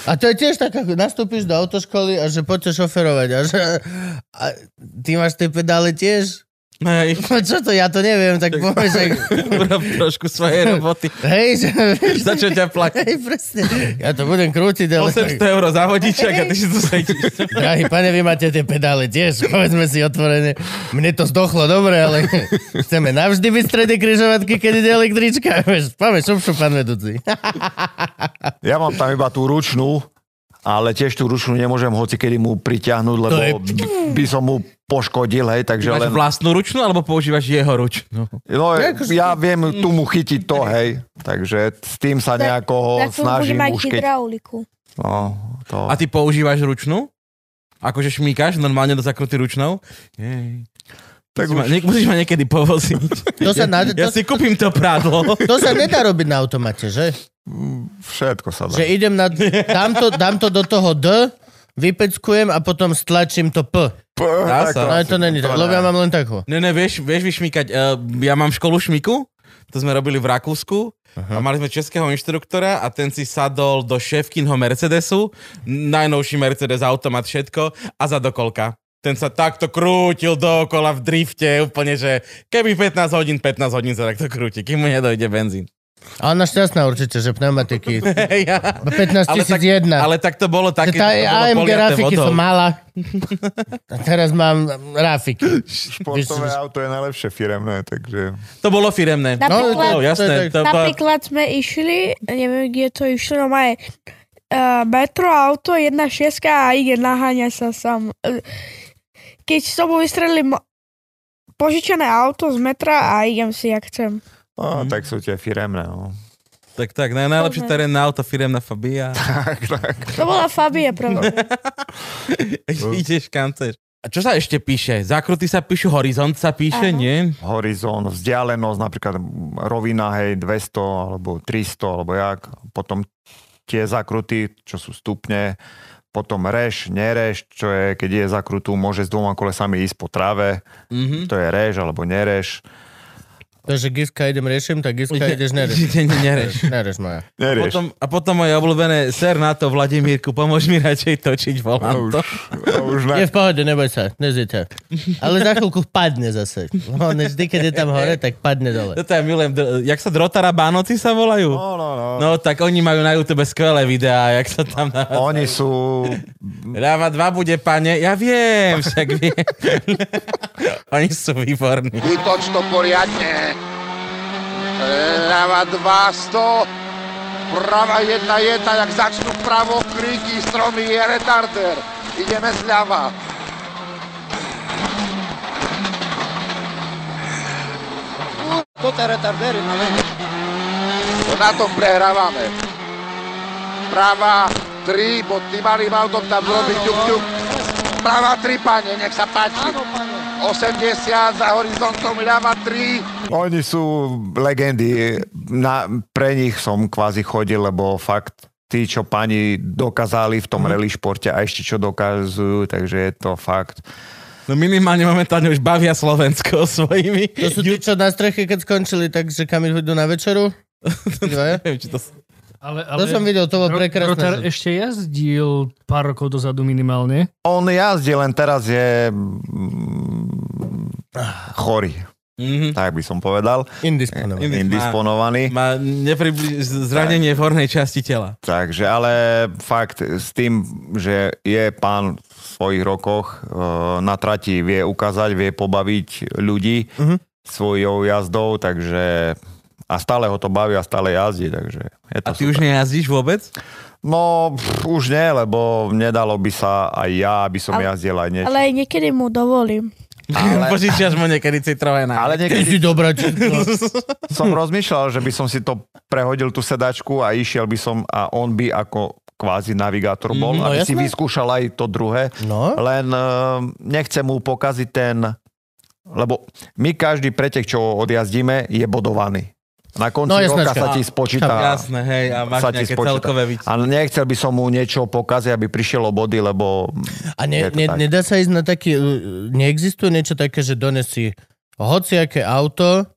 [SPEAKER 2] A to je tiež tak, ako nastúpiš do autoškoly a že poďte šoferovať. A, že, a ty máš tie pedále tiež?
[SPEAKER 1] Hej,
[SPEAKER 2] No čo to, ja to neviem, tak povieš, že...
[SPEAKER 1] urob trošku svojej roboty.
[SPEAKER 2] Hej, že...
[SPEAKER 1] Za čo ťa platí?
[SPEAKER 2] Hej, presne. Ja to budem krútiť, ale...
[SPEAKER 1] 800 eur za vodičak a ty si tu sedíš.
[SPEAKER 2] Drahý pane, vy máte tie pedále tiež, povedzme si otvorene. Mne to zdochlo dobre, ale chceme navždy byť v strede križovatky, keď ide električka. Vieš, Poďme, šup, šup, pán vedúci.
[SPEAKER 6] Ja mám tam iba tú ručnú, ale tiež tú ručnú nemôžem hoci kedy mu priťahnuť, lebo
[SPEAKER 2] je-
[SPEAKER 6] by som mu poškodil, hej, takže
[SPEAKER 1] Máš
[SPEAKER 6] len...
[SPEAKER 1] vlastnú ručnú alebo používaš jeho ručnú?
[SPEAKER 6] No,
[SPEAKER 2] akože-
[SPEAKER 6] ja viem tu mu chytiť to, hej, takže s tým sa nejako ho
[SPEAKER 3] tak to bude
[SPEAKER 6] snažím
[SPEAKER 3] mať
[SPEAKER 6] už keď...
[SPEAKER 3] hydrauliku.
[SPEAKER 6] No, to...
[SPEAKER 1] A ty používaš ručnú? Akože šmíkaš normálne do zakruty ručnou? Jej. Tak
[SPEAKER 6] Tak
[SPEAKER 1] musíš, ma, niek- musíš ma niekedy povoziť.
[SPEAKER 2] To sa, na,
[SPEAKER 1] Ja
[SPEAKER 2] to,
[SPEAKER 1] si kúpim to prádlo.
[SPEAKER 2] to sa nedá robiť na automate, že?
[SPEAKER 6] Všetko sa dá.
[SPEAKER 2] Že idem na... Dám to, dám to do toho D, vypeckujem a potom stlačím to P.
[SPEAKER 6] P-
[SPEAKER 1] Dá sa.
[SPEAKER 6] takto
[SPEAKER 2] No
[SPEAKER 6] asi,
[SPEAKER 2] ale to není tak, lebo ja mám len takú.
[SPEAKER 1] Ne, ne, vieš, vieš vyšmíkať, uh, ja mám školu šmiku, to sme robili v Rakúsku a mali sme českého inštruktora a ten si sadol do šéfkinho Mercedesu, najnovší Mercedes, automat, všetko a za dokolka. Ten sa takto krútil dookola v drifte, úplne, že keby 15 hodín, 15 hodín sa takto krúti, kým mu nedojde benzín.
[SPEAKER 2] A ona šťastná určite, že pneumatiky.
[SPEAKER 1] ja.
[SPEAKER 2] 15
[SPEAKER 1] Ale tak,
[SPEAKER 2] 001.
[SPEAKER 1] ale tak to bolo
[SPEAKER 2] Že
[SPEAKER 1] také,
[SPEAKER 2] tá
[SPEAKER 1] že to bolo
[SPEAKER 2] AMG
[SPEAKER 1] poliaté
[SPEAKER 2] Rafiky
[SPEAKER 1] vodou.
[SPEAKER 2] som mala. A teraz mám Rafiky.
[SPEAKER 6] Športové auto je najlepšie firemné, takže...
[SPEAKER 1] To bolo firemné.
[SPEAKER 3] Na-
[SPEAKER 2] No,
[SPEAKER 3] Napríklad-
[SPEAKER 1] No, jasné.
[SPEAKER 2] To
[SPEAKER 1] To, to,
[SPEAKER 3] Napríklad sme išli, neviem, kde to išlo, no maje uh, metro, auto, jedna šieska a ide, naháňa sa sám. Eh, Keď s tobou vystrelím požičané auto z metra a idem si, jak chcem.
[SPEAKER 1] Mhm.
[SPEAKER 6] No, tak sú tie firemné, no.
[SPEAKER 1] tak, tak, naj- najlepší
[SPEAKER 3] Dobre.
[SPEAKER 1] terén na auto, firemná Fabia.
[SPEAKER 6] Tak, tak.
[SPEAKER 3] To bola Fabie pravda.
[SPEAKER 1] Ideš kam chceš. A čo sa ešte píše? Zákruty sa píšu, horizont sa píše,
[SPEAKER 3] Áno.
[SPEAKER 1] nie?
[SPEAKER 6] horizont, vzdialenosť, napríklad mm, rovina, hej, 200 alebo 300 alebo jak, potom tie zakruty, čo sú stupne, potom reš, nereš, čo je, keď je zakrutú, môže s dvoma kolesami ísť po trave,
[SPEAKER 1] Mhm.
[SPEAKER 6] to je reš alebo nereš.
[SPEAKER 2] To, že Giska idem riešim, tak Giska ideš nereš.
[SPEAKER 1] Ide, ne, nereš.
[SPEAKER 2] Nereš moja.
[SPEAKER 6] Nereš.
[SPEAKER 1] Potom, a potom moje obľúbené, ser na to, Vladimírku, pomôž mi radšej točiť
[SPEAKER 6] a
[SPEAKER 1] volant.
[SPEAKER 6] No už, a už na...
[SPEAKER 2] Je v pohode, neboj sa, nezvíte. Ale za chvíľku padne zase. On vždy, keď je tam hore, tak padne dole.
[SPEAKER 1] Toto ja milujem, dr- jak sa drotara bánoci sa volajú?
[SPEAKER 6] No, no, no. no.
[SPEAKER 1] No tak oni majú na YouTube skvelé videá, jak sa tam... Na...
[SPEAKER 6] Oni sú...
[SPEAKER 1] Ráva 2 bude, pane. Ja viem, však viem. Oni sú výborní.
[SPEAKER 7] Vytoč to poriadne. Ľava 200. Prava jedna jedna, jak začnú pravo kriky, stromy je retarder. Ideme zľava.
[SPEAKER 8] To te retardery, no ale...
[SPEAKER 7] To na tom prehrávame. Prava 3, bo ty malým autom tam zrobiť ťuk ťuk. Prava 3, pane, nech sa páči.
[SPEAKER 8] Áno, pane.
[SPEAKER 7] 80 za horizontom, ľava 3.
[SPEAKER 6] Oni sú legendy. Na, pre nich som kvázi chodil, lebo fakt tí, čo pani dokázali v
[SPEAKER 1] Mhm.
[SPEAKER 6] tom rally športe a ešte čo dokazujú, takže je to fakt.
[SPEAKER 1] No minimálne momentálne už bavia Slovensko svojimi.
[SPEAKER 2] To sú tí, čo na streche, keď skončili, takže kam idú na večeru? Tí Dvaja?
[SPEAKER 1] Neviem, či to...
[SPEAKER 5] A Ale, ale
[SPEAKER 2] To som videl, to bolo
[SPEAKER 5] Ro-
[SPEAKER 2] prekrásne.
[SPEAKER 5] Rotar ešte jazdil pár rokov dozadu minimálne.
[SPEAKER 6] On jazdí, len teraz je mm, chorý,
[SPEAKER 1] Mhm.
[SPEAKER 6] tak by som povedal.
[SPEAKER 2] Indisponovaný.
[SPEAKER 1] Indis-
[SPEAKER 6] Indisponovaný.
[SPEAKER 1] Má nepribli- z- zranenie v hornej časti tela.
[SPEAKER 6] Takže, ale fakt s tým, že je pán v svojich rokoch e, na trati, vie ukázať, vie pobaviť ľudí
[SPEAKER 1] Mhm.
[SPEAKER 6] svojou jazdou, takže a stále ho to baví a stále jazdí, takže je to
[SPEAKER 1] A ty už
[SPEAKER 6] super.
[SPEAKER 1] nejazdíš vôbec?
[SPEAKER 6] No, pff, už nie, lebo nedalo by sa aj ja, aby som
[SPEAKER 3] Ale-
[SPEAKER 6] jazdil aj niečo.
[SPEAKER 3] Ale aj niekedy mu dovolím.
[SPEAKER 1] Ale... Požičiaš mu niekedy citrové na.
[SPEAKER 6] ale
[SPEAKER 2] Ty
[SPEAKER 6] niekedy
[SPEAKER 2] si dobrá četko.
[SPEAKER 6] som rozmýšľal, že by som si to prehodil tú sedačku a išiel by som a on by ako kvázi navigátor bol,
[SPEAKER 2] Mm, no
[SPEAKER 6] aby si
[SPEAKER 2] jasné.
[SPEAKER 6] vyskúšal aj to druhé.
[SPEAKER 2] No,
[SPEAKER 6] Len uh, nechcem mu pokaziť ten... Lebo my každý pretek, čo odjazdíme, je bodovaný. Na konci
[SPEAKER 2] No,
[SPEAKER 6] no,
[SPEAKER 2] jasné,
[SPEAKER 6] roka sa
[SPEAKER 2] čak-
[SPEAKER 6] ti spočíta.
[SPEAKER 1] Jasné, hej, a máš
[SPEAKER 6] sa ti
[SPEAKER 1] nejaké
[SPEAKER 6] spočíta.
[SPEAKER 1] celkové víc.
[SPEAKER 6] A nechcel by som mu niečo pokaziť, aby prišiel o body, lebo...
[SPEAKER 2] a ne,
[SPEAKER 6] je to
[SPEAKER 2] ne,
[SPEAKER 6] tak.
[SPEAKER 2] nedá sa ísť na taký... e, Neexistuje niečo také, že donesí hociaké auto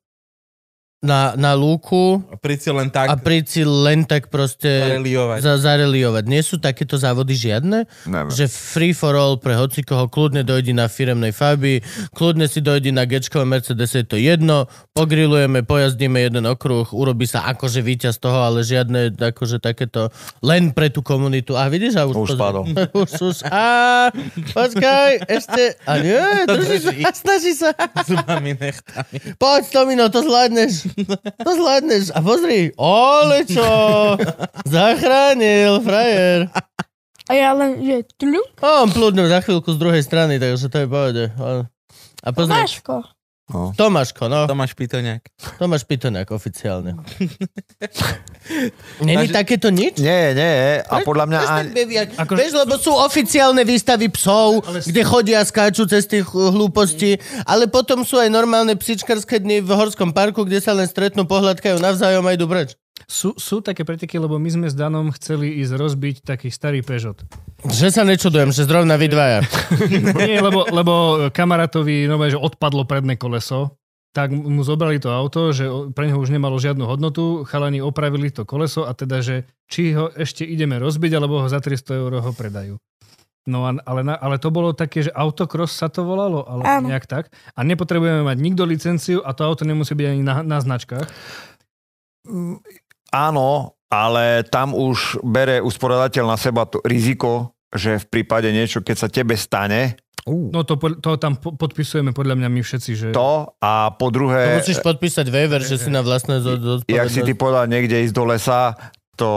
[SPEAKER 2] na, na lúku
[SPEAKER 1] Prici len tak
[SPEAKER 2] a príci len tak proste
[SPEAKER 1] reliovať.
[SPEAKER 2] za, zareliovať. Nie sú takéto závody žiadne?
[SPEAKER 6] Neviem.
[SPEAKER 2] Že free for all pre hocikoho, kľudne dojdi na firemnej Fabii, kľudne si dojdi na gečkové Mercedes, je to jedno, pogrilujeme, pojazdíme jeden okruh, urobí sa akože víťaz toho, ale žiadne akože takéto, len pre tú komunitu. A vidíš, a už...
[SPEAKER 6] Už
[SPEAKER 2] pozri-
[SPEAKER 6] spadol.
[SPEAKER 2] už, už, a počkaj, ešte, a nie,
[SPEAKER 1] To
[SPEAKER 2] drží sa,
[SPEAKER 1] drží.
[SPEAKER 2] snaží sa.
[SPEAKER 1] Zubami nechtami.
[SPEAKER 2] Poď, Tomino, to zvládneš. To zvládneš. A pozri, ole čo, zachránil, frajer.
[SPEAKER 3] A ja len, že tľu,
[SPEAKER 2] A on plúdne za chvíľku z druhej strany, takže to je povede. A pozri,
[SPEAKER 3] Máško.
[SPEAKER 2] Tomáško, no.
[SPEAKER 1] Tomáš Pitoňák.
[SPEAKER 2] Tomáš Pitoňák oficiálne. Není
[SPEAKER 1] Takže-
[SPEAKER 2] takéto nič?
[SPEAKER 6] Nie, nie. A podľa mňa...
[SPEAKER 2] Vieš,
[SPEAKER 6] ani-
[SPEAKER 2] tak nevie, ak-
[SPEAKER 5] Akože-
[SPEAKER 2] Vieš, lebo sú oficiálne výstavy psov, kde chodia a skáču cez tých uh, hlúpostí, ale potom sú aj normálne psičkarské dni v Horskom parku, kde sa len stretnú, pohľadkajú navzájom a idú preč.
[SPEAKER 5] Sú, sú také preteky, lebo my sme s Danom chceli ísť rozbiť taký starý Peugeot.
[SPEAKER 2] Že sa nečudujem, že zrovna vy dvaja.
[SPEAKER 5] Nie, lebo, lebo kamarátovi nové, že odpadlo predné koleso, tak mu zobrali to auto, že o- pre neho už nemalo žiadnu hodnotu, chalani opravili to koleso a teda, že či ho ešte ideme rozbiť, alebo ho za 300 eur ho predajú. No a, ale, na, ale to bolo také, že autocross sa to volalo, ale
[SPEAKER 3] Áno.
[SPEAKER 5] nejak tak. A nepotrebujeme mať nikto licenciu a to auto nemusí byť ani na, na značkách.
[SPEAKER 6] Mm, Áno, ale tam už bere usporiadateľ na seba to riziko, že v prípade niečo, keď sa tebe stane,
[SPEAKER 5] No to, pod- to tam po- podpisujeme podľa mňa my všetci, že...
[SPEAKER 6] to a
[SPEAKER 2] To
[SPEAKER 6] po druhé,
[SPEAKER 2] musíš no. podpísať waiver, že si na vlastné zo-
[SPEAKER 6] jak si ty
[SPEAKER 2] zodpovednosť.
[SPEAKER 6] povedal niekde ísť do lesa, to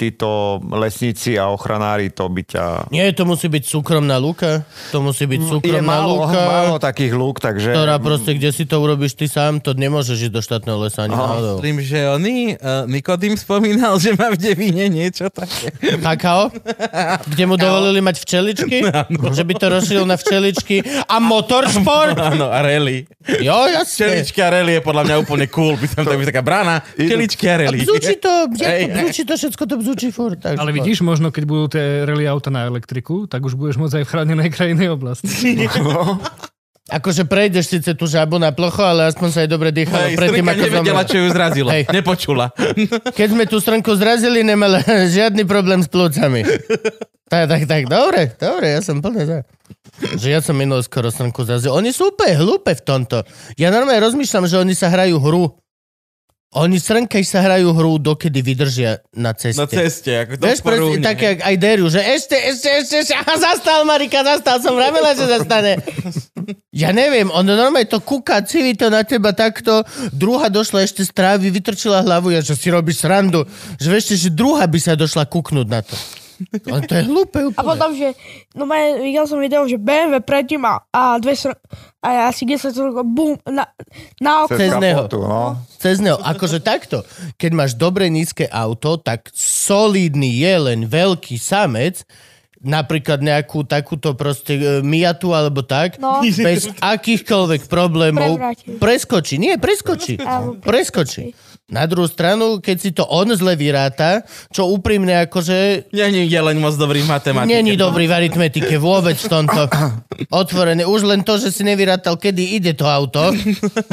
[SPEAKER 6] títo lesníci a ochranári, to by ťa...
[SPEAKER 2] Nie, to musí byť súkromná luka. To musí byť
[SPEAKER 6] Je
[SPEAKER 2] súkromná
[SPEAKER 6] málo,
[SPEAKER 2] luka.
[SPEAKER 6] málo takých lúk, takže...
[SPEAKER 2] Ktorá proste, kde si to urobíš ty sám, to nemôžeš ísť do štátneho lesa ani náhodou.
[SPEAKER 1] Myslím, že oný, uh, Nikodým spomínal, že má v devine niečo také.
[SPEAKER 2] Kakao, kde mu dovolili mať včeličky, že by to rozšil na včeličky a motorsport.
[SPEAKER 1] Áno, a rally.
[SPEAKER 2] Jo, jasne.
[SPEAKER 1] Čeličky a rally je podľa mňa úplne cool. By tam tak by taká brána. Čeličky a rally.
[SPEAKER 2] Bzučí to,
[SPEAKER 1] Hej.
[SPEAKER 2] ja to bzučí to, všetko to bzučí furt. takže
[SPEAKER 5] Ale vidíš, možno keď budú tie rally auta na elektriku, tak už budeš môcť aj v chránenej krajinej oblasti.
[SPEAKER 2] Akože prejdeš síce tú žabu na plocho, ale aspoň sa jej dobre dýchalo.
[SPEAKER 1] Hej,
[SPEAKER 2] predtým,
[SPEAKER 1] strika
[SPEAKER 2] ako
[SPEAKER 1] nevedela,
[SPEAKER 2] zomrela.
[SPEAKER 1] čo ju zrazilo.
[SPEAKER 2] Hej.
[SPEAKER 1] Nepočula.
[SPEAKER 2] Keď sme tú strnku zrazili, nemala žiadny problém s plúcami. tak, tak, tak, dobre, dobre, ja som plne za. Že ja som minul skoro strnku zrazil. Oni sú úplne hlúpe v tomto. Ja normálne rozmýšľam, že oni sa hrajú hru. Oni srnkej sa hrajú hru, dokedy vydržia na ceste.
[SPEAKER 1] Na ceste, ako to
[SPEAKER 2] Vieš, pres,
[SPEAKER 1] porúne.
[SPEAKER 2] tak jak aj Deriu, že ešte, ešte, ešte, ešte, aha, zastal Marika, zastal, som vravela, že zastane. Ja neviem, on normálne to kúka, civí to na teba takto, druhá došla ešte z trávy, vytrčila hlavu, ja, že si robíš srandu, že vieš, že druhá by sa došla kúknúť na to. Ale to je hlúpe
[SPEAKER 3] A
[SPEAKER 2] úplne.
[SPEAKER 3] potom, že, no ma, videl som video, že BMW predtým a, a, dve, sr- a asi 10 rokov, bum, na, na okno.
[SPEAKER 2] Cez neho.
[SPEAKER 6] kapotu, no.
[SPEAKER 2] Cez neho. Akože takto. Keď máš dobre nízke auto, tak solidný je len veľký samec, napríklad nejakú takúto proste e, miatu alebo tak,
[SPEAKER 3] No.
[SPEAKER 2] bez akýchkoľvek problémov
[SPEAKER 3] Prevráti.
[SPEAKER 2] preskočí. Nie, preskočí.
[SPEAKER 3] Áno.
[SPEAKER 2] Preskočí. Na druhú stranu, keď si to on zle vyráta, čo úprimne akože
[SPEAKER 1] Není je len moc dobrý v matematike.
[SPEAKER 2] Není dobrý v aritmetike vôbec v tomto. Otvorené. Už len to, že si nevyrátal, kedy ide to auto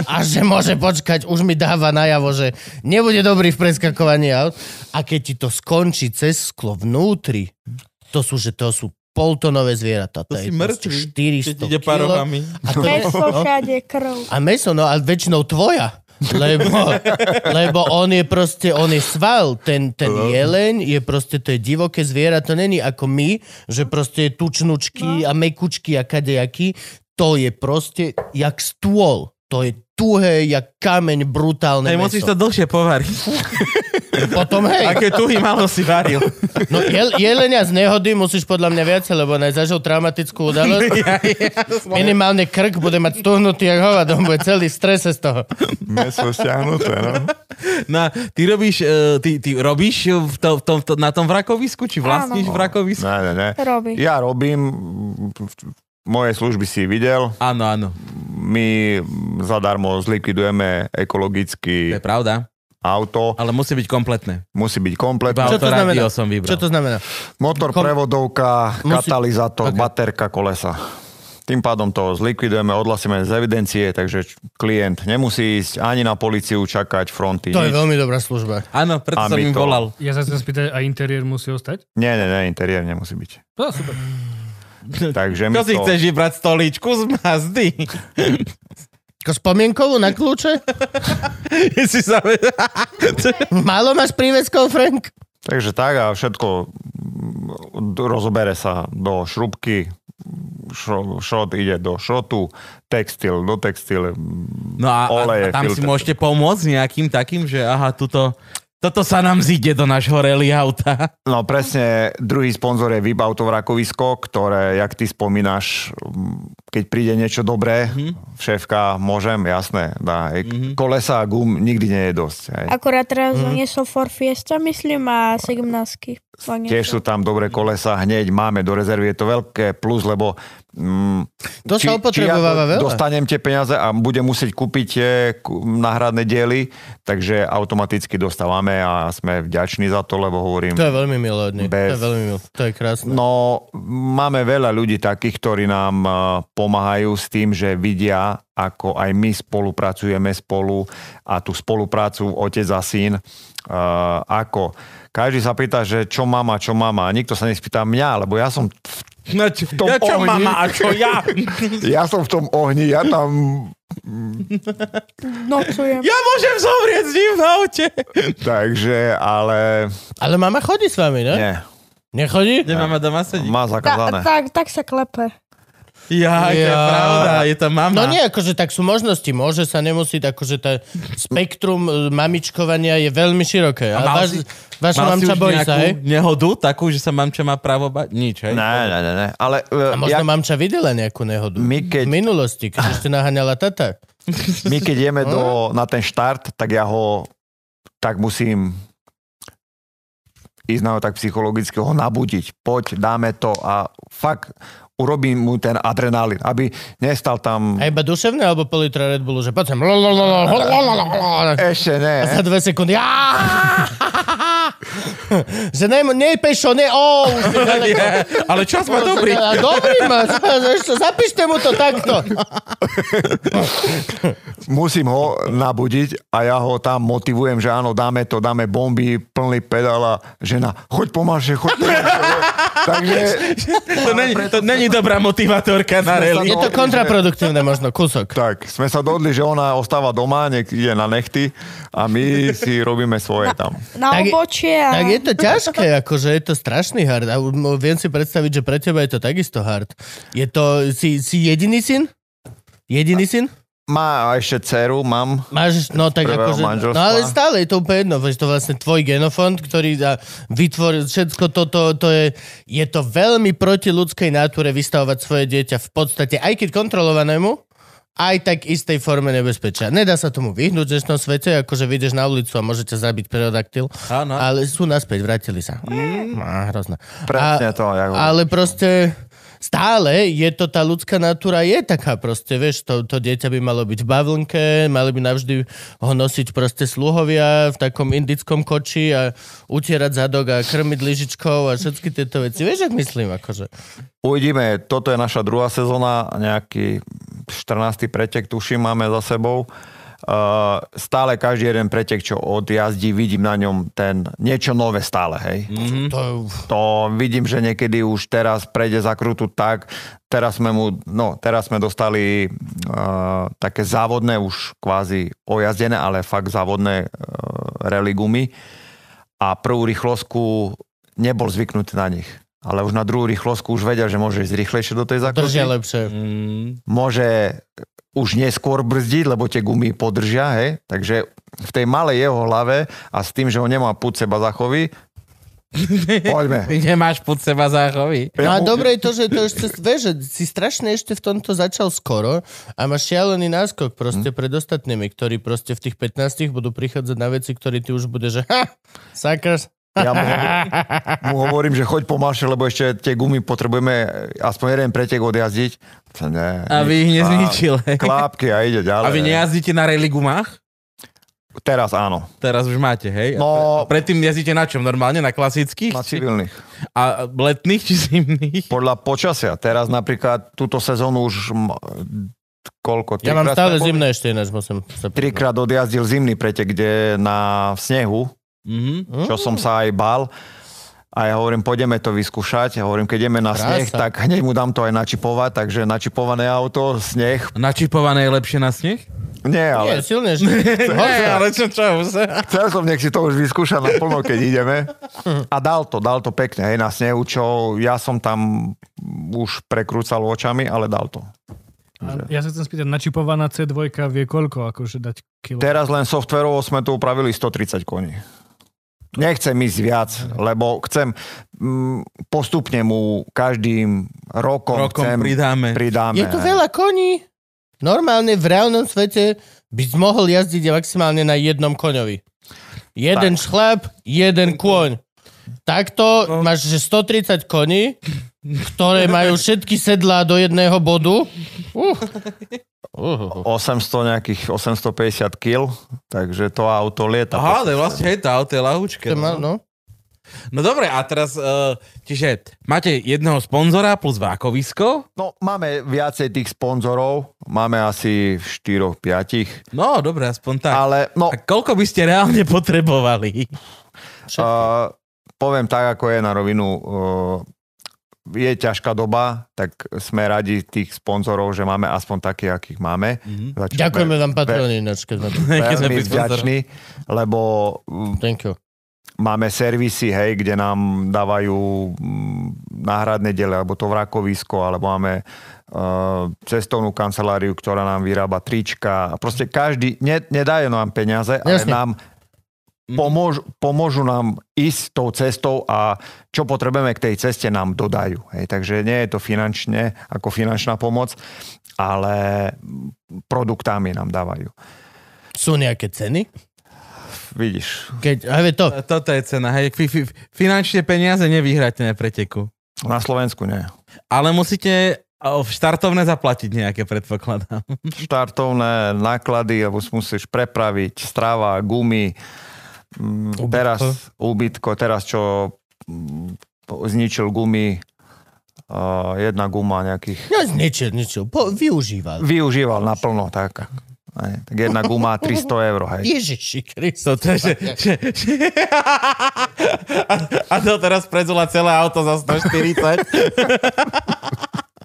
[SPEAKER 2] a že môže počkať, už mi dáva najavo, že nebude dobrý v preskakovaní aut. A keď ti to skončí cez sklo vnútri, to sú, že to sú poltonové zvieratá. To,
[SPEAKER 1] To
[SPEAKER 2] je
[SPEAKER 1] si
[SPEAKER 2] proste
[SPEAKER 1] mŕtvy, keď
[SPEAKER 2] 400
[SPEAKER 1] ide
[SPEAKER 2] kilo.
[SPEAKER 1] parohami.
[SPEAKER 2] A to je,
[SPEAKER 3] Meso
[SPEAKER 2] no,
[SPEAKER 3] všade krv.
[SPEAKER 2] a meso, no ale väčšinou tvoja. Lebo, lebo on je proste, on je sval, ten, ten jeleň je proste, to je divoké zviera, to není ako my, že proste je tučnučky
[SPEAKER 1] No.
[SPEAKER 2] a mekučky a kadejaky, to je proste jak stôl, to je tuhé, jak kameň, brutálne
[SPEAKER 1] Hej, musíš
[SPEAKER 2] meso.
[SPEAKER 1] to dlhšie povariť.
[SPEAKER 2] Potom hej,
[SPEAKER 1] Aké tuhý málo si varil.
[SPEAKER 2] no jel, jelenia z nehody musíš podľa mňa viacej, lebo on aj zažil traumatickú udalosť. Minimálne krk bude mať stuhnutý, jak hovadom, bude celý v strese z toho.
[SPEAKER 6] Meso stiahnuté, no.
[SPEAKER 1] Na, ty robíš, e, ty, ty robíš v to, v tom, to, na tom vrakovisku, či vlastníš
[SPEAKER 3] Áno.
[SPEAKER 1] vrakovisku?
[SPEAKER 6] Ne, ne, ne.
[SPEAKER 3] Robí.
[SPEAKER 6] Ja robím, moje služby si videl,
[SPEAKER 1] Áno, áno,
[SPEAKER 6] my zadarmo
[SPEAKER 1] to
[SPEAKER 6] zlikvidujeme ekologicky
[SPEAKER 1] je pravda,
[SPEAKER 6] auto,
[SPEAKER 1] ale musí byť kompletné.
[SPEAKER 6] musí byť kompletné.
[SPEAKER 1] Iba
[SPEAKER 2] Čo to
[SPEAKER 1] auto rádio
[SPEAKER 2] znamená?
[SPEAKER 1] som vybral.
[SPEAKER 2] Čo to znamená?
[SPEAKER 6] Motor,
[SPEAKER 2] Kom-
[SPEAKER 6] prevodovka,
[SPEAKER 2] Musí- Ok.
[SPEAKER 6] katalizátor, baterka, kolesa. Tým pádom to zlikvidujeme, odhlasíme z evidencie, takže č- klient nemusí ísť ani na policiu čakať fronty.
[SPEAKER 2] To je
[SPEAKER 6] nič.
[SPEAKER 2] veľmi dobrá služba.
[SPEAKER 1] Áno, preto
[SPEAKER 6] A
[SPEAKER 1] som im
[SPEAKER 6] my to-
[SPEAKER 1] volal.
[SPEAKER 5] Ja sa chcem spýtať, a interiér musí ostať?
[SPEAKER 6] Nie, nie, nie, interiér nemusí byť.
[SPEAKER 5] No, super.
[SPEAKER 6] Takže my
[SPEAKER 1] Čo si
[SPEAKER 6] to...
[SPEAKER 1] chceš vybrať stoličku z mazdy?
[SPEAKER 2] Ako spomienkovú na kľúče?
[SPEAKER 1] si sa...
[SPEAKER 2] Málo máš príveskov, Frank?
[SPEAKER 6] Takže tak a všetko mm, rozobere sa do šrubky, šo- šrot ide do šrotu, textil do textil.
[SPEAKER 1] No a, a,
[SPEAKER 6] Oleje,
[SPEAKER 1] a tam si
[SPEAKER 6] filter.
[SPEAKER 1] môžete pomôcť nejakým takým, že aha, tuto, toto sa nám zíde do nášho rally auta.
[SPEAKER 6] No presne, druhý sponzor je Vip Auto Vrakovisko, ktoré, jak ty spomínaš, mm, keď príde niečo dobré,
[SPEAKER 2] Mhm.
[SPEAKER 6] mm-hmm. šéfka, môžem, jasné, dá. Mm-hmm. Kolesa a gum nikdy nie je dosť. Hej.
[SPEAKER 3] Akurát
[SPEAKER 6] Mhm.
[SPEAKER 3] teraz doniesol Ford Fiesta, myslím, a 17.
[SPEAKER 6] Tiež sú
[SPEAKER 2] Mhm.
[SPEAKER 6] tam dobré kolesa, hneď máme do rezervy, je to veľké plus, lebo mm,
[SPEAKER 2] To sa opotrebováva
[SPEAKER 6] ja
[SPEAKER 2] veľa.
[SPEAKER 6] dostanem tie peniaze a budem musieť kúpiť tie ku- náhradné diely, takže automaticky dostávame a sme vďační za to, lebo hovorím...
[SPEAKER 2] To je veľmi milé od nej. To
[SPEAKER 6] Bez-
[SPEAKER 2] je veľmi milé. To je krásne.
[SPEAKER 6] No, máme veľa ľudí takých, ktorí nám eh, pomáhajú s tým, že vidia, ako aj my spolupracujeme spolu a tú spoluprácu otec a syn, eh, ako. Každý sa pýta, že čo mama, čo mama. A nikto sa nespýta mňa, lebo ja som v
[SPEAKER 1] No, čo,
[SPEAKER 6] tom
[SPEAKER 1] ja, čo
[SPEAKER 6] ohni.
[SPEAKER 1] mama, a čo ja?
[SPEAKER 6] Ja som v tom ohni, ja tam...
[SPEAKER 3] Nocujem.
[SPEAKER 1] Ja môžem zomrieť s ním v aute.
[SPEAKER 6] Takže, ale...
[SPEAKER 2] Ale mama chodí s vami, ne?
[SPEAKER 6] Nie,
[SPEAKER 2] Nechodí?
[SPEAKER 1] Kde mama doma sedí?
[SPEAKER 6] má
[SPEAKER 3] Ta,
[SPEAKER 6] zakázané.
[SPEAKER 3] tak, tak sa klepe.
[SPEAKER 1] Ja, to je
[SPEAKER 2] Ja.
[SPEAKER 1] pravda, je to mama.
[SPEAKER 2] No nie, akože tak sú možnosti. Môže sa, nemusí. Akože tá spektrum e, mamičkovania je veľmi široké. A
[SPEAKER 1] mal
[SPEAKER 2] váš,
[SPEAKER 1] si-
[SPEAKER 2] vaša
[SPEAKER 1] Mal si
[SPEAKER 2] mamča
[SPEAKER 1] už
[SPEAKER 2] bojí sa,
[SPEAKER 1] nejakú
[SPEAKER 2] hej?
[SPEAKER 1] nehodu takú, že sa mamča má právo bať? Nič, hej?
[SPEAKER 6] Ne, ne, ne, ne. Ale
[SPEAKER 2] A
[SPEAKER 6] uh,
[SPEAKER 2] možno
[SPEAKER 6] ja,
[SPEAKER 2] ja... mamča videla nejakú nehodu.
[SPEAKER 6] My keď-
[SPEAKER 2] V minulosti, keď ešte naháňala tata.
[SPEAKER 6] my keď jeme do, na ten štart, tak ja ho tak musím ísť na ho tak psychologicky, ho nabudiť. Poď, dáme to a fakt urobím mu ten adrenalín, aby nestal tam...
[SPEAKER 2] A iba duševné alebo pol litra Red Bullu, že poď sem. lolololo, hololololo.
[SPEAKER 6] Ešte ne.
[SPEAKER 2] A za dve sekundy. "Á!" že ne, ne pešo, ne, ó, už je ďaleko.
[SPEAKER 1] Je, ale čas má No, dobrý.
[SPEAKER 2] A Dobrý ma, ešte zapíšte mu to takto.
[SPEAKER 6] musím ho nabudiť a ja ho tam motivujem, že áno, dáme to, dáme bomby, plný pedál a žena, choď pomalšie, choď pomalšie. Takže
[SPEAKER 1] To není, to není dobrá motivátorka na rally.
[SPEAKER 2] Je to kontraproduktívne možno, kúsok.
[SPEAKER 6] tak, sme sa dohodli, že ona ostáva doma, nech ide na nechty a my si robíme svoje tam.
[SPEAKER 3] Na
[SPEAKER 2] Tak je-
[SPEAKER 3] obočie a...
[SPEAKER 2] Tak je to ťažké, akože je to strašný hard. A no, viem si predstaviť, že pre teba je to takisto hard. Je to, si, si jediný syn? Jediný syn?
[SPEAKER 6] Má ešte dceru, mám.
[SPEAKER 2] Máš, no tak
[SPEAKER 6] prvého
[SPEAKER 2] akože, no
[SPEAKER 6] manželstva.
[SPEAKER 2] ale stále je to úplne jedno, je to vlastne tvoj genofond, ktorý dá- vytvoril všetko toto, to je, je to veľmi proti ľudskej náture vystavovať svoje dieťa v podstate, aj keď kontrolovanému, aj tak istej forme nebezpečia. Nedá sa tomu vyhnúť v dnešnom svete, akože vyjdeš na ulicu a môžete zabiť pterodaktyl,
[SPEAKER 1] Áno.
[SPEAKER 2] ale sú naspäť, vrátili sa. Mm. Á, hrozné. A-
[SPEAKER 6] Presne to, jak hovoríš.
[SPEAKER 2] Ale proste stále je to, tá ľudská natúra je taká proste, vieš, to, to dieťa by malo byť v bavlnke, mali by navždy ho nosiť proste sluhovia v takom indickom koči a utierať zadok a krmiť lyžičkou a všetky tieto veci. Vieš, ak myslím, akože.
[SPEAKER 6] Uvidíme, toto je naša druhá sezóna, nejaký 14. pretek tuším máme za sebou. Uh, stále každý jeden pretek, čo odjazdí, vidím na ňom ten niečo nové stále, hej. Mm-hmm.
[SPEAKER 2] To,
[SPEAKER 6] To vidím, že niekedy už teraz prejde za krútu tak, teraz sme mu, no, teraz sme dostali uh, také závodné už kvázi ojazdené, ale fakt závodné uh, rally gumy a prvú rýchlosku nebol zvyknutý na nich. Ale už na druhú rýchlosku už vedel, že môže ísť rýchlejšie do tej
[SPEAKER 2] držia
[SPEAKER 6] zákroky
[SPEAKER 2] lepšie.
[SPEAKER 6] môže už neskôr brzdiť, lebo tie gumy podržia, hej? Takže v tej malej jeho hlave a s tým, že ho nemá púd seba zachoví, poďme.
[SPEAKER 1] Ty nemáš pod seba záchovy.
[SPEAKER 2] No a dobre je to, že to ešte, vieš, že si strašne ešte v tomto začal skoro a máš šialený náskok proste pred ostatnými, ktorí proste v tých 15 budú prichádzať na veci, ktoré ty už budeš, že ha, sakers.
[SPEAKER 6] Ja mu, mu hovorím, že choď pomalšie, lebo ešte tie gumy potrebujeme eh, aspoň jeden pretek odjazdiť. To Ne,
[SPEAKER 1] A vy ich nezničil, hej.
[SPEAKER 6] Klápky a ide ďalej.
[SPEAKER 1] A vy nejazdíte na rally gumách?
[SPEAKER 6] Teraz áno,
[SPEAKER 1] Teraz už máte, hej? A
[SPEAKER 6] No-
[SPEAKER 1] pre- predtým jazdíte na čom? Normálne na klasických?
[SPEAKER 6] na civilných.
[SPEAKER 1] A letných či zimných?
[SPEAKER 6] Podľa počasia. Teraz napríklad túto sezónu už m- koľko?
[SPEAKER 2] Ja mám
[SPEAKER 6] trikrát
[SPEAKER 2] stále
[SPEAKER 6] sme boli?
[SPEAKER 2] zimné ešte ináč, musím sa priznať.
[SPEAKER 6] Trikrát odjazdil zimný pretek, kde na v snehu,
[SPEAKER 1] Mhm.
[SPEAKER 6] čo som sa aj bál. A ja hovorím, pôjdeme to vyskúšať. Ja hovorím, keď ideme na
[SPEAKER 2] Krása.
[SPEAKER 6] sneh, tak hneď mu dám to aj načipovať. Takže načipované auto, sneh.
[SPEAKER 1] Načipované je lepšie na sneh?
[SPEAKER 6] Nie,
[SPEAKER 2] Nie,
[SPEAKER 6] ale
[SPEAKER 2] silne, že...
[SPEAKER 1] Hej, ale čo, čo?
[SPEAKER 6] Chcel som, nech si to už vyskúša naplno, keď ideme. A dal to, dal to pekne, hej, na snehu, čo ja som tam už prekrúcal očami, ale dal to.
[SPEAKER 5] A ja sa chcem spýtať, načipovaná C2 vie koľko akože dať kilo?
[SPEAKER 6] Teraz len softverovo sme to upravili 130 koní. Nechcem ísť viac, lebo chcem mm, postupne mu každým rokom,
[SPEAKER 1] Rokom
[SPEAKER 6] chcem,
[SPEAKER 1] pridáme.
[SPEAKER 6] pridáme.
[SPEAKER 2] Je to
[SPEAKER 6] hej.
[SPEAKER 2] veľa koní. Normálne v reálnom svete by si mohol jazdiť maximálne na jednom koňovi. Jeden tak. šlap, jeden kôň. Takto no. máš že 130 koní, ktoré majú všetky sedlá do jedného bodu. Uh. Uh.
[SPEAKER 6] 800 nejakých, 850 kg, takže to auto lieta.
[SPEAKER 1] Aha, to je vlastne, hej, to auto je lahúčke.
[SPEAKER 2] To je mal-
[SPEAKER 1] No.
[SPEAKER 2] No.
[SPEAKER 1] no dobre, a teraz, uh, čiže máte jedného sponzora plus vákovisko.
[SPEAKER 6] No, máme viacej tých sponzorov, máme asi 4-5.
[SPEAKER 1] No, dobre, aspoň tak.
[SPEAKER 6] Ale no,
[SPEAKER 1] A koľko by ste reálne potrebovali?
[SPEAKER 6] uh, poviem tak, ako je na rovinu. Uh, je ťažká doba, tak sme radi tých sponzorov, že máme aspoň takých, akých máme. Mm-hmm.
[SPEAKER 2] Ďakujeme vám, patroni, ináč, keď sme tu.
[SPEAKER 1] Keď sme
[SPEAKER 6] Veľmi
[SPEAKER 1] pri sponzoroch.
[SPEAKER 6] vďační, lebo uh,
[SPEAKER 2] Thank you.
[SPEAKER 6] máme servisy, hej, kde nám dávajú mm, náhradné diely, alebo to vrakovisko, alebo máme uh, cestovnú kanceláriu, ktorá nám vyrába trička. Proste každý, ne, nedajú nám peniaze, ale
[SPEAKER 2] Jasne.
[SPEAKER 6] nám pomôžu, pomôžu nám ísť tou cestou a čo potrebujeme k tej ceste nám dodajú. Hej. Takže nie je to finančne, ako finančná pomoc, ale produktami nám dávajú.
[SPEAKER 2] Sú nejaké ceny?
[SPEAKER 6] Vidíš,
[SPEAKER 2] Keď, ale to,
[SPEAKER 1] Toto je cena, hej. Fi, fi, finančne peniaze nevyhráte na preteku.
[SPEAKER 6] na Slovensku nie.
[SPEAKER 1] Ale musíte o, v štartovné zaplatiť nejaké, predpokladám.
[SPEAKER 6] štartovné náklady, lebo si musíš prepraviť, strava, gumy, mm, teraz úbytko, teraz čo mm, po- zničil gumy, uh, jedna guma nejakých,
[SPEAKER 2] no niečo, niečo, po, využíval.
[SPEAKER 6] využíval naplno, tak. Aj, tak jedna guma 300 eur, hej.
[SPEAKER 2] Ježiši Kristus.
[SPEAKER 1] To, to, je, že, že, že, a, a to teraz prezula celé auto za 140.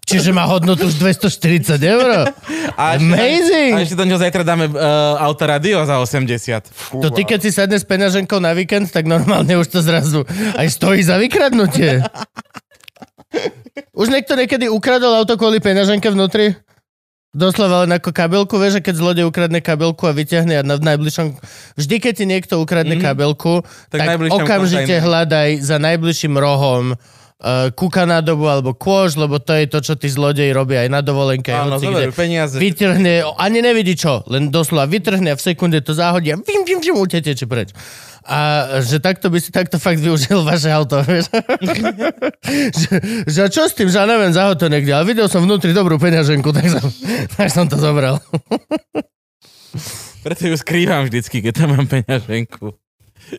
[SPEAKER 2] Čiže má hodnotu už 240 eur?
[SPEAKER 1] A ešte-
[SPEAKER 2] Amazing!
[SPEAKER 1] A ešte to zajtra dáme uh, auto radio za 80.
[SPEAKER 2] To ty, keď si sadne s peňaženkou na víkend, tak normálne už to zrazu aj stojí za vykradnutie. Už niekto niekedy ukradol auto kvôli peňaženke vnútri? Doslova len ako kabelku, vieš, že keď zlodej ukradne kabelku a vyťahne a na v najbližšom... Vždy, keď ti niekto ukradne kabelku, tak,
[SPEAKER 1] Mhm. najbližšom
[SPEAKER 2] okamžite
[SPEAKER 1] kontajneri.
[SPEAKER 2] hľadaj za najbližším rohom e, eh, kúka na dobu alebo kôž, lebo to je to, čo tí zlodeji robia aj na dovolenke. aj
[SPEAKER 1] Áno,
[SPEAKER 2] hoci
[SPEAKER 1] zoberú
[SPEAKER 2] kde.
[SPEAKER 1] peniaze.
[SPEAKER 2] Vytrhne, ani nevidí čo, len doslova vytrhne a v sekunde to záhodí a vim, vim, vim, uteteče preč. A že takto by si takto fakt využil vaše auto, vieš? že, že a čo s tým, že ja neviem, zahod to niekde, ale videl som vnútri dobrú peňaženku, tak som, tak som to zobral.
[SPEAKER 1] Preto ju skrývam vždycky, keď tam mám peňaženku.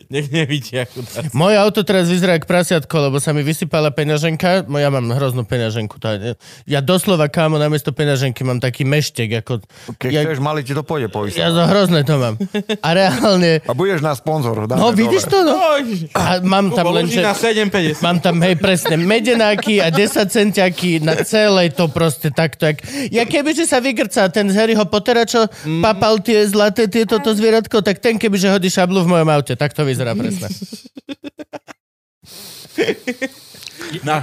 [SPEAKER 1] Nech nevidia chudá.
[SPEAKER 2] Moje auto teraz vyzerá jak prasiatko, lebo sa mi vysypala peňaženka. Mo- Ja mám hroznú peňaženku. Tá, ja doslova, kámo, namiesto peňaženky mám taký meštek. Ako,
[SPEAKER 6] Keď
[SPEAKER 2] ja,
[SPEAKER 6] chceš mali, ti to pôjde poistať.
[SPEAKER 2] ja to hrozné to mám. A reálne...
[SPEAKER 6] A budeš na sponzor. dáme
[SPEAKER 2] No
[SPEAKER 6] dole.
[SPEAKER 2] vidíš to? No? A mám tam len, že...
[SPEAKER 1] Položí na 7,50.
[SPEAKER 2] Mám tam, hej, presne, medenáky a 10 centiaky na celé to proste takto. Jak, ja kebyže sa vygrca ten z Harryho Pottera, čo
[SPEAKER 5] Mhm.
[SPEAKER 2] papal tie zlaté tieto to zvieratko, tak ten kebyže hodí šablu v mojom aute. Tak to vyzerá presne.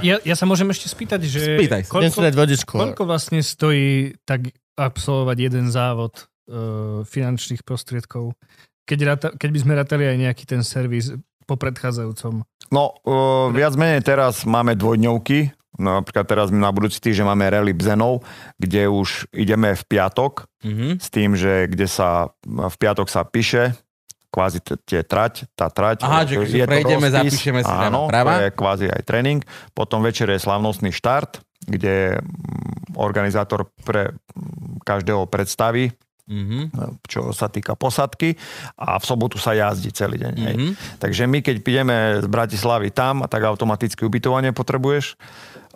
[SPEAKER 5] Ja, ja sa môžem ešte spýtať, že
[SPEAKER 1] Spýtaj sa.
[SPEAKER 2] Idem si dať
[SPEAKER 5] koľko,
[SPEAKER 2] vodičku.
[SPEAKER 5] koľko vlastne stojí tak absolvovať jeden závod uh, finančných prostriedkov, keď, rata, keď by sme ratali aj nejaký ten servis po predchádzajúcom.
[SPEAKER 6] No, uh, viac menej teraz máme dvojdňovky. No, Napríklad teraz na budúci týždeň máme rally Bzenov, kde už ideme v piatok
[SPEAKER 1] Mhm.
[SPEAKER 6] s tým, že kde sa v piatok sa píše kvázi t- tie trať, tá trať.
[SPEAKER 1] Aha, že keď prejdeme, zapíšeme si tam
[SPEAKER 6] áno,
[SPEAKER 1] práva.
[SPEAKER 6] to je kvázi aj tréning. Potom večer je slavnostný štart, kde mm, organizátor pre mm, každého predstaví
[SPEAKER 1] Mhm.
[SPEAKER 6] čo sa týka posadky a v sobotu sa jazdí celý deň. Mm-hmm. Hej. Takže my, keď ideme z Bratislavy tam, tak automaticky ubytovanie potrebuješ.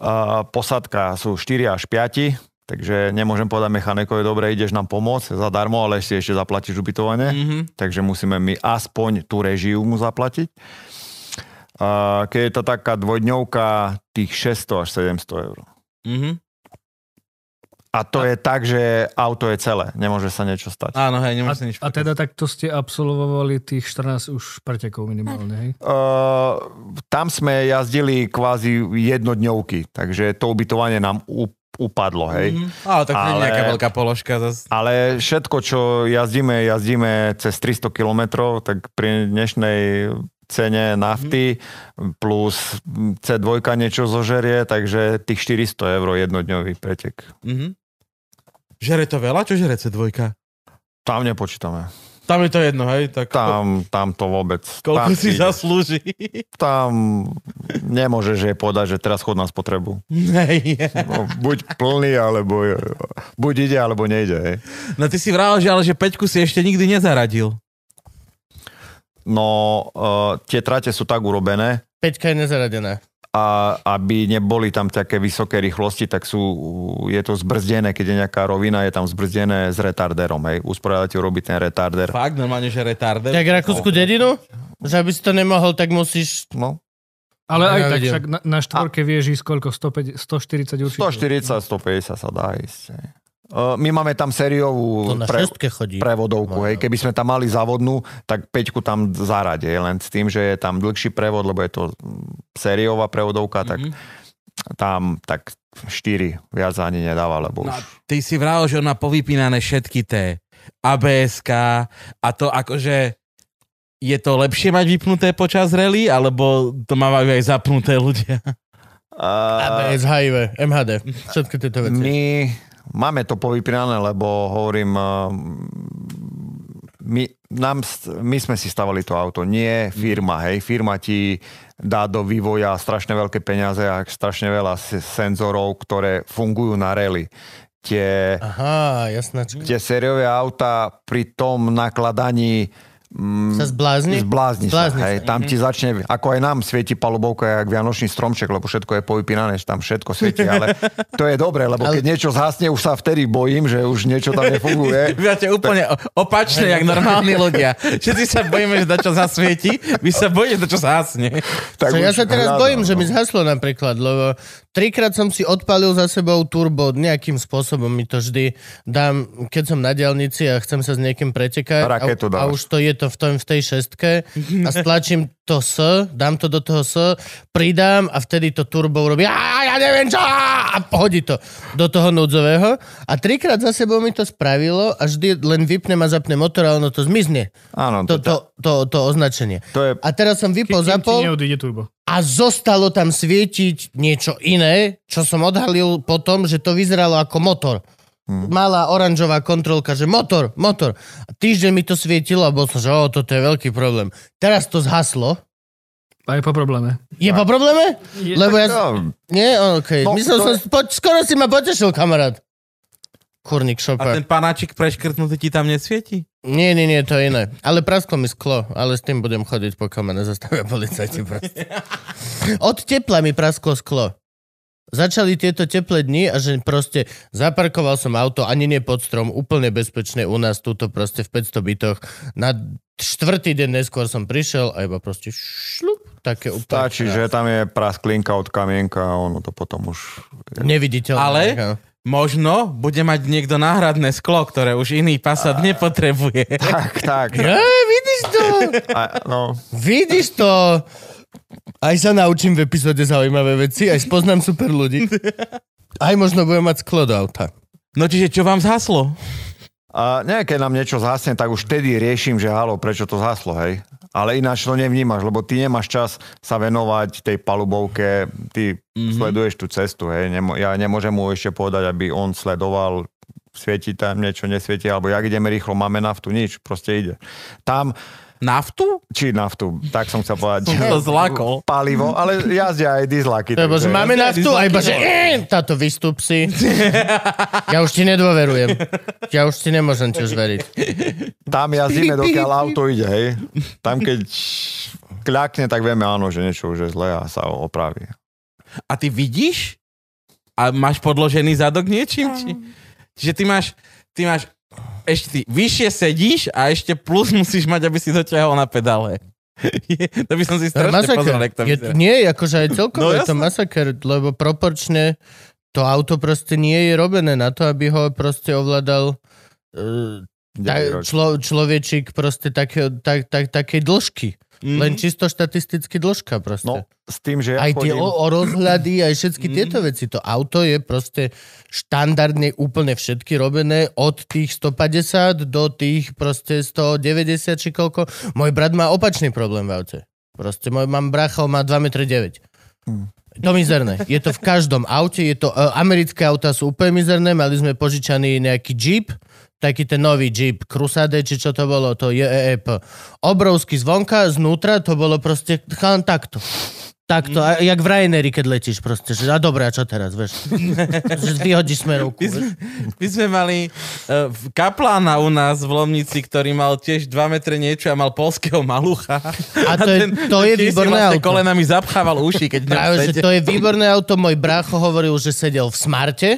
[SPEAKER 6] A posadka sú 4 až 5, takže nemôžem povedať mechanikovi, dobre, ideš nám pomôcť zadarmo, ale si ešte zaplatíš ubytovanie,
[SPEAKER 1] Mhm.
[SPEAKER 6] mm-hmm. takže musíme my aspoň tú režiu mu zaplatiť. A keď je to taká dvojdňovka, tých 600 až 700 eur.
[SPEAKER 1] Mhm.
[SPEAKER 6] A to je tak, že auto je celé, nemôže sa niečo stať.
[SPEAKER 1] Áno, hej,
[SPEAKER 5] A,
[SPEAKER 1] nemôžem nič
[SPEAKER 5] a teda takto ste absolvovali tých 14 už pretekov minimálne, hej?
[SPEAKER 6] Uh, tam sme jazdili kvázi jednodňovky, takže to ubytovanie nám u, upadlo, hej. Mm-hmm.
[SPEAKER 1] Mhm. Ale tak nie je
[SPEAKER 6] Ale-
[SPEAKER 1] nejaká veľká položka zase.
[SPEAKER 6] Ale všetko, čo jazdíme, jazdíme cez 300 kilometrov, tak pri dnešnej cene nafty
[SPEAKER 1] Mhm.
[SPEAKER 6] plus C2 niečo zožerie, takže tých 400 eur jednodňový pretek.
[SPEAKER 1] Mhm. Žere to veľa, čo žere C2?
[SPEAKER 6] Tam nepočítame.
[SPEAKER 1] Tam je to jedno, hej? Tak
[SPEAKER 6] Tam, tam to vôbec.
[SPEAKER 1] Koľko
[SPEAKER 6] tam
[SPEAKER 1] si
[SPEAKER 6] ide.
[SPEAKER 1] zaslúži?
[SPEAKER 6] Tam nemôžeš jej povedať, že teraz chod na spotrebu.
[SPEAKER 1] Hej.
[SPEAKER 6] No, buď plný, alebo buď ide, alebo nejde. Hej.
[SPEAKER 1] No ty si vravel, že ale že Peťku si ešte nikdy nezaradil.
[SPEAKER 6] No, uh, tie trate sú tak urobené,
[SPEAKER 2] Peťka je nezaradená.
[SPEAKER 6] a aby neboli tam také vysoké rýchlosti, tak sú, je to zbrzdené, keď je nejaká rovina, je tam zbrzdené s retarderom. Hej. Usporiadateľ robí ten retarder.
[SPEAKER 1] Fakt, normálne, že retarder.
[SPEAKER 2] Tak Rakúsku dedinu? Že aby si to nemohol, tak musíš...
[SPEAKER 6] No,
[SPEAKER 5] Ale aj tak
[SPEAKER 2] Nenávidím.
[SPEAKER 5] však na, na štvorke vieš ísť koľko? 105, 140 určite.
[SPEAKER 6] 140, 150 sa dá ísť. Hej. Uh, my máme tam sériovú
[SPEAKER 2] To na No,
[SPEAKER 6] pre-
[SPEAKER 2] šestke chodí.
[SPEAKER 6] prevodovku. Hej. Keby sme tam mali závodnú, tak Peťku tam zarade. Len s tým, že je tam dlhší prevod, lebo je to mm, sériová prevodovka, tak
[SPEAKER 1] Mhm.
[SPEAKER 6] tam tak 4 viac ani nedáva,
[SPEAKER 1] No,
[SPEAKER 6] lebo
[SPEAKER 1] a
[SPEAKER 6] už...
[SPEAKER 1] ty si vravel, že on má povypínané všetky tie ABSK a to akože je to lepšie mať vypnuté počas rally, alebo to mávajú aj zapnuté ľudia?
[SPEAKER 6] Uh,
[SPEAKER 2] ABS, HIV, MHD, všetky tieto veci.
[SPEAKER 6] my máme to povypínané, lebo hovorím, uh, my, nám, st- my sme si stavali to auto, nie firma, hej. Firma ti dá do vývoja strašne veľké peniaze a strašne veľa s- senzorov, ktoré fungujú na rally. Tie,
[SPEAKER 2] Aha, jasnačka.
[SPEAKER 6] tie sériové auta pri tom nakladaní
[SPEAKER 2] Sa zblázni?
[SPEAKER 6] Zblázni sa,
[SPEAKER 2] Zblázni Mhm.
[SPEAKER 6] hej, tam ti začne, ako aj nám svieti palubovka, jak vianočný stromček, lebo všetko je povypínané, že tam všetko svieti, ale to je dobre, lebo keď niečo zhasne, už sa vtedy bojím, že už niečo tam nefunguje.
[SPEAKER 1] Vy máte úplne o- opačné, jak normálni ľudia. Všetci sa bojíme, že dačo zasvieti, vy sa bojíte, že dačo zhasne.
[SPEAKER 6] Tak
[SPEAKER 2] Čo ja
[SPEAKER 6] už
[SPEAKER 2] sa teraz
[SPEAKER 6] hľadám,
[SPEAKER 2] bojím, že
[SPEAKER 6] no.
[SPEAKER 2] mi zhaslo napríklad, lebo trikrát som si odpalil za sebou turbo, nejakým spôsobom mi to vždy dám, keď som na diálnici a chcem sa s niekým pretekať
[SPEAKER 6] Raketu
[SPEAKER 2] a, a
[SPEAKER 6] dávaš.
[SPEAKER 2] už to je to to v, tom, v tej šestke a stlačím to S, dám to do toho S, pridám a vtedy to turbo urobí a ja neviem čo a hodí to do toho núdzového a trikrát za sebou mi to spravilo a vždy len vypnem a zapnem motor a ono to zmizne.
[SPEAKER 6] Áno,
[SPEAKER 2] To, to, to, to označenie.
[SPEAKER 6] to je
[SPEAKER 2] A teraz som vypol,
[SPEAKER 5] Kým ti
[SPEAKER 2] zapol
[SPEAKER 5] neodíde turbo.
[SPEAKER 2] a zostalo tam svietiť niečo iné, čo som odhalil potom, že to vyzeralo ako motor. Hmm. Malá oranžová kontrolka, že motor, motor. A týždeň mi to svietilo a bol som, že o, toto je veľký problém. Teraz to zhaslo.
[SPEAKER 5] A je po probléme.
[SPEAKER 2] Je po probléme?
[SPEAKER 5] Je-
[SPEAKER 2] Lebo ja...
[SPEAKER 6] no,
[SPEAKER 2] Nie? OK.
[SPEAKER 6] No,
[SPEAKER 2] Myslel
[SPEAKER 6] to
[SPEAKER 2] som... Po, skoro si ma potešil, kamarát. Kurník
[SPEAKER 1] A
[SPEAKER 2] šopa.
[SPEAKER 1] ten panáčik preškrtnutý ti tam nesvieti?
[SPEAKER 2] Nie, nie, nie, to je iné. Ale prasklo mi sklo, ale s tým budem chodiť, pokiaľ ma nezastavia policajti. proste. Od tepla mi prasklo sklo. Začali tieto teplé dni a že proste zaparkoval som auto ani nie pod strom, úplne bezpečné u nás túto proste v 500 bytoch. Na štvrtý deň neskôr som prišiel a iba proste šľup, také úplne.
[SPEAKER 6] stačí, že tam je prasklinka od kamienka a ono to potom už...
[SPEAKER 2] Neviditeľné.
[SPEAKER 1] Ale
[SPEAKER 2] Aha.
[SPEAKER 1] možno bude mať niekto náhradné sklo, ktoré už iný Passat nepotrebuje.
[SPEAKER 6] Tak, tak.
[SPEAKER 2] Ja, vidíš to?
[SPEAKER 6] A, no,
[SPEAKER 2] Vidíš to? Aj sa naučím v epizóde zaujímavé veci, aj spoznám super ľudí. Aj možno budem mať sklo do auta.
[SPEAKER 1] No čiže čo vám zhaslo?
[SPEAKER 6] a nie, keď nám niečo zhasne, tak už vtedy riešim, že halo, prečo to zhaslo, hej? Ale ináč to nevnímaš, lebo ty nemáš čas sa venovať tej palubovke, ty
[SPEAKER 2] Mhm.
[SPEAKER 6] mm-hmm. sleduješ tú cestu, hej? Nemo- ja nemôžem mu ešte povedať, aby on sledoval svieti tam niečo, nesvieti, alebo jak ideme rýchlo, máme naftu, nič, proste ide. Tam
[SPEAKER 1] Naftu?
[SPEAKER 6] či naftu, tak som chcel povedať.
[SPEAKER 1] Som to zlakol.
[SPEAKER 6] Palivo, ale jazdia aj dizlaky.
[SPEAKER 2] Lebo že máme naftu a iba, že "Eh, táto vystup si. Ja už ti nedôverujem. Ja už ti nemôžem tiež veriť.
[SPEAKER 6] Tam jazdíme, dokiaľ auto ide, hej. Tam keď kľakne, tak vieme, áno, že niečo už je zlé a sa opraví.
[SPEAKER 1] A ty vidíš? A máš podložený zadok niečím? Či... Čiže ty máš, ty máš ešte ty vyššie sedíš a ešte plus musíš mať, aby si doťahol na pedále. to by som si strašne pozrel,
[SPEAKER 2] Masaker.
[SPEAKER 1] jak to
[SPEAKER 2] Je,
[SPEAKER 1] vyzerá.
[SPEAKER 2] nie, akože aj celkovo
[SPEAKER 1] No,
[SPEAKER 2] je to
[SPEAKER 1] jasné.
[SPEAKER 2] masaker, lebo proporčne to auto proste nie je robené na to, aby ho proste ovládal eh,
[SPEAKER 6] Ďalší
[SPEAKER 2] tá,
[SPEAKER 6] rok.
[SPEAKER 2] člo, človečik proste také, tak, tak, takej dĺžky.
[SPEAKER 1] Mhm.
[SPEAKER 2] Mm. Len čisto štatisticky dĺžka
[SPEAKER 6] Mhm. No,
[SPEAKER 2] proste. No,
[SPEAKER 6] s tým, že ja
[SPEAKER 2] aj tie
[SPEAKER 6] chodím... Mhm.
[SPEAKER 2] o, o rozhľady, aj všetky tieto veci. To auto je proste štandardne úplne všetky robené od tých 150 do tých proste 190 či koľko. Môj brat má opačný problém v aute. Proste môj mám bracho má 2,9 m. To mizerné. Je to v každom aute. Je to, e, americké auta sú úplne mizerné. Mali sme požičaný nejaký Jeep, taký ten nový Jeep Crusade, či čo to bolo, to JEEP. Obrovský zvonka, znútra to bolo proste chan takto. Takto, a jak v Ryaneri, keď letíš proste, že a dobre, a čo teraz, vieš? že vyhodíš smerovku,
[SPEAKER 1] My sme,
[SPEAKER 2] vieš?
[SPEAKER 1] my sme mali uh, kaplána u nás v Lomnici, ktorý mal tiež 2 metre niečo a mal polského malucha.
[SPEAKER 2] A to je, to je
[SPEAKER 1] tiež si
[SPEAKER 2] výborné
[SPEAKER 1] vlastne
[SPEAKER 2] auto.
[SPEAKER 1] kolenami zapchával uši, keď ňom
[SPEAKER 2] Práve, že
[SPEAKER 1] sedel
[SPEAKER 2] to je výborné auto, môj brácho hovoril, že sedel v Smarte,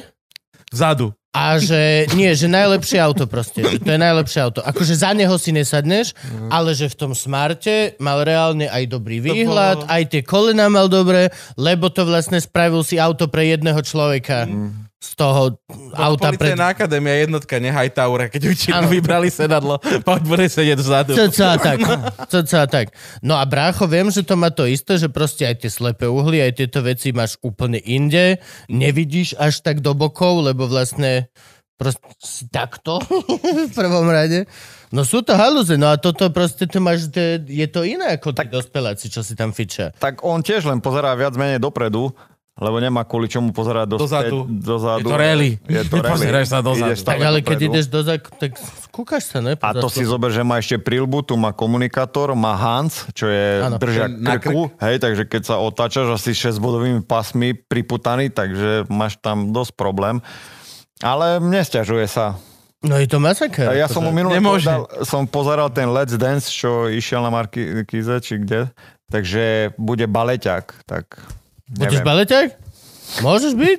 [SPEAKER 1] vzadu.
[SPEAKER 2] A že nie, že najlepšie auto proste. Že to je najlepšie auto. Akože za neho si nesadneš, ale že v tom smarte mal reálne aj dobrý výhľad,
[SPEAKER 1] bolo-
[SPEAKER 2] aj tie kolena mal dobre, lebo to vlastne spravil si auto pre jedného človeka z toho auta pre...
[SPEAKER 1] Policajná akadémia jednotka, ne Hightower, keď učinu
[SPEAKER 2] Áno.
[SPEAKER 1] vybrali sedadlo, poď bude sedieť vzadu.
[SPEAKER 2] Cca tak. Cca tak. No a brácho, viem, že to má to isté, že proste aj tie slepé uhly, aj tieto veci máš úplne inde, nevidíš až tak do bokov, lebo vlastne proste si takto v prvom rade. No sú to halúze, no a toto proste tu máš, de, je to iné ako tí dospeláci, čo si tam fičia.
[SPEAKER 6] Tak on tiež len pozerá viac menej dopredu, lebo nemá kvôli čomu pozerať do
[SPEAKER 1] Dozadu.
[SPEAKER 6] dozadu.
[SPEAKER 1] Je to rally.
[SPEAKER 6] Je to rally.
[SPEAKER 1] Nepozeráš sa dozadu.
[SPEAKER 6] Ideš
[SPEAKER 2] Tak
[SPEAKER 6] stále
[SPEAKER 2] ale keď
[SPEAKER 6] dopredu.
[SPEAKER 2] ideš do zak, tak skúkaš sa, ne?
[SPEAKER 6] A to si zober, že má ešte prilbu, tu má komunikátor, má Hans, čo je
[SPEAKER 2] Áno.
[SPEAKER 6] ano, držia
[SPEAKER 1] Na
[SPEAKER 6] krku, hej, takže keď sa otáčaš asi 6-bodovými pasmi priputaný, takže máš tam dosť problém. Ale nestiažuje sa.
[SPEAKER 2] No je to masaker.
[SPEAKER 6] Ja som mu minulé
[SPEAKER 1] Nemôže.
[SPEAKER 6] povedal, som pozeral ten Let's Dance, čo išiel na Markize, či kde, takže bude baleťák, tak
[SPEAKER 2] Budeš
[SPEAKER 6] neviem.
[SPEAKER 2] baleťák? Môžeš byť?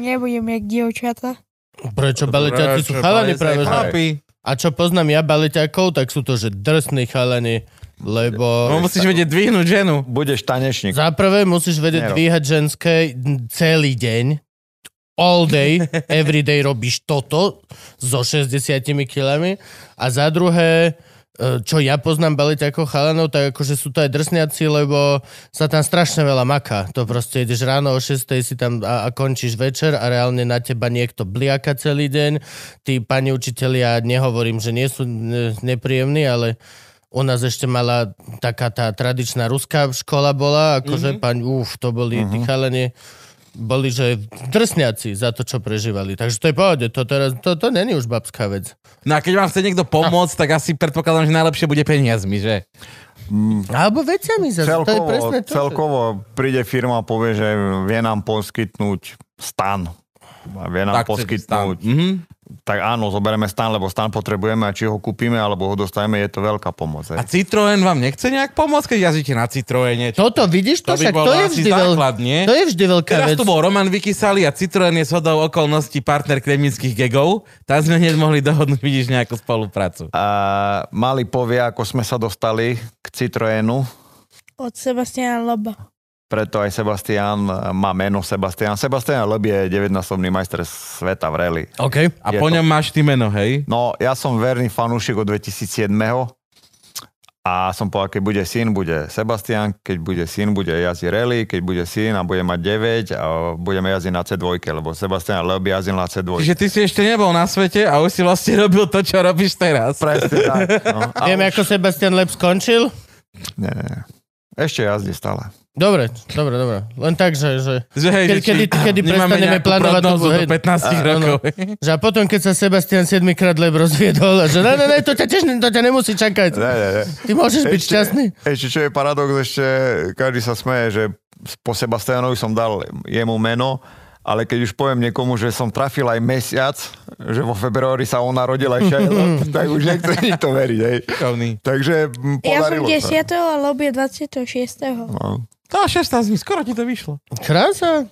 [SPEAKER 3] Nebudem jak dievčata.
[SPEAKER 2] Prečo baleťáci sú chalani práve? že-
[SPEAKER 1] Chlapi.
[SPEAKER 2] A čo poznám ja baleťakov, tak sú to, že drsní chalani,
[SPEAKER 1] No
[SPEAKER 2] lebo...
[SPEAKER 1] musíš vedieť dvihnúť ženu.
[SPEAKER 6] Budeš tanečník.
[SPEAKER 2] Za prvé musíš vedieť
[SPEAKER 6] Nerob.
[SPEAKER 2] dvíhať ženské celý deň. All day, every day robíš toto so 60 kilami. A za druhé, e, čo ja poznám balitákov chalanov, tak akože sú to aj drsniaci, lebo sa tam strašne veľa maká. To proste ideš ráno o 6 si tam a, a končíš večer a reálne na teba niekto bliaka celý deň. Tí pani učitelia, nehovorím, že nie sú e, nepríjemní, ale u nás ešte mala taká tá tradičná ruská škola bola, akože mm-hmm. pani, uf, to boli mm-hmm. tí chalani, boli, že drsniaci za to, čo prežívali. Takže to je pohode, to, teraz, to, to není už babská vec.
[SPEAKER 1] No a keď vám chce niekto pomôcť, tak asi predpokladám, že najlepšie bude peniazmi, že?
[SPEAKER 2] Alebo veciami za to je
[SPEAKER 6] Celkovo,
[SPEAKER 2] presne to.
[SPEAKER 6] celkovo príde firma a povie, že vie nám poskytnúť stan. A Vie nám
[SPEAKER 1] Tak
[SPEAKER 6] tak,
[SPEAKER 1] chce stan.
[SPEAKER 6] poskytnúť.
[SPEAKER 1] Mhm.
[SPEAKER 6] Tak áno, zoberieme stan, lebo stan potrebujeme a či ho kúpime, alebo ho dostaneme, je to veľká pomoc.
[SPEAKER 1] A
[SPEAKER 6] hej.
[SPEAKER 1] Citroen vám nechce nejak pomôcť, keď jazdíte na Citroene? Čo?
[SPEAKER 2] Toto, vidíš to,
[SPEAKER 1] To by
[SPEAKER 2] však
[SPEAKER 1] bol
[SPEAKER 2] to je
[SPEAKER 1] asi
[SPEAKER 2] vždy, veľ...
[SPEAKER 1] základ, nie?
[SPEAKER 2] to je vždy veľká
[SPEAKER 1] Teraz
[SPEAKER 2] vec.
[SPEAKER 1] tu bol Teda Roman Vykysali a Citroen je shodou okolností partner kremnických gegov. Tam sme hneď mohli dohodnúť, vidíš, nejakú spoluprácu.
[SPEAKER 6] A mali povie, ako sme sa dostali k Citroenu,
[SPEAKER 3] Od Sebastiana Loba.
[SPEAKER 6] preto aj Sebastian e, má meno Sebastian. Sebastian Leb je 9-násobný majster sveta v rally.
[SPEAKER 2] OK.
[SPEAKER 1] A
[SPEAKER 6] Je
[SPEAKER 1] po
[SPEAKER 6] to-
[SPEAKER 1] ňom máš ty meno, hej?
[SPEAKER 6] No, ja som verný fanúšik od 2007. A som povedal, keď bude syn, bude Sebastian, keď bude syn, bude jazdiť rally, keď bude syn a bude mať 9 a budeme jazdiť na C2, lebo Sebastian Leb jazdil na C2.
[SPEAKER 1] Čiže ty si ešte nebol na svete a už si vlastne robil to, čo robíš teraz.
[SPEAKER 6] Presne tak. No. A
[SPEAKER 2] Viem,
[SPEAKER 6] už-
[SPEAKER 2] ako Sebastian Leb skončil?
[SPEAKER 6] Nie, nie, nie. Ešte jazdí stále.
[SPEAKER 2] Dobre, dobre, dobre. Len tak, že... že...
[SPEAKER 1] Že hej,
[SPEAKER 2] Kedy,
[SPEAKER 1] že či
[SPEAKER 2] kedy, kedy
[SPEAKER 1] nemáme
[SPEAKER 2] prestaneme
[SPEAKER 1] nejakú
[SPEAKER 2] plánovať
[SPEAKER 1] prognózu
[SPEAKER 2] dobu,
[SPEAKER 1] do
[SPEAKER 2] hej. Áno.
[SPEAKER 1] 15 rokov.
[SPEAKER 2] Že a potom, keď sa Sebastian 7 krát leb rozviedol, a že ne, ne, ne, to ťa, tiež, to ťa nemusí čakať.
[SPEAKER 6] Ne, ne, ne.
[SPEAKER 2] Ty môžeš byť šťastný.
[SPEAKER 6] Ešte, čo je paradox, ešte každý sa smeje, že po Sebastianovi som dal jemu meno, ale keď už poviem niekomu, že som trafil aj mesiac, že vo februári sa on narodil aj šajlo, tak už nechce nikto veriť. Hej.
[SPEAKER 1] Šikovný.
[SPEAKER 6] Takže m,
[SPEAKER 3] Ja som
[SPEAKER 6] podarilo
[SPEAKER 3] 10.
[SPEAKER 6] sa.
[SPEAKER 3] a Lob je 26.
[SPEAKER 6] No.
[SPEAKER 1] To 16 dní, skoro ti to vyšlo.
[SPEAKER 2] Krása.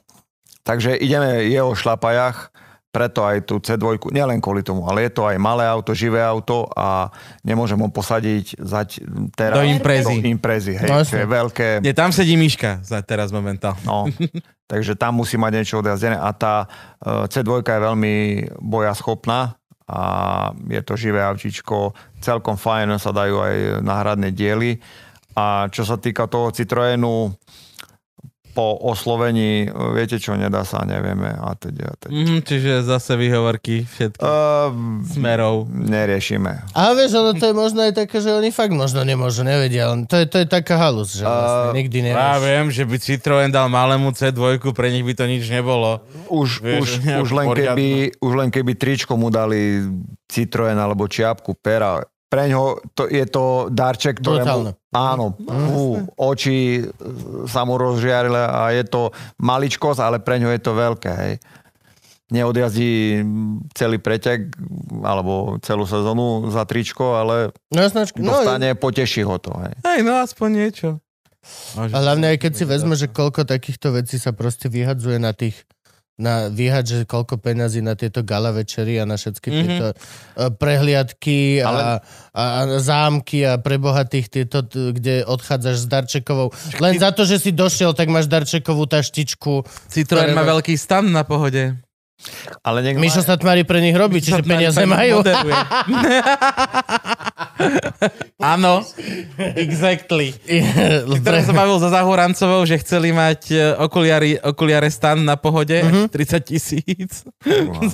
[SPEAKER 6] Takže ideme jeho šlapajach, preto aj tú C2, nielen kvôli tomu, ale je to aj malé auto, živé auto a nemôžem ho posadiť zať, teraz
[SPEAKER 1] Do imprezy.
[SPEAKER 6] Do imprezy, hej,
[SPEAKER 2] No,
[SPEAKER 6] no,
[SPEAKER 2] jasne.
[SPEAKER 6] čo je veľké.
[SPEAKER 1] Nie, tam sedí Miška za teraz momentálne.
[SPEAKER 6] No, takže tam musí mať niečo odjazdené a tá e, C2 je veľmi bojaschopná a je to živé autíčko, celkom fajn, sa dajú aj náhradné diely. A čo sa týka toho Citroenu, po oslovení, e, viete čo, nedá sa, nevieme a teď a teď.
[SPEAKER 1] Mhm, čiže zase výhovorky všetky
[SPEAKER 6] Ehm,
[SPEAKER 1] smerov.
[SPEAKER 6] neriešime.
[SPEAKER 2] A vieš, ono to je možno aj také, že oni fakt možno nemôžu, nevedia. len To je, to je taká halus, že vlastne nikdy
[SPEAKER 1] Ja
[SPEAKER 2] nevieš.
[SPEAKER 1] viem, že by Citroen dal malému C2, pre nich by to nič nebolo.
[SPEAKER 6] Už,
[SPEAKER 1] Vieš,
[SPEAKER 6] už,
[SPEAKER 1] nejak
[SPEAKER 6] už, len
[SPEAKER 1] poriadne.
[SPEAKER 6] keby, už len keby tričko mu dali Citroen alebo čiapku, pera. Pre ňo to, je to darček,
[SPEAKER 2] Brutálne.
[SPEAKER 6] ktorému... Áno, mu oči e, sa mu rozžiarili a je to maličkosť, ale pre ňo je to veľké. Hej. Neodjazdí celý pretek alebo celú sezónu za tričko, ale
[SPEAKER 2] No, jasnačky, no,
[SPEAKER 6] dostane, poteší ho to. Hej.
[SPEAKER 1] Hej, no aspoň niečo. Môže
[SPEAKER 2] A hlavne aj keď si vezme, že koľko takýchto vecí sa proste vyhadzuje na tých na vyhať, že koľko peňazí na tieto gala večery a na všetky mm-hmm. tieto e, prehliadky a, a, a zámky a pre bohatých tieto, t- kde odchádzaš s darčekovou. Len za to, že si došiel, tak máš darčekovú taštičku.
[SPEAKER 1] Citroen má
[SPEAKER 2] Ktoré-
[SPEAKER 1] veľký stan na pohode.
[SPEAKER 6] Ale nech má-
[SPEAKER 2] Mišo sa tmári pre nich robí, čiže peniaze majú.
[SPEAKER 1] Moderuje. Áno, exactly. Teraz som bavil za Zahorancovou, že chceli mať e, okuliary, okuliare stan na pohode,
[SPEAKER 2] Mhm.
[SPEAKER 1] mm-hmm. 30 tisíc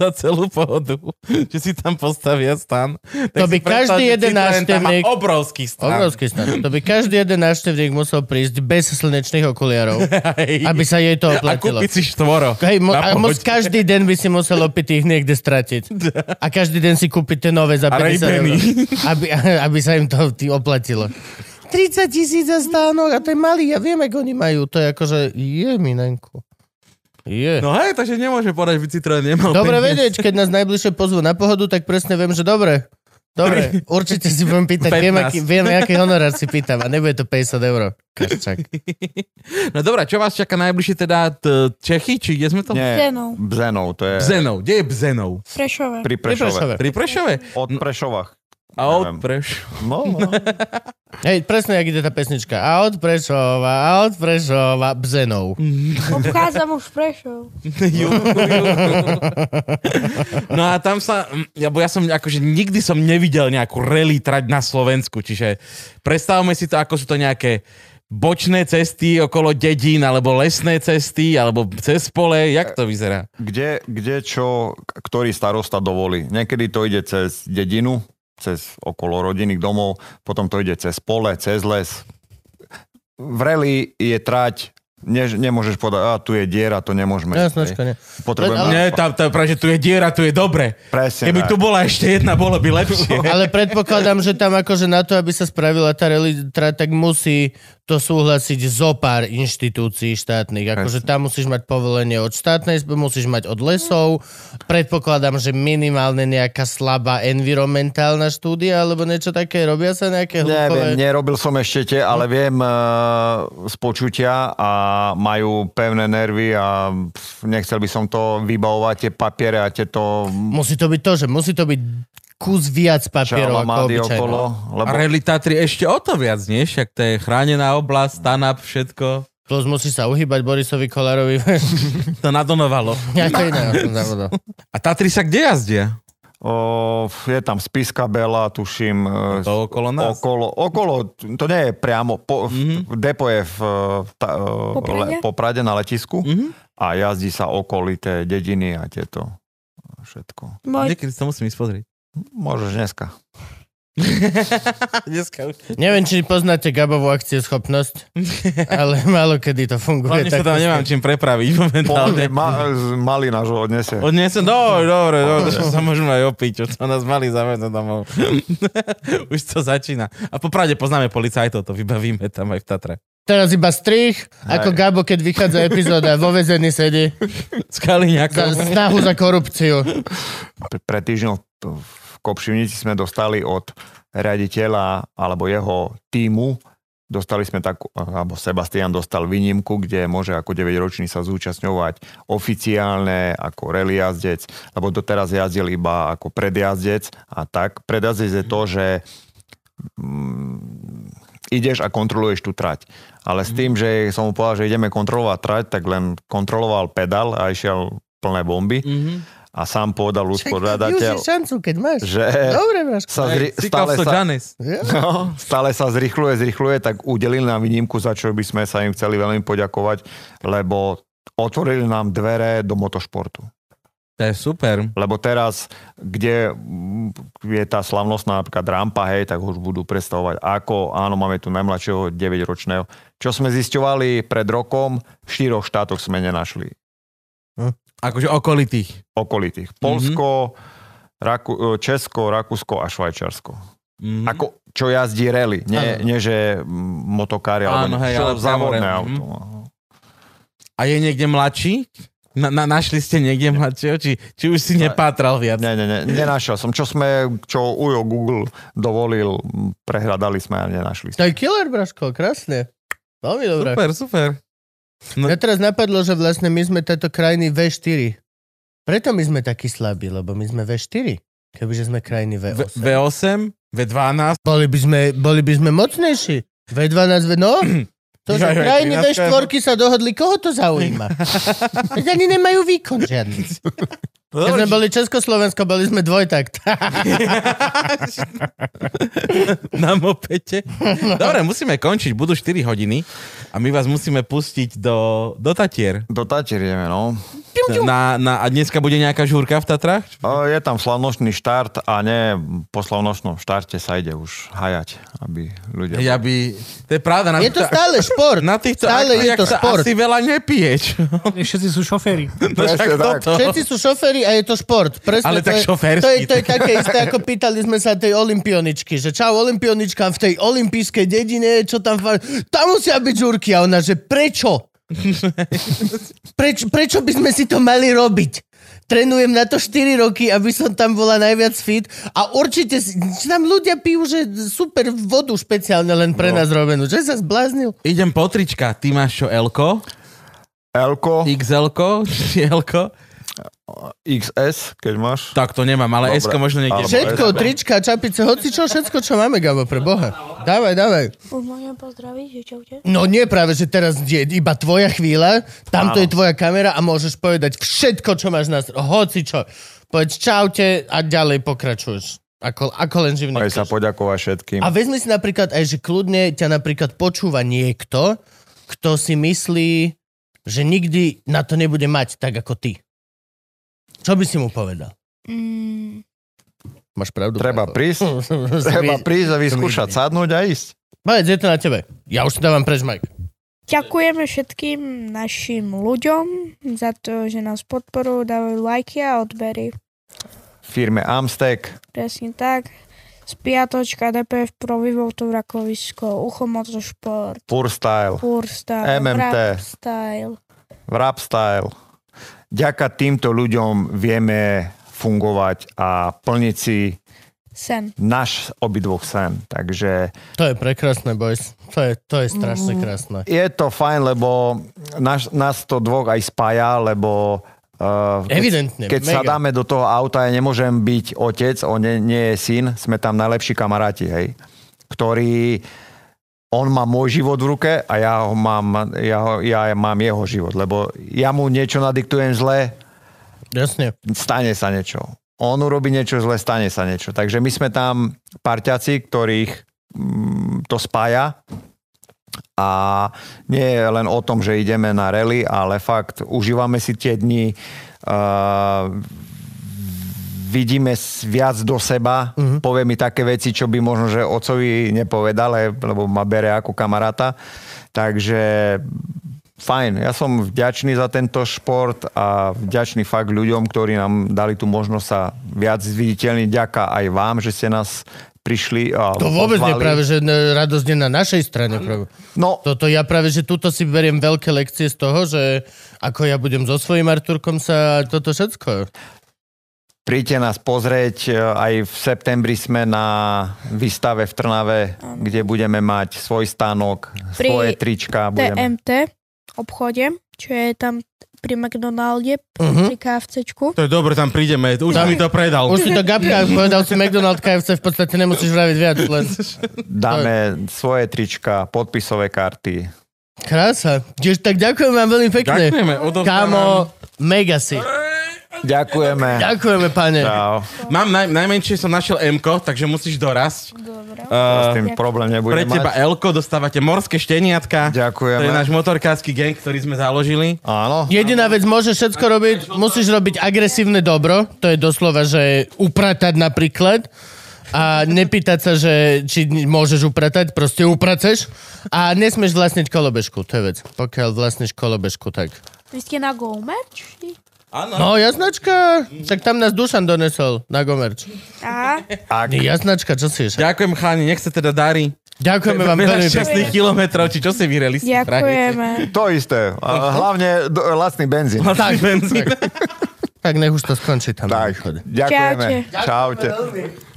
[SPEAKER 1] za celú pohodu. Že si tam postavia stan.
[SPEAKER 2] To by každý jeden návštevník-
[SPEAKER 1] Má obrovský stan.
[SPEAKER 2] Obrovský stan. To by každý jeden návštevník musel prísť bez slnečných okuliarov,
[SPEAKER 1] Hej.
[SPEAKER 2] aby sa jej to
[SPEAKER 1] a
[SPEAKER 2] oplatilo.
[SPEAKER 1] kúpiť si štvoro.
[SPEAKER 2] Hej, mo- a
[SPEAKER 1] na
[SPEAKER 2] moc
[SPEAKER 1] pohode.
[SPEAKER 2] každý deň by si musel opäť ich niekde stratiť. A každý deň si kúpiť tie nové za 50
[SPEAKER 1] A
[SPEAKER 2] eur.
[SPEAKER 1] Ray-Bany.
[SPEAKER 2] Aby, aby sa im to tý, oplatilo. 30 tisíc za stánok a to je malý, ja viem, ako oni majú. To je akože, je minenko. Je.
[SPEAKER 1] No hej, takže nemôžeme povedať, že by Citroen nemal
[SPEAKER 2] dobre
[SPEAKER 1] peniaze.
[SPEAKER 2] vedieť, keď nás najbližšie pozvú na pohodu, tak presne viem, že dobre. Dobre, určite si budem pýtať, viem,
[SPEAKER 1] 15.
[SPEAKER 2] aký, viem, aký honorár si pýtam a nebude to 50 eur. Kaščak.
[SPEAKER 1] No dobré, čo vás čaká najbližšie teda t- Čechy, či kde sme to?
[SPEAKER 6] Nie,
[SPEAKER 3] Bzenov.
[SPEAKER 6] Bzenov, to je
[SPEAKER 1] Bzenov, kde je Bzenov?
[SPEAKER 3] Prešové.
[SPEAKER 6] pri Prešove.
[SPEAKER 2] Prešove.
[SPEAKER 1] Pri Prešove?
[SPEAKER 6] Od Prešova
[SPEAKER 1] Out, preš.
[SPEAKER 6] No, no.
[SPEAKER 2] Hej, presne, jak ide tá pesnička. A od Prešova, a od Prešova, Bzenov.
[SPEAKER 3] Obchádzam už Prešov.
[SPEAKER 1] Ju, ju. no a tam sa, ja, bo ja som akože nikdy som nevidel nejakú rally trať na Slovensku, čiže predstavme si to, ako sú to nejaké bočné cesty okolo dedín, alebo lesné cesty, alebo cez pole, jak to vyzerá?
[SPEAKER 6] Kde, kde čo, k- ktorý starosta dovolí. Niekedy to ide cez dedinu, cez okolo rodinných domov, potom to ide cez pole, cez les. V rally je trať, ne, nemôžeš povedať, a tu je diera, to nemôžeme.
[SPEAKER 2] Jasnočka,
[SPEAKER 6] Hej.
[SPEAKER 2] nie.
[SPEAKER 6] Potrebujeme...
[SPEAKER 2] Ale-
[SPEAKER 1] Nie, tam, tam práve, že tu je diera, tu je dobre.
[SPEAKER 6] Presne
[SPEAKER 1] Keby
[SPEAKER 6] tak.
[SPEAKER 1] tu bola ešte jedna, bolo by lepšie.
[SPEAKER 2] Ale predpokladám, že tam akože na to, aby sa spravila tá relitra, tak musí to súhlasiť zo pár inštitúcií štátnych. Akože tam musíš mať povolenie od štátnej, sp- musíš mať od lesov. Predpokladám, že minimálne nejaká slabá environmentálna štúdia alebo niečo také. Robia sa nejaké
[SPEAKER 6] Neviem,
[SPEAKER 2] hlukové...
[SPEAKER 6] nerobil som ešte tie, ale viem e, z počutia a majú pevné nervy a pf, nechcel by som to vybavovať, tie papiere a tieto
[SPEAKER 2] Musí to byť to, že musí to byť kus viac papierov ako
[SPEAKER 6] čalamády
[SPEAKER 2] obyčajne.
[SPEAKER 6] okolo. Lebo
[SPEAKER 1] A Rally Tatry ešte o to viac, nie? Však to je chránená oblasť, TANAP, všetko.
[SPEAKER 2] Plus musí sa uhýbať Borisovi Kolárovi.
[SPEAKER 1] To nadonovalo.
[SPEAKER 2] Nejaké iné som zabudol.
[SPEAKER 1] A Tatry sa kde jazdia?
[SPEAKER 6] o, f, je tam spiska bela, tuším. e,
[SPEAKER 1] To okolo nás. Mhm.
[SPEAKER 6] Okolo, okolo, to nie je priamo, po, mm-hmm. depo je v e, ta, e,
[SPEAKER 3] Poprade?
[SPEAKER 6] poprade na letisku
[SPEAKER 1] Mhm.
[SPEAKER 6] a jazdí sa okolité dediny a tieto všetko.
[SPEAKER 3] Môj
[SPEAKER 1] Niekedy sa musím ísť pozrieť.
[SPEAKER 6] Môžeš dneska.
[SPEAKER 1] Dneska už.
[SPEAKER 2] Neviem, či poznáte Gabovú akcieschopnosť, ale málo kedy to funguje.
[SPEAKER 1] Hlavne sa tam nemám čím prepraviť momentálne.
[SPEAKER 6] Pohodne, ma, z- Malina, že odnesie.
[SPEAKER 1] Odnesem, dobre, dobre, dobre, to sa môžeme aj opiť, už to nás mali zavezať domov. už to začína. A popravde poznáme policajtov, to vybavíme tam aj v Tatre.
[SPEAKER 2] Teraz iba strich, ako Gabo, keď vychádza epizóda, vo vezení sedí
[SPEAKER 1] S Kaliňakom.
[SPEAKER 2] za snahu za korupciu.
[SPEAKER 6] Pre- Pre týždňov v Kopšivnici sme dostali od riaditeľa alebo jeho týmu Dostali sme takú, alebo Sebastian dostal výnimku, kde môže ako 9-ročný sa zúčastňovať oficiálne ako rally jazdec, lebo doteraz jazdil iba ako predjazdec a tak. Predjazdec je to, že mm, ideš a kontroluješ tú trať. Ale s tým, že som mu povedal, že ideme kontrolovať trať, tak len kontroloval pedál a išiel plné bomby.
[SPEAKER 1] Mhm.
[SPEAKER 6] A sám povedal usporiadateľ,
[SPEAKER 2] šancu, keď máš.
[SPEAKER 6] že
[SPEAKER 2] Dobre, Braško.
[SPEAKER 6] sa zri- stále,
[SPEAKER 1] to
[SPEAKER 6] sa,
[SPEAKER 1] Janis.
[SPEAKER 6] no, stále sa zrychluje, zrychluje, tak udelili nám výnimku, za čo by sme sa im chceli veľmi poďakovať, lebo otvorili nám dvere do motošportu.
[SPEAKER 1] To je super.
[SPEAKER 6] Lebo teraz, kde mm, je tá slavnostná napríklad rampa, hej, tak už budú predstavovať ako, áno, máme tu najmladšieho 9-ročného. Čo sme zisťovali pred rokom, v štyroch štátoch sme nenašli
[SPEAKER 1] Akože okolitých.
[SPEAKER 6] okolitých. Polsko, Raku- Česko, Rakúsko a Švajčarsko.
[SPEAKER 1] Mhm.
[SPEAKER 6] Ako, čo jazdí rally, nie,
[SPEAKER 2] Áno.
[SPEAKER 6] nie že mm, motokári,
[SPEAKER 1] Áno,
[SPEAKER 6] alebo
[SPEAKER 1] hej,
[SPEAKER 6] čo
[SPEAKER 1] ale Mhm. priamo
[SPEAKER 6] závodné
[SPEAKER 1] rally.
[SPEAKER 6] auto.
[SPEAKER 1] A je niekde mladší? Na, na, našli ste niekde mladšieho? Či, či už si nepátral viac?
[SPEAKER 6] Nie, nie, nie, nenašiel som. Čo sme, čo Ujo Google dovolil, m, prehľadali sme a nenašli.
[SPEAKER 2] To je killer, Braško, krásne. Veľmi dobré.
[SPEAKER 1] Super, super.
[SPEAKER 2] Mňa teraz napadlo, že vlastne my sme táto krajiny V4. Preto my sme takí slabí, lebo my sme V4. Kebyže sme krajiny
[SPEAKER 1] V,
[SPEAKER 2] V8.
[SPEAKER 1] V8, V12,
[SPEAKER 2] Boli by sme, boli by sme mocnejší. V12, ve- no? To, že
[SPEAKER 1] Jaj, jaj,
[SPEAKER 2] krajiny
[SPEAKER 1] 13.
[SPEAKER 2] V4 sa dohodli, koho to zaujíma? Veď Ani nemajú výkon žiadny. Keď sme boli Československo, boli sme dvojtakt.
[SPEAKER 1] na mopete. Dobre, musíme končiť, budú 4 hodiny a my vás musíme pustiť do, do Tatier.
[SPEAKER 6] Do Tatier ideme, no.
[SPEAKER 1] Na, na, a dneska bude nejaká žúrka v Tatrách?
[SPEAKER 6] A Je tam slavnostný štart a nie, po slavnostnom štarte sa ide už hajať, aby ľudia...
[SPEAKER 1] Ja by... To je pravda. Na
[SPEAKER 2] Je to stále šport.
[SPEAKER 1] Na týchto
[SPEAKER 2] stále je
[SPEAKER 1] akciách
[SPEAKER 2] to
[SPEAKER 1] sa
[SPEAKER 2] šport.
[SPEAKER 1] asi veľa nepije, čo?
[SPEAKER 5] Všetci sú šoféry.
[SPEAKER 1] No však
[SPEAKER 6] tak.
[SPEAKER 1] toto.
[SPEAKER 2] Všetci sú šoféri a je to šport. Presne,
[SPEAKER 1] Ale
[SPEAKER 2] to
[SPEAKER 1] tak
[SPEAKER 2] je,
[SPEAKER 1] šoférsky.
[SPEAKER 2] To je, to je také isté, ako pýtali sme sa tej olimpioničky, že čau olimpionička v tej olimpijskej dedine, čo tam... fa- Tam musia byť žurky a ona, že prečo? Preč, prečo by sme si to mali robiť? Trénujem na to 4 roky, aby som tam bola najviac fit a určite si, tam ľudia pijú, že super vodu špeciálne len pre
[SPEAKER 1] No.
[SPEAKER 2] nás robenú. Že sa zbláznil?
[SPEAKER 1] Idem po trička. Ty máš čo, Elko?
[SPEAKER 6] Elko,
[SPEAKER 1] XL-ko? Či Elko?
[SPEAKER 6] XS, keď máš.
[SPEAKER 1] Tak to nemám, ale
[SPEAKER 6] Dobre.
[SPEAKER 1] S možno niekde.
[SPEAKER 6] Áno.
[SPEAKER 2] Všetko, trička, čapice, hoci čo, všetko, čo máme, Gabo, pre Boha. Dávaj, dávaj.
[SPEAKER 3] Môžem pozdraviť, že čaute?
[SPEAKER 2] No nie práve, že teraz je iba tvoja chvíľa, tamto je tvoja kamera a môžeš povedať všetko, čo máš na str- hoci čo. Povedz čaute a ďalej pokračuješ. Ako, ako len živne
[SPEAKER 6] Aj sa
[SPEAKER 2] chceš.
[SPEAKER 6] poďakovať všetkým.
[SPEAKER 2] A vezmi si napríklad aj, že kľudne ťa napríklad počúva niekto, kto si myslí, že nikdy na to nebude mať tak ako ty. Čo by si mu povedal?
[SPEAKER 3] Mm,
[SPEAKER 2] Máš pravdu?
[SPEAKER 6] Treba
[SPEAKER 2] Pálko.
[SPEAKER 6] prísť. Treba prísť a vyskúšať, sadnúť a ísť.
[SPEAKER 2] Povedz, je to na tebe. Ja už si dávam preč, Mike.
[SPEAKER 3] ďakujeme všetkým našim ľuďom za to, že nás podporujú, dávajú lajky a odbery.
[SPEAKER 6] Firme Amstek.
[SPEAKER 3] Presne tak. Spiatočka, DPF Pro, Vivolto, Rakovisko, Ucho Motorsport,
[SPEAKER 6] Pur Style,
[SPEAKER 3] Pur Style,
[SPEAKER 6] MMT.
[SPEAKER 3] Rap Style.
[SPEAKER 6] Wrap Style. Ďaka týmto ľuďom vieme fungovať a plniť si
[SPEAKER 3] Sen.
[SPEAKER 6] náš obidvoch sen. Takže
[SPEAKER 2] To je prekrásne, boys. To je, to je strašne krásne.
[SPEAKER 6] je to fajn, lebo nás, nás to dvoch aj spája, lebo uh,
[SPEAKER 2] No Evidentne,
[SPEAKER 6] keď
[SPEAKER 2] mega.
[SPEAKER 6] sa dáme do toho auta, ja nemôžem byť otec, on nie, nie je syn, sme tam najlepší kamaráti, hej, ktorý on má môj život v ruke a ja, ho mám, ja, ho, ja mám jeho život, lebo ja mu niečo nadiktujem zle,
[SPEAKER 2] Jasne.
[SPEAKER 6] stane sa niečo. On urobí niečo zle, stane sa niečo. Takže my sme tam parťaci, ktorých mm, to spája a nie je len o tom, že ideme na rally, ale fakt užívame si tie dni, uh, vidíme s- viac do seba,
[SPEAKER 2] Mhm.
[SPEAKER 6] mm-hmm. povie mi také veci, čo by možno, že ocovi nepovedal, le- lebo ma bere ako kamaráta. Takže fajn, ja som vďačný za tento šport a vďačný fakt ľuďom, ktorí nám dali tú možnosť sa viac zviditeľniť. Ďaká aj vám, že ste nás prišli. a
[SPEAKER 2] To vôbec nie
[SPEAKER 6] pozvali.
[SPEAKER 2] práve, že e, radosť je na našej strane. Práve.
[SPEAKER 6] No,
[SPEAKER 2] Toto ja práve, že tuto si beriem veľké lekcie z toho, že ako ja budem so svojím Arturkom sa toto všetko.
[SPEAKER 6] Príďte nás pozrieť, e, aj v septembri sme na výstave v Trnave, kde budeme mať svoj stánok,
[SPEAKER 3] Pri
[SPEAKER 6] svoje trička. Budeme.
[SPEAKER 3] TMT obchode, čo je tam pri McDonalde,
[SPEAKER 2] Mhm.
[SPEAKER 3] pri KFCčku.
[SPEAKER 1] To je dobre, tam prídeme, už
[SPEAKER 2] Tam-
[SPEAKER 1] mi to predal.
[SPEAKER 2] No. Už si to Gabka povedal si McDonald KFC, v podstate nemusíš vraviť viac, len
[SPEAKER 6] Dáme svoje trička, podpisové karty.
[SPEAKER 2] krása. Tiež tak ďakujem vám veľmi pekne.
[SPEAKER 1] Ďakujeme, odovzdávam.
[SPEAKER 2] Kámo, mega si.
[SPEAKER 6] Ďakujeme.
[SPEAKER 2] Ďakujeme, pane.
[SPEAKER 6] Čau.
[SPEAKER 1] Mám naj, najmenšie som našiel m takže musíš dorasť.
[SPEAKER 3] Dobre.
[SPEAKER 6] S
[SPEAKER 1] Uh,
[SPEAKER 6] tým problém
[SPEAKER 1] pre
[SPEAKER 6] nebudeme
[SPEAKER 1] teba
[SPEAKER 6] mať.
[SPEAKER 1] l dostávate morské šteniatka.
[SPEAKER 6] Ďakujeme.
[SPEAKER 1] To je náš motorkársky gang, ktorý sme založili.
[SPEAKER 6] Áno.
[SPEAKER 2] Jediná vec, môžeš všetko robiť, musíš robiť agresívne dobro, to je doslova, že upratať napríklad a nepýtať sa, že či môžeš upratať, proste upraceš a nesmieš vlastniť kolobežku, to je vec. Pokiaľ vlastníš kolobežku, tak.
[SPEAKER 3] Vy ste na Go Merch?
[SPEAKER 2] No, jasnačka, tak tam nás Dušan donesol na Gomerč.
[SPEAKER 3] A
[SPEAKER 6] Ak,
[SPEAKER 2] Nie, Jasnačka, čo si ješ?
[SPEAKER 1] Ďakujem chalani, nech sa teda darí.
[SPEAKER 2] Ďakujeme vám
[SPEAKER 1] Veľa
[SPEAKER 2] veľmi pekne.
[SPEAKER 1] šťastných kilometrov, či čo si vyreli? si prajete?
[SPEAKER 3] ďakujeme.
[SPEAKER 6] to isté. A Hlavne do- lacný benzín.
[SPEAKER 1] Vlastný benzín.
[SPEAKER 2] Tak nech už to skončí tam. na
[SPEAKER 6] Tak,
[SPEAKER 2] východe.
[SPEAKER 6] ďakujeme.
[SPEAKER 3] Čaute.
[SPEAKER 6] Čaute.
[SPEAKER 2] Ďakujeme veľmi.